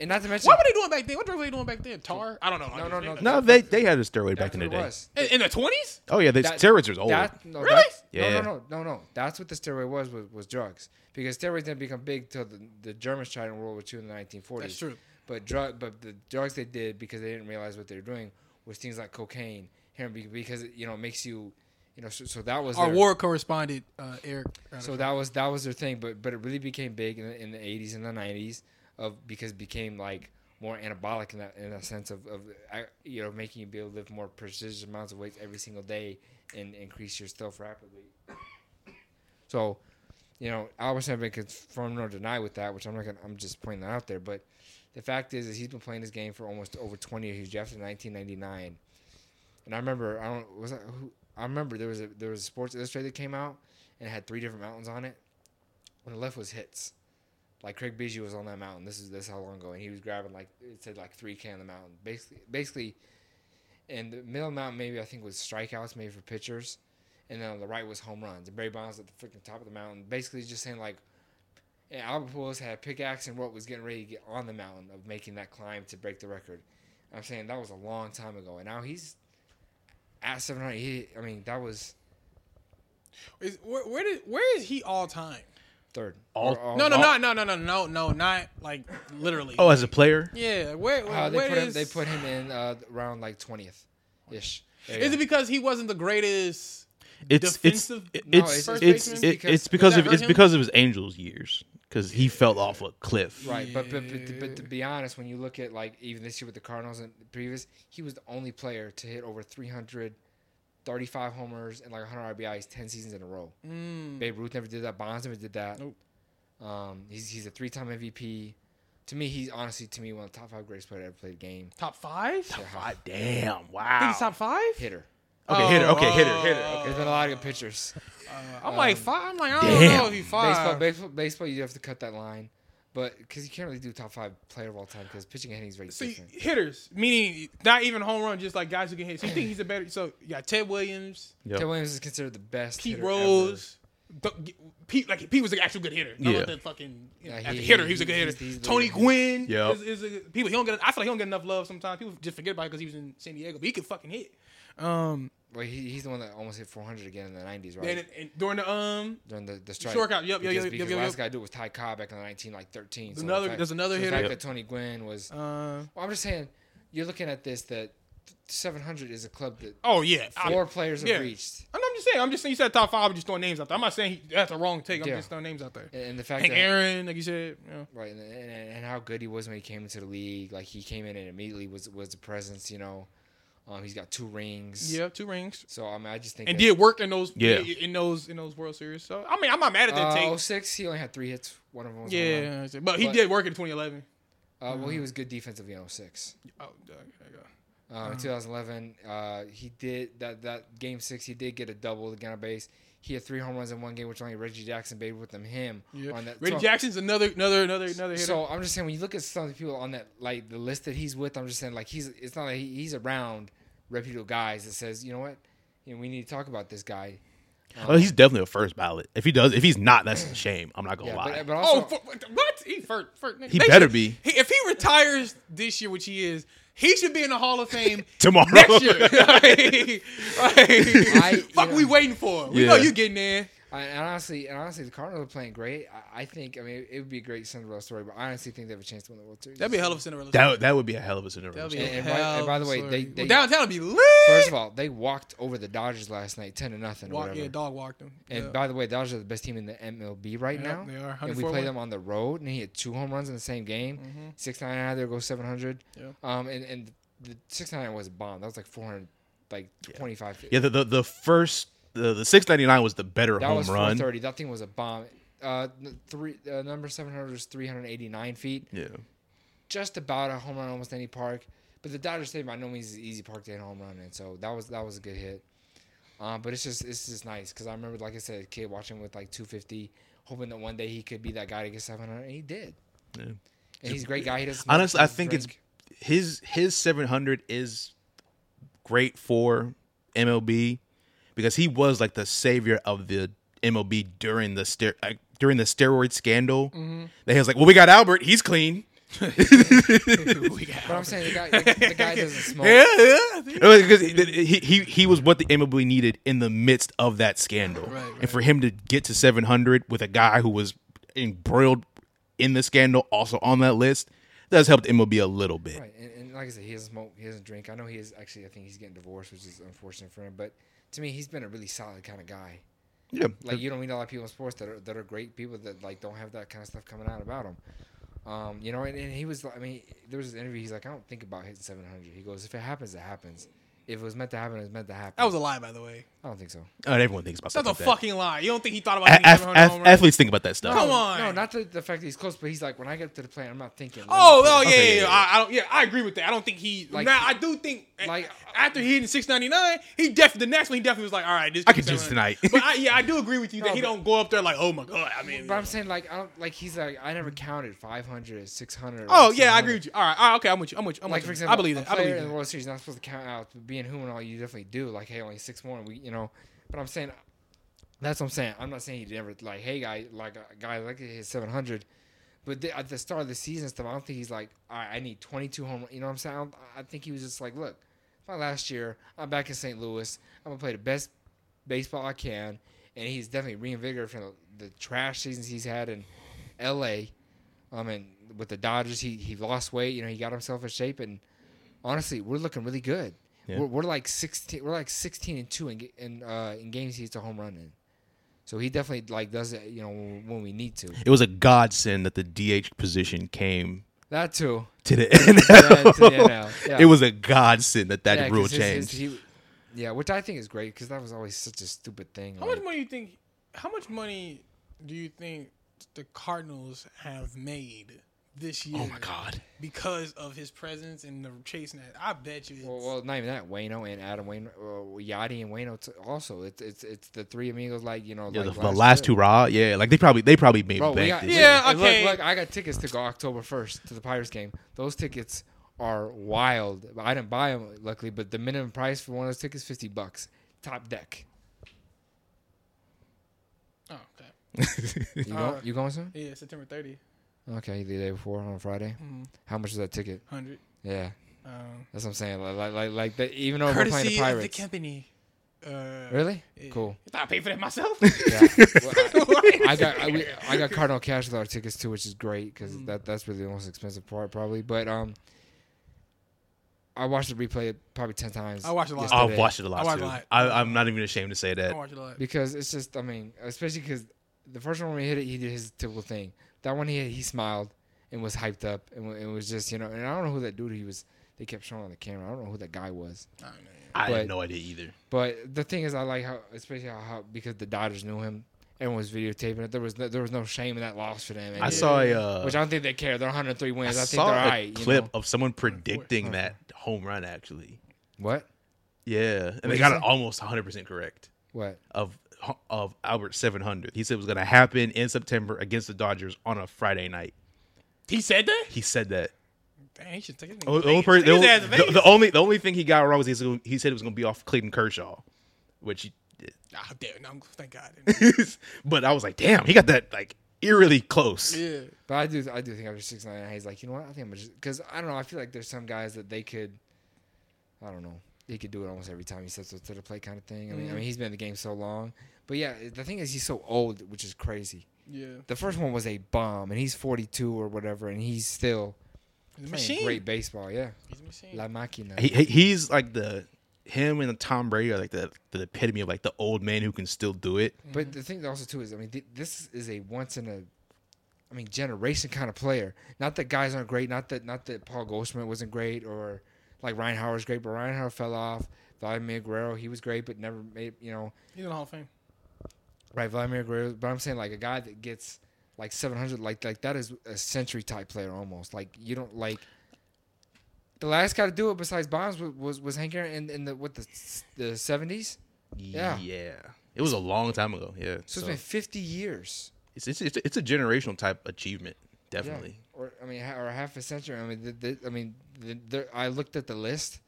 and not to mention,
What were they doing back then? What drugs were they doing back then? Tar? I don't know.
No, no, no.
No, they they had a steroid back
that's
in
what
the
it
day.
was.
In, in the twenties?
Oh yeah, the
That-
steroids was old.
That, no,
Really?
that's-
Yeah.
No, no, no, no, no. That's what the steroid was, was, was drugs. Because steroids didn't become big till the, the Germans tried in World War II in the 1940s.
That's true.
But drug, but the drugs they did because they didn't realize what they were doing was things like cocaine, heroin, be- because it, you know makes you, you know. So, so that was
Our
their-
war correspondent, uh, Eric. uh,
So that was that was their thing. But but it really became big in the, in the 80s and the 90s of because it became like more anabolic in that in that sense of, of uh, you know making you be able to lift more precious amounts of weight every single day and increase your stuff rapidly. So, you know, Albert's never been confirmed nor denied with that, which I'm not gonna. I'm just pointing that out there. But the fact is, is he's been playing this game for almost over 20 years. He was drafted in 1999, and I remember I don't was that who I remember there was a there was a Sports Illustrated that came out and it had three different mountains on it. On the left was hits, like Craig Bijou was on that mountain. This is this is how long ago, and he was grabbing like it said like three K on the mountain, basically basically. And the middle mountain maybe I think was strikeouts, maybe for pitchers, and then on the right was home runs. And Barry Bonds at the freaking top of the mountain, basically just saying like. And Albert Pujols had a pickaxe and what was getting ready to get on the mountain of making that climb to break the record. I'm saying that was a long time ago, and now he's at 700. He, I mean, that was
is, where, where did where is he all time?
third.
All-
Or- or-
No, no,
all-
no, no, no, no, no, no, not like literally.
oh, as a player,
yeah. Where? where
Uh, they
where
put him.
is-
They put him in uh, around like twentieth, ish.
Is it because he wasn't the greatest?
It's it's
Defensive-
it's
No,
it's
it's-
it's
first
it-
baseman because-
it's because
Did
of
that
it's
hurt him?
because of his Angels years because he fell off a cliff.
Right, but, but but but to be honest, when you look at like even this year with the Cardinals and the previous, he was the only player to hit over 300, 35 homers and like 100 RBIs ten seasons in a row.
Mm.
Babe Ruth never did that. Bonds never did that.
Nope.
Um, he's he's a three time MVP. To me, he's honestly to me one of the top five greatest player to ever played the game.
Top five?
Yeah,
Ah, damn!
I think
Wow.
it's top five.
hitter.
Okay, hit her. Okay, hit her.
Oh.
Hit her.
There's been a lot of good pitchers.
I'm like five. I'm like I don't
Damn.
know if he five.
Baseball, baseball, baseball. You have to cut that line, but because you can't really do top five player of all time because pitching and hitting is very
See,
different.
hitters, meaning not even home run, just like guys who can hit. So you think he's a better? So you got Ted Williams,
Yep.
Ted Williams is considered the best.
Pete
hitter ever.
Rose. Th- g- Pete like Pete was an actual good hitter. Not
Yeah.
like the fucking you know,
Yeah, he-
as a hitter. He was a
he-
good hitter.
he's- he's the-
Tony Gwynn.
Yep.
Is, is a, people he don't get. I feel like he don't get enough love sometimes. People just forget about it because he was in San Diego, but he could fucking hit. Um,
Well, he, he's the one that almost hit 400 again in the 90s, right?
and, and during the um,
During the, the strike.
Shortcut, yep, yep,
Because-
yep,
because
yep,
the last
yep.
guy to do it was Ty Cobb back in the 19, like 13. So the
Another-
fact-
there's another
so
hitter.
The fact
Yep.
that Tony Gwynn was.
uh,
Well, I'm just saying, you're looking at this that 700 is a club that
oh yeah, I-
four players have
yeah.
reached.
I'm just saying. I'm just saying. You said top five. I'm just throwing names out there. I'm not saying he, that's a wrong take. I'm
Yeah.
just throwing names out there.
And, and the fact
Hank
that.
Aaron, like you said, you know.
Right, and, and, and how good he was when he came into the league. Like, he came in and immediately was was the presence, you know. Um, he's got two rings.
yeah, two rings,
So, I mean, I just think.
and
that-
did work in those,
Yeah.
in those, in those World Series. So I mean, I'm not mad at that
uh,
take.
06, he only had three hits. One of them was a home
Yeah, Mm-hmm.
run.
I see. but he
But-
did work in 2011.
Uh, well, he was good defensively in 06.
Oh, there you go.
Um,
Uh-huh.
in 2011, uh, he did that. That game six, he did get a double to get on base. He had three home runs in one game, which only Reggie Jackson, Babe Ruth, and him
Yeah.
on that.
Reggie
so,
Jackson's another, another, another, another hitter.
so I'm just saying, when you look at some of the people on that, like the list that he's with, I'm just saying, like he's. It's not like he, he's around reputable guys that says, you know what, you know, we need to talk about this guy.
Oh, he's definitely a first ballot. If he does, if he's not, that's a shame. I'm not gonna
Yeah,
lie.
but, but
oh,
also,
for, what? He first, first,
He better be.
He, if he retires this year, which he is, he should be in the Hall of
[LAUGHS]
Fame
Tomorrow.
next year. [LAUGHS] Like, like,
I-
[LAUGHS] fuck,
yeah.
we waiting for. We know
Yeah.
you getting there.
I, and honestly, and honestly, the Cardinals are playing great. I, I think. I mean, it would be a great Cinderella story, but I honestly think they have a chance to win the World Series.
That'd be a hell of a Cinderella.
[LAUGHS] That would- that would be a hell of a scenario.
That'd be
And-
a
and by- and
hell
by
of
the
a
way,
story.
they-
Well,
they-
downtown would be lit.
First of all, they walked over the Dodgers last night, ten to nothing. or
Walk-
whatever.
yeah, dog walked him.
And
Yeah.
by the way, Dodgers are the best team in the MLB right
Yep,
now.
they are.
And we
104
play
win.
them on the road, and he hit two home runs in the same game.
Mm-hmm.
Six nine out of there goes seven hundred.
Yeah.
Um, and and the six nine was a bomb. That was like four hundred, like twenty five.
Yeah, the, the the first the, the 699 was the better
that
home
was four
run.
thirty. That thing was a bomb. Uh, n- three uh, number seven hundred was three hundred eighty nine feet.
Yeah.
Just about a home run, almost any park. But the Dodgers stadium by no means is an easy park to hit a home run, in. so that was that was a good hit. Um, but it's just it's just nice because I remember, like I said, a kid watching with like 250, hoping that one day he could be that guy to get 700, and he did.
Yeah.
And he's a great guy. He doesn't smoke,
Honestly,
he
I
doesn't
think
drink.
it's his his 700 is great for MLB because he was like the savior of the MLB during the ster- like, during the steroid scandal.
Mm-hmm.
They was like, well, we got Albert, he's
[LAUGHS]
clean. [LAUGHS]
We got-
But I'm saying the guy, the, the
[LAUGHS]
guy doesn't smoke.
yeah, yeah.
because he, he he was what the MLB needed in the midst of that scandal, and for him to get to 700 with a guy who was embroiled in the scandal, also on that list, does help the MLB a little bit.
Right, and, and like I said, he doesn't smoke, he doesn't drink. I know he is actually. I think he's getting divorced, which is unfortunate for him. But to me, he's been a really solid kind of guy.
Yeah,
Like you don't meet a lot of people in sports that are that are great people that like don't have that kind of stuff coming out about them. Um, you know, and, and he was. like- I mean, there was an interview. He's like, I don't think about hitting 700. He goes, if it happens, it happens. If it was meant to happen, it was meant to happen.
That was a lie, by the way.
I don't think so.
Not Uh, everyone thinks about
That's
stuff
a
like that.
fucking lie. You don't think he thought about
A-
hitting
ath-
700
ath-
home runs?
athletes think about that stuff.
Come
No,
on.
No, not the, the fact that he's close, but he's like, when I get to the plane, I'm not thinking. let me
Oh,
play."
oh yeah,
Okay,
yeah, yeah.
yeah, yeah.
I, I don't. Yeah, I agree with that. I don't think he.
Like-
now, I do think like
like-
after hitting six ninety nine, he def the next one he definitely was like, all right, this.
I can
could be
do this
[LAUGHS]
700.
tonight.
but I, yeah, I do agree with you that
No,
he
but-
don't go up there like, oh my god. I mean,
But I'm saying like I don't like he's like I never counted 500, 600.
oh yeah, I agree with you. All right, all right, okay, I'm with you. I'm with you. I'm
Like
with
for
you.
example,
I believe
a
that. I
player
believe
in the
that.
World Series not supposed to count out, but being human, all you definitely do. Like hey, only six more, and we you know. But I'm saying that's what I'm saying. I'm not saying he never like hey guy like a guy like his 700. But the, at the start of the season stuff, I don't think he's like all right, I need 22 home. run-" You know what I'm saying? I, don't, I think he was just like, look, my last year, I'm back in St. Louis. I'm gonna play the best baseball I can, and he's definitely reinvigorated from the, the trash seasons he's had in L.A. Um, and with the Dodgers, he he lost weight. You know, he got himself in shape, and honestly, we're looking really good.
Yeah.
We're, we're like sixteen. We're like sixteen and two in ga- in, uh, in games he's a home run in. So he definitely like does it. You know when, when we need to.
It was a godsend that the DH position came
That
[LAUGHS]
too.
to the NL.
Yeah, to the NL, yeah.
It was a godsend that that
Yeah,
rule
'cause his- his-
changed.
he- yeah, which I think is great because that was always such a stupid thing.
How
like-
much money you think? How much money do you think the Cardinals have made this year?
oh my god!
Because of his presence and the chasing that, I bet you. It's,
Well, well, not even that. Wayno and Adam Wayno, uh, Yachty and Wayno t- also. It's it's it's the three amigos. Like you know,
Yeah, the,
like
the last two raw, yeah, like they probably they probably made
Bro, we
back.
got,
this
Yeah,
Hey, look,
okay.
Look, I got tickets to go October first to the Pirates game. Those tickets are wild. I didn't buy them luckily, but the minimum price for one of those tickets fifty bucks. Top deck.
oh, okay.
year.
You go,
Uh,
you going soon?
Yeah, September 30,
Okay, the day before on Friday.
Mhm.
How much is that ticket?
100.
Yeah,
Um,
that's what I'm saying. Like like like, like that, even though Oh, we're playing the
courtesy of the
Pirates.
company. Uh,
really?
yeah.
Cool.
I thought [LAUGHS] I paid for that
[LAUGHS]
myself.
Yeah. Well, I, I got I, we- I got Cardinal Cash with our tickets too, which is great because
Mm.
that that's really the most expensive part probably. But um, I watched the replay probably ten times.
I watched a lot.
yesterday.
I've watched it
I
a
Oh,
lot
watched
too.
a lot.
I, I'm not even ashamed to say
I
that.
watch a lot.
because it's just I mean especially because the first one when he hit it he did his typical thing. That one he hit, he smiled and was hyped up and wa- it was just you know and I don't know who that dude he was. They kept showing on the camera. I don't know who that guy was.
I don't know.
I
But-
had no idea either.
But the thing is, I like how, especially how, how because the Dodgers knew him, everyone was videotaping it. There was no, there was no shame in that loss for them.
I
And-
saw a uh,
which I don't think they care. They're 103
I
wins. I, think
saw
they're
a
all right.
clip
You
of someone predicting that home run actually.
know? What?
Yeah, and
What'd
they
you
got
say?
it almost 100 percent correct
What?
of of Albert 700. He said it was going to happen in September against the Dodgers on a Friday night.
He said that?
He said that.
Dang, Oh, he should take his
The,
name to
only Oh, per-
Vegas. Take his ass to
the-
Vegas.
the only the only thing he got wrong was he said, he said it was going to be off Clayton Kershaw, which,
Ah, damn, no, I'm- thank God. [LAUGHS]
[LAUGHS] but I was like, damn, he got that like eerily close.
yeah.
But I do I do think after six nine, he's like, you know what? I think I'm gonna just because I don't know. I feel like there's some guys that they could, I don't know, they could do it almost every time he steps up to the plate, kind of thing. I
Mm.
mean, I mean, he's been in the game so long. But yeah, the thing is, he's so old, which is crazy.
Yeah.
The first one was a bomb, and he's 42 or whatever, and he's still
He's
playing
a machine.
great baseball. Yeah,
He's a machine.
La Máquina.
He, he- he's like the him and Tom Brady are like the, the epitome of like the old man who can still do it.
But the thing also too is, I mean, th- this is a once in a, I mean, generation kind of player. Not that guys aren't great. Not that not that Paul Goldschmidt wasn't great or like Ryan Howard's great, but Ryan Howard fell off. Vladimir Guerrero, he was great, but never made you know
He's in the Hall of Fame.
right Vladimir Guerrero. But I'm saying like a guy that gets like 700, like like that is a century type player almost. Like you don't like. The last guy to do it besides Bonds was was, was Hank Aaron in, in the what the s- the 70s. Yeah.
It was a long time ago. Yeah.
So,
So
it's been 50 years.
it's, it's, it's, it's a generational type achievement, definitely.
Yeah. Or I mean, ha- or half a century. I mean, the, the, I mean, the, the, I looked at the list.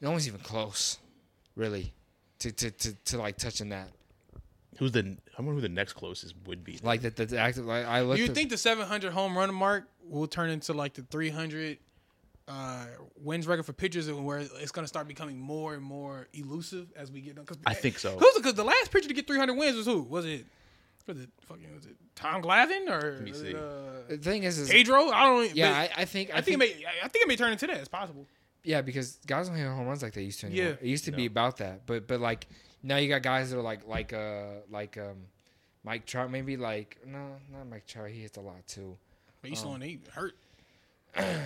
No one's even close, really, to to, to, to like touching that.
Who's the I wonder who the next closest would be.
Like that, the, the active. Like I looked.
you
at-
think the 700 home run mark will turn into like the 300 uh, wins record for pitchers, and where it's going to start becoming more and more elusive as we get done? Cause,
I think so.
Who's because the last pitcher to get 300 wins was who? Was it? Was it fucking? Was it Tom Glavine or
me
was
see.
it, uh,
the thing is, is
Pedro? I don't. even-
yeah,
but
I, I think
I, think, it may. I- I think it may turn into that. It's possible.
yeah, because guys don't hit home runs like they used to anymore.
Yeah.
It used to be about that, but but like now you got guys that are like like uh like um Mike Trout maybe like no not Mike Trout he hits a lot too.
But
Oh.
he's still in he hurt.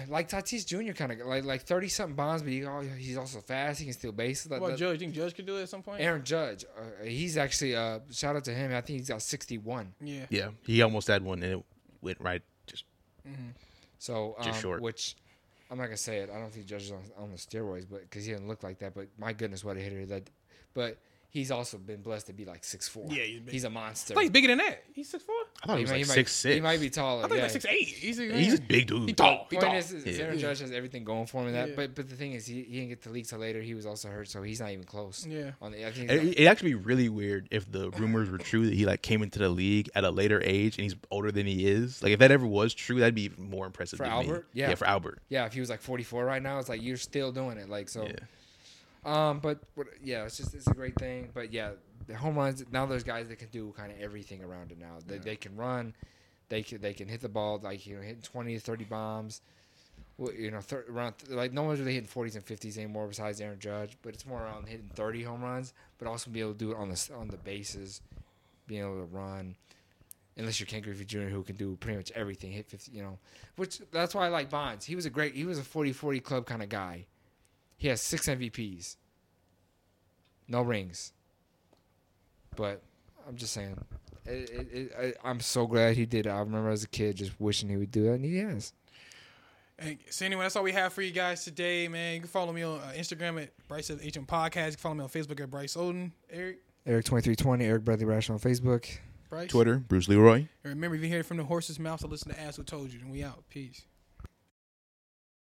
like Tatis Jr. kind of like like thirty something bombs, but he, oh, he's also fast. He can steal bases. That-
What about
that-
Judge? You think Judge could do it at some point?
Aaron Judge, uh, he's actually uh, shout out to him. I think he's got sixty one.
yeah.
Yeah. He almost had one and it went right just
So um,
Just short.
which I'm not gonna say it. I don't think Judge is on, on the steroids, but because he didn't look like that. But my goodness, what a hitter that! But he's also been blessed to be like six four.
Yeah, he's big.
he's a monster.
I think he's bigger than that. He's six four.
I thought he, was
might-
like
might-
six six.
He might be taller.
I think
yeah.
he's like six eight. He's, a-
Oh, He's a big dude.
He tall. He
Point
tall.
is, is
Yeah.
Aaron
Yeah.
Judge has everything going for him in that.
Yeah.
But but the thing is, he, he didn't get to league till later. He was also hurt, so he's not even close.
Yeah.
On the, I think he's
It, it'd actually be really weird if the rumors were true that he like came into the league at a later age and he's older than he is. Like if that ever was true, that'd be even more impressive
For
to
Albert?
Me.
Yeah.
for Albert.
yeah, if he was like 44 right now, it's like you're still doing it. Like so.
Yeah.
Um, but what, yeah, it's just it's a great thing. But yeah, the home runs now. There's guys that can do kind of everything around it now. They, they can run, they can they can hit the ball like you know hitting 20 to 30 bombs. well, you know, thir- around like no one's really hitting 40s and 50s anymore besides Aaron Judge, but it's more around hitting 30 home runs, but also be able to do it on the s- on the bases, being able to run. Unless you're Ken Griffey Jr., who can do pretty much everything, hit 50, you know, which that's why I like Bonds. He was a great, he was a 40-40 club kind of guy. He has six MVPs, no rings, but I'm just saying, it, it, it, I, I'm so glad he did. it. I remember as a kid just wishing he would do that, and he has.
And so anyway, that's all we have for you guys today, man. You can follow me on uh, Instagram at Bryce of HM Podcast. You can follow me on Facebook at Bryce Oden. Eric,
Eric twenty three twenty, Eric Bradley Rash on Facebook.
Bryce.
Twitter, Bruce Leroy.
And remember, if you hear it from the horse's mouth, so listen to Ass Who Told You. And we out. Peace.